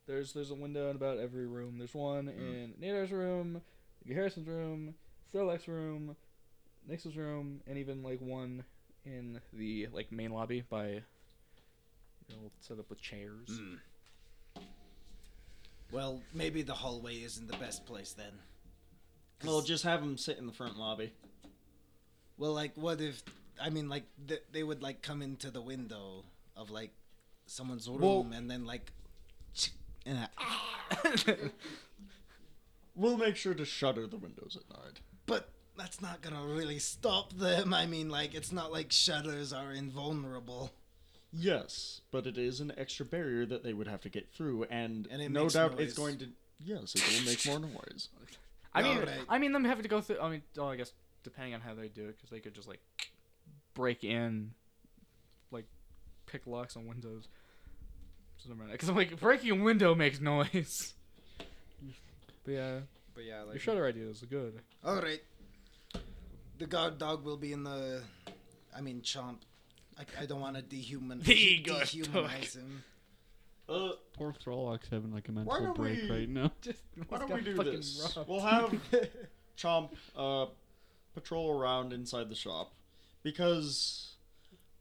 There's there's a window in about every room. There's one in Nader's room, Harrison's room, Thorlak's room, Nix's room, and even like one in the like main lobby by you know, set up with chairs.
Well, maybe the hallway isn't the best place then. 'Cause-
Well, just have them sit in the front lobby.
well, like what if I mean like th- they would like come into the window of like someone's room and then like and ah, I-
We'll make sure to shutter the windows at night.
but that's not gonna really stop them. I mean, like it's not like shutters are invulnerable.
Yes, but it is an extra barrier that they would have to get through, and,
And it
no
makes
doubt
noise.
it's going to. Yes, it will make more noise.
I mean,
Alright.
I mean them having to go through. I mean, well, I guess depending on how they do it, because they could just like break in, like pick locks on windows. So never mind. Because I'm like breaking a window makes noise. but yeah,
But yeah,
your
like
shutter idea is good.
All right. the guard dog will be in the. I mean, chomp. I, I don't want to dehuman,
The guard
dehumanize him.
Uh,
Poor Throllock's having like a
Why
mental
don't
break
we-
right now.
Just
Why
just
don't we
got
do
fucking
this?
robbed.
We'll have Chomp uh, patrol around inside the shop because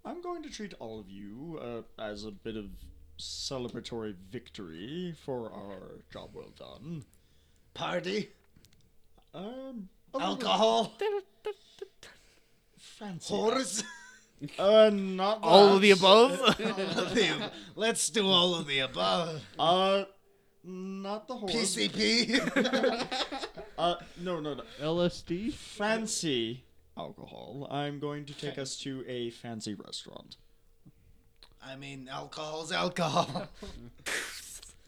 I'm going to treat all of you uh, as a bit of celebratory victory for our job well done.
Party?
Um, a little-
Alcohol?
Fancy.
Horse?
Uh, not
All of
that.
the above?
Let's do all of the above.
Uh, not the horse.
PCP?
Uh, no, no, no.
LSD.
Fancy alcohol. I'm going to take us to a fancy restaurant.
I mean, alcohol's alcohol.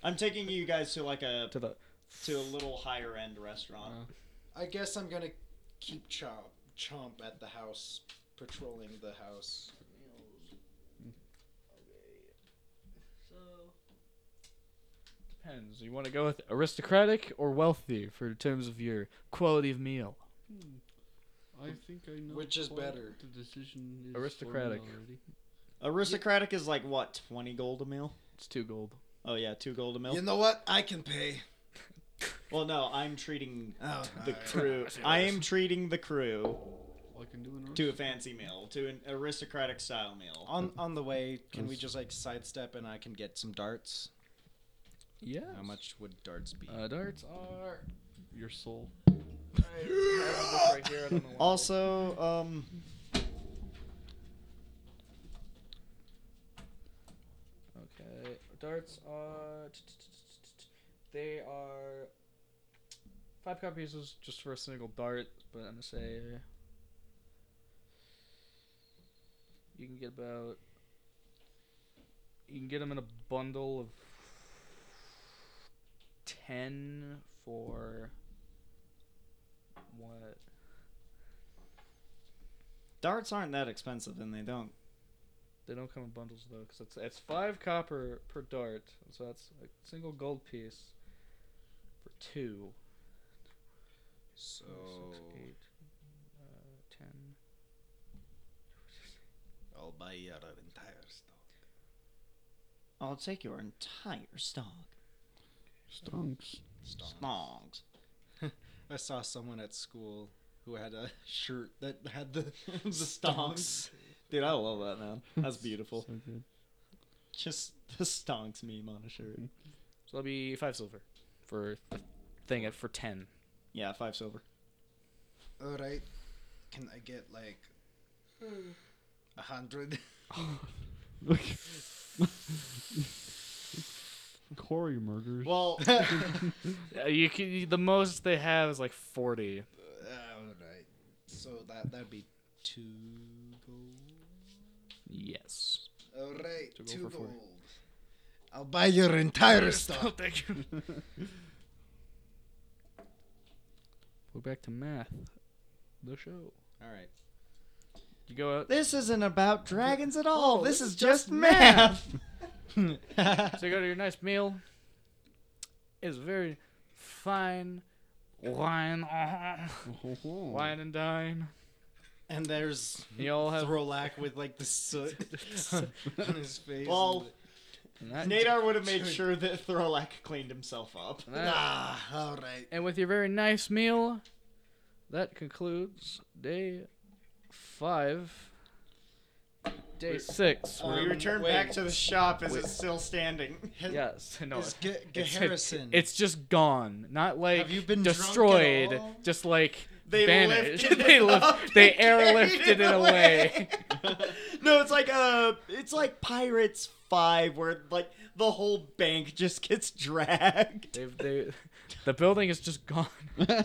I'm taking you guys to like a
To the
to a little higher end restaurant.
I guess I'm gonna keep Chomp, Chomp at the house, patrolling the house.
depends. You want to go with aristocratic or wealthy for terms of your quality of meal?
I think I know.
Which is
what
better?
The decision is
Aristocratic.
for me already.
Uh,
Aristocratic is like what, twenty gold a meal?
It's two gold.
Oh yeah, two gold a meal.
You know what? I can pay.
Well, no, I'm treating
Uh,
Oh,
the
alright.
crew. I am treating the crew
All I can do in
to a fancy meal, to an aristocratic style meal.
On on the way, can we just like sidestep and I can get some darts?
Yeah.
How much would darts be?
Uh, darts are.
your soul.
right here. I don't know why.
Also, um,
Okay. Darts are. They are. Five copper pieces just for a single dart, but I'm gonna say. You can get about. You can get them in a bundle of. 10 for. What?
darts aren't that expensive, and they don't.
They don't come in bundles though, because it's it's five copper per dart, so that's a single gold piece for two.
So
Four, six,
Oh.
eight, uh, ten.
I'll buy your entire stuff.
I'll take your entire stock.
Stonks.
Stongs.
I saw someone at school who had a shirt that had the the stonks.
Dude, I love that man. That's beautiful.
So good.
Just the stonks meme on a shirt.
So that'll be five silver for the thing at for ten.
Yeah, five silver.
All right. Can I get like a hundred?
Look. Corey murders.
Oh.
Well,
Uh, you can you- the most they have is like forty.
All right. So that that'd be
Two gold.
Yes.
all right.
To go
Two
for forty.
gold. I'll buy your entire
Stop.
stock.
Thank you.
We're back to math. The show.
All right.
You go out. Oh,
this isn't about dragons at all. this, is, just math.
So you go to your nice meal. It's very fine wine, wine and dine.
And there's
You all
Uh,
have
Throlak with like the soot on his face.
Well,
and that-
Nadar would have made sure that Thorlak cleaned himself up.
and that-
Ah, all right.
And with your very nice meal, that concludes day five. Day six.
we return back to the shop as it's still standing.
yes, no.
It's Ge-
it's-
Geharrison.
It's just gone, not like
you been drunk at
destroyed.
all?
Just like
They
vanished.
lifted
they
it up
lift, they
and carried
airlifted it
it
away.
no, it's like uh it's like Pirates Five, where like the whole bank just gets dragged.
They've, they, the building is just gone.
There's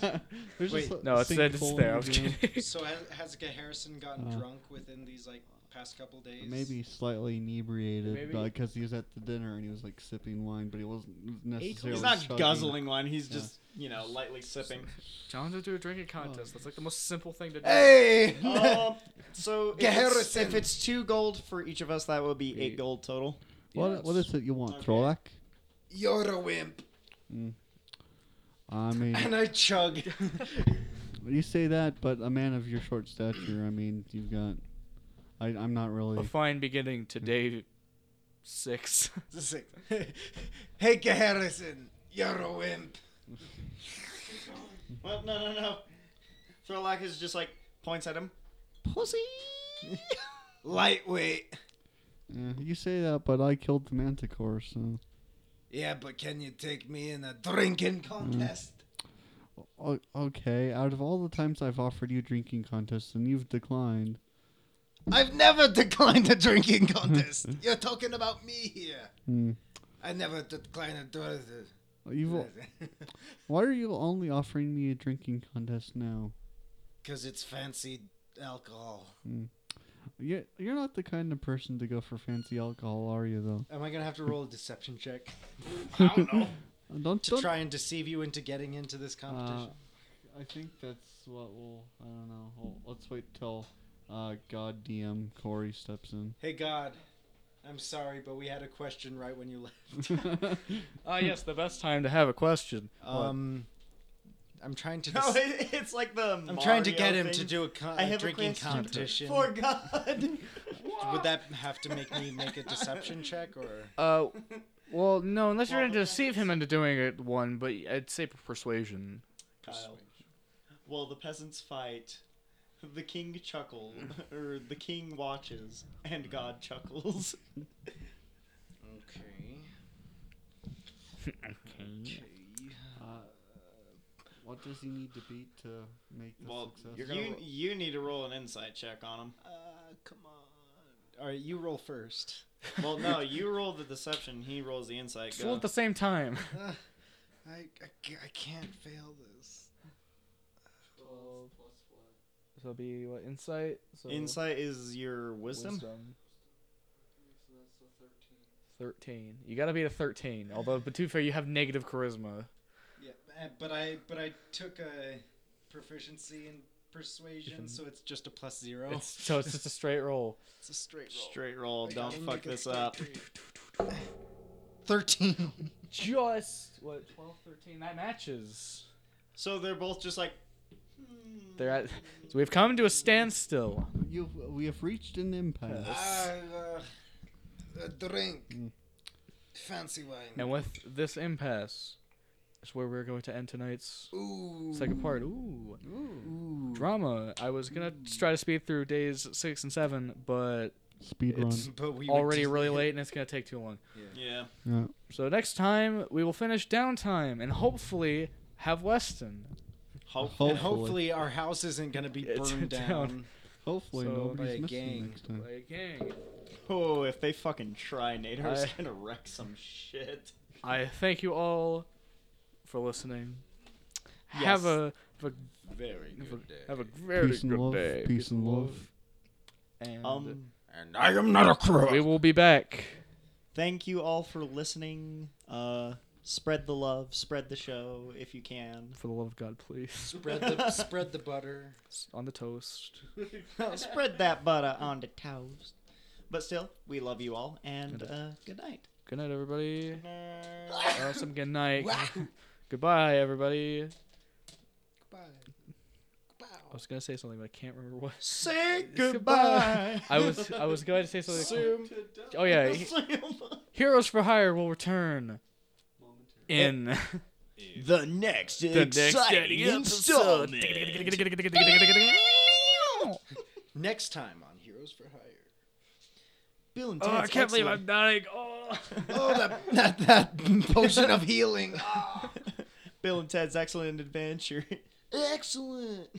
Wait,
just a
No, it's, it's
sinkhole
there. I was
in the ground.
kidding.
so has, has Geharrison gotten
Uh,
drunk within these like past couple days?
Maybe slightly inebriated
Maybe-
because he was at the dinner and he was like sipping wine, but he wasn't necessarily.
He's not
chugging.
guzzling one. He's
Yeah.
just you know lightly sipping.
Challenge us to a drinking contest. That's like the most simple thing to do.
Hey.
um, so if it's,
Garrison.
if it's two gold for each of us, that would be
Yeah.
eight gold total.
What, what
Yes.
is it you want,
Okay.
Throlak?
You're a wimp.
I mean,
And I chug.
But you say that, but a man of your short stature, I mean, you've got. I, I'm not
A
really.
fine beginning to day six.
Just say, hey, Harrison, you're a wimp.
Well, no, no, no. Thorlock is just like points at him. Pussy.
Lightweight.
Yeah, eh, you say that, but I killed the manticore, so.
Yeah, but can you take me in a
Mm.
drinking contest?
O- okay, out of all the times I've offered you drinking contests and you've declined.
I've never declined a drinking contest. You're talking about me here.
Hmm.
I never declined a drinking
You've, al- why are you only offering me a drinking contest now?
Because it's fancy alcohol.
You're, you're not the kind of person to go for fancy alcohol, are you, though?
Am I gonna have to roll a deception check
I don't know. don't,
to try and deceive you into getting into this
uh,
competition?
I think that's what we'll. I don't know. We'll, let's wait till uh, God DM Corey steps in.
hey God, I'm sorry, but we had a question right when you left.
Ah, yes, the best time to have a question.
Um, I'm trying to.
No,
dis-
it, it's like the.
I'm trying to get him to do a, con-
I have a
drinking
question
competition.
For God.
Would that have to make me make a deception check or?
Uh, well, no, unless you're going to deceive him into doing it one, but I'd say persuasion.
Kyle. While the peasants fight, the king chuckles, or the king watches, and God chuckles.
Okay.
Uh, What does he need to beat to make this
Well,
success?
you you need to roll an insight check on him.
Uh, come on. All right, you roll first.
Well, no, you roll the deception. He rolls the insight.
Just roll
Go.
at the same time.
I, I, ca- I can't fail this.
So it'll be what insight. So
Insight is your wisdom.
Thirteen. You gotta beat a thirteen. Although, but to be fair, you have negative charisma.
Yeah, uh, but I but I took a proficiency in persuasion, so it's just a plus zero.
It's, so it's just a straight roll.
It's a straight roll.
Straight roll. Don't
Gotta
fuck
make a
this
straight
up.
three.
Thirteen.
Just what 12, 13, That matches.
So they're both just like.
They're at. So we've come to a standstill.
you uh, we have reached an impasse.
Uh, a drink.
Mm.
Fancy wine.
And with this impasse, is where we're going to end tonight's
Ooh.
second part. Ooh. Drama. I was gonna try to speed through days six and seven, but
Speed run.
It's- but we would
already
just-
really late and it's gonna take too long.
Yeah.
Yeah.
So next time we will finish downtime and hopefully have Weston.
And
Hopefully, hopefully,
hopefully our house isn't gonna be
It's
burned
down.
down.
so
nobody's
by a
missing
gang,
next time.
Like, gang.
Oh, if they fucking try, Nader's
I-
gonna wreck some shit.
I thank you all for listening.
Yes.
Have a have
Very
a,
good uh, day.
have a very
Peace and
good
love.
day.
Peace, and love.
And
Um.
And I am not a crook.
we will be back.
thank you all for listening. Uh, spread the love, spread the show if you can.
For the love of God, please.
Spread the spread the butter.
On the toast.
spread that butter on the toast. But still, we love you all, and uh, good night.
Good night, everybody. Awesome. Good night. Goodbye, everybody. I was gonna say something, but I can't remember what.
Say
goodbye. I was I was going to say something. Oh yeah, he- Heroes for Hire will return in
The next
the next installment.
Next time on Heroes for Hire.
Bill and
Oh, I
Ted's
can't believe I'm
Excellent-
dying. Oh.
Oh, that, that, that potion of healing. Ah.
Bill and Ted's Excellent Adventure.
excellent.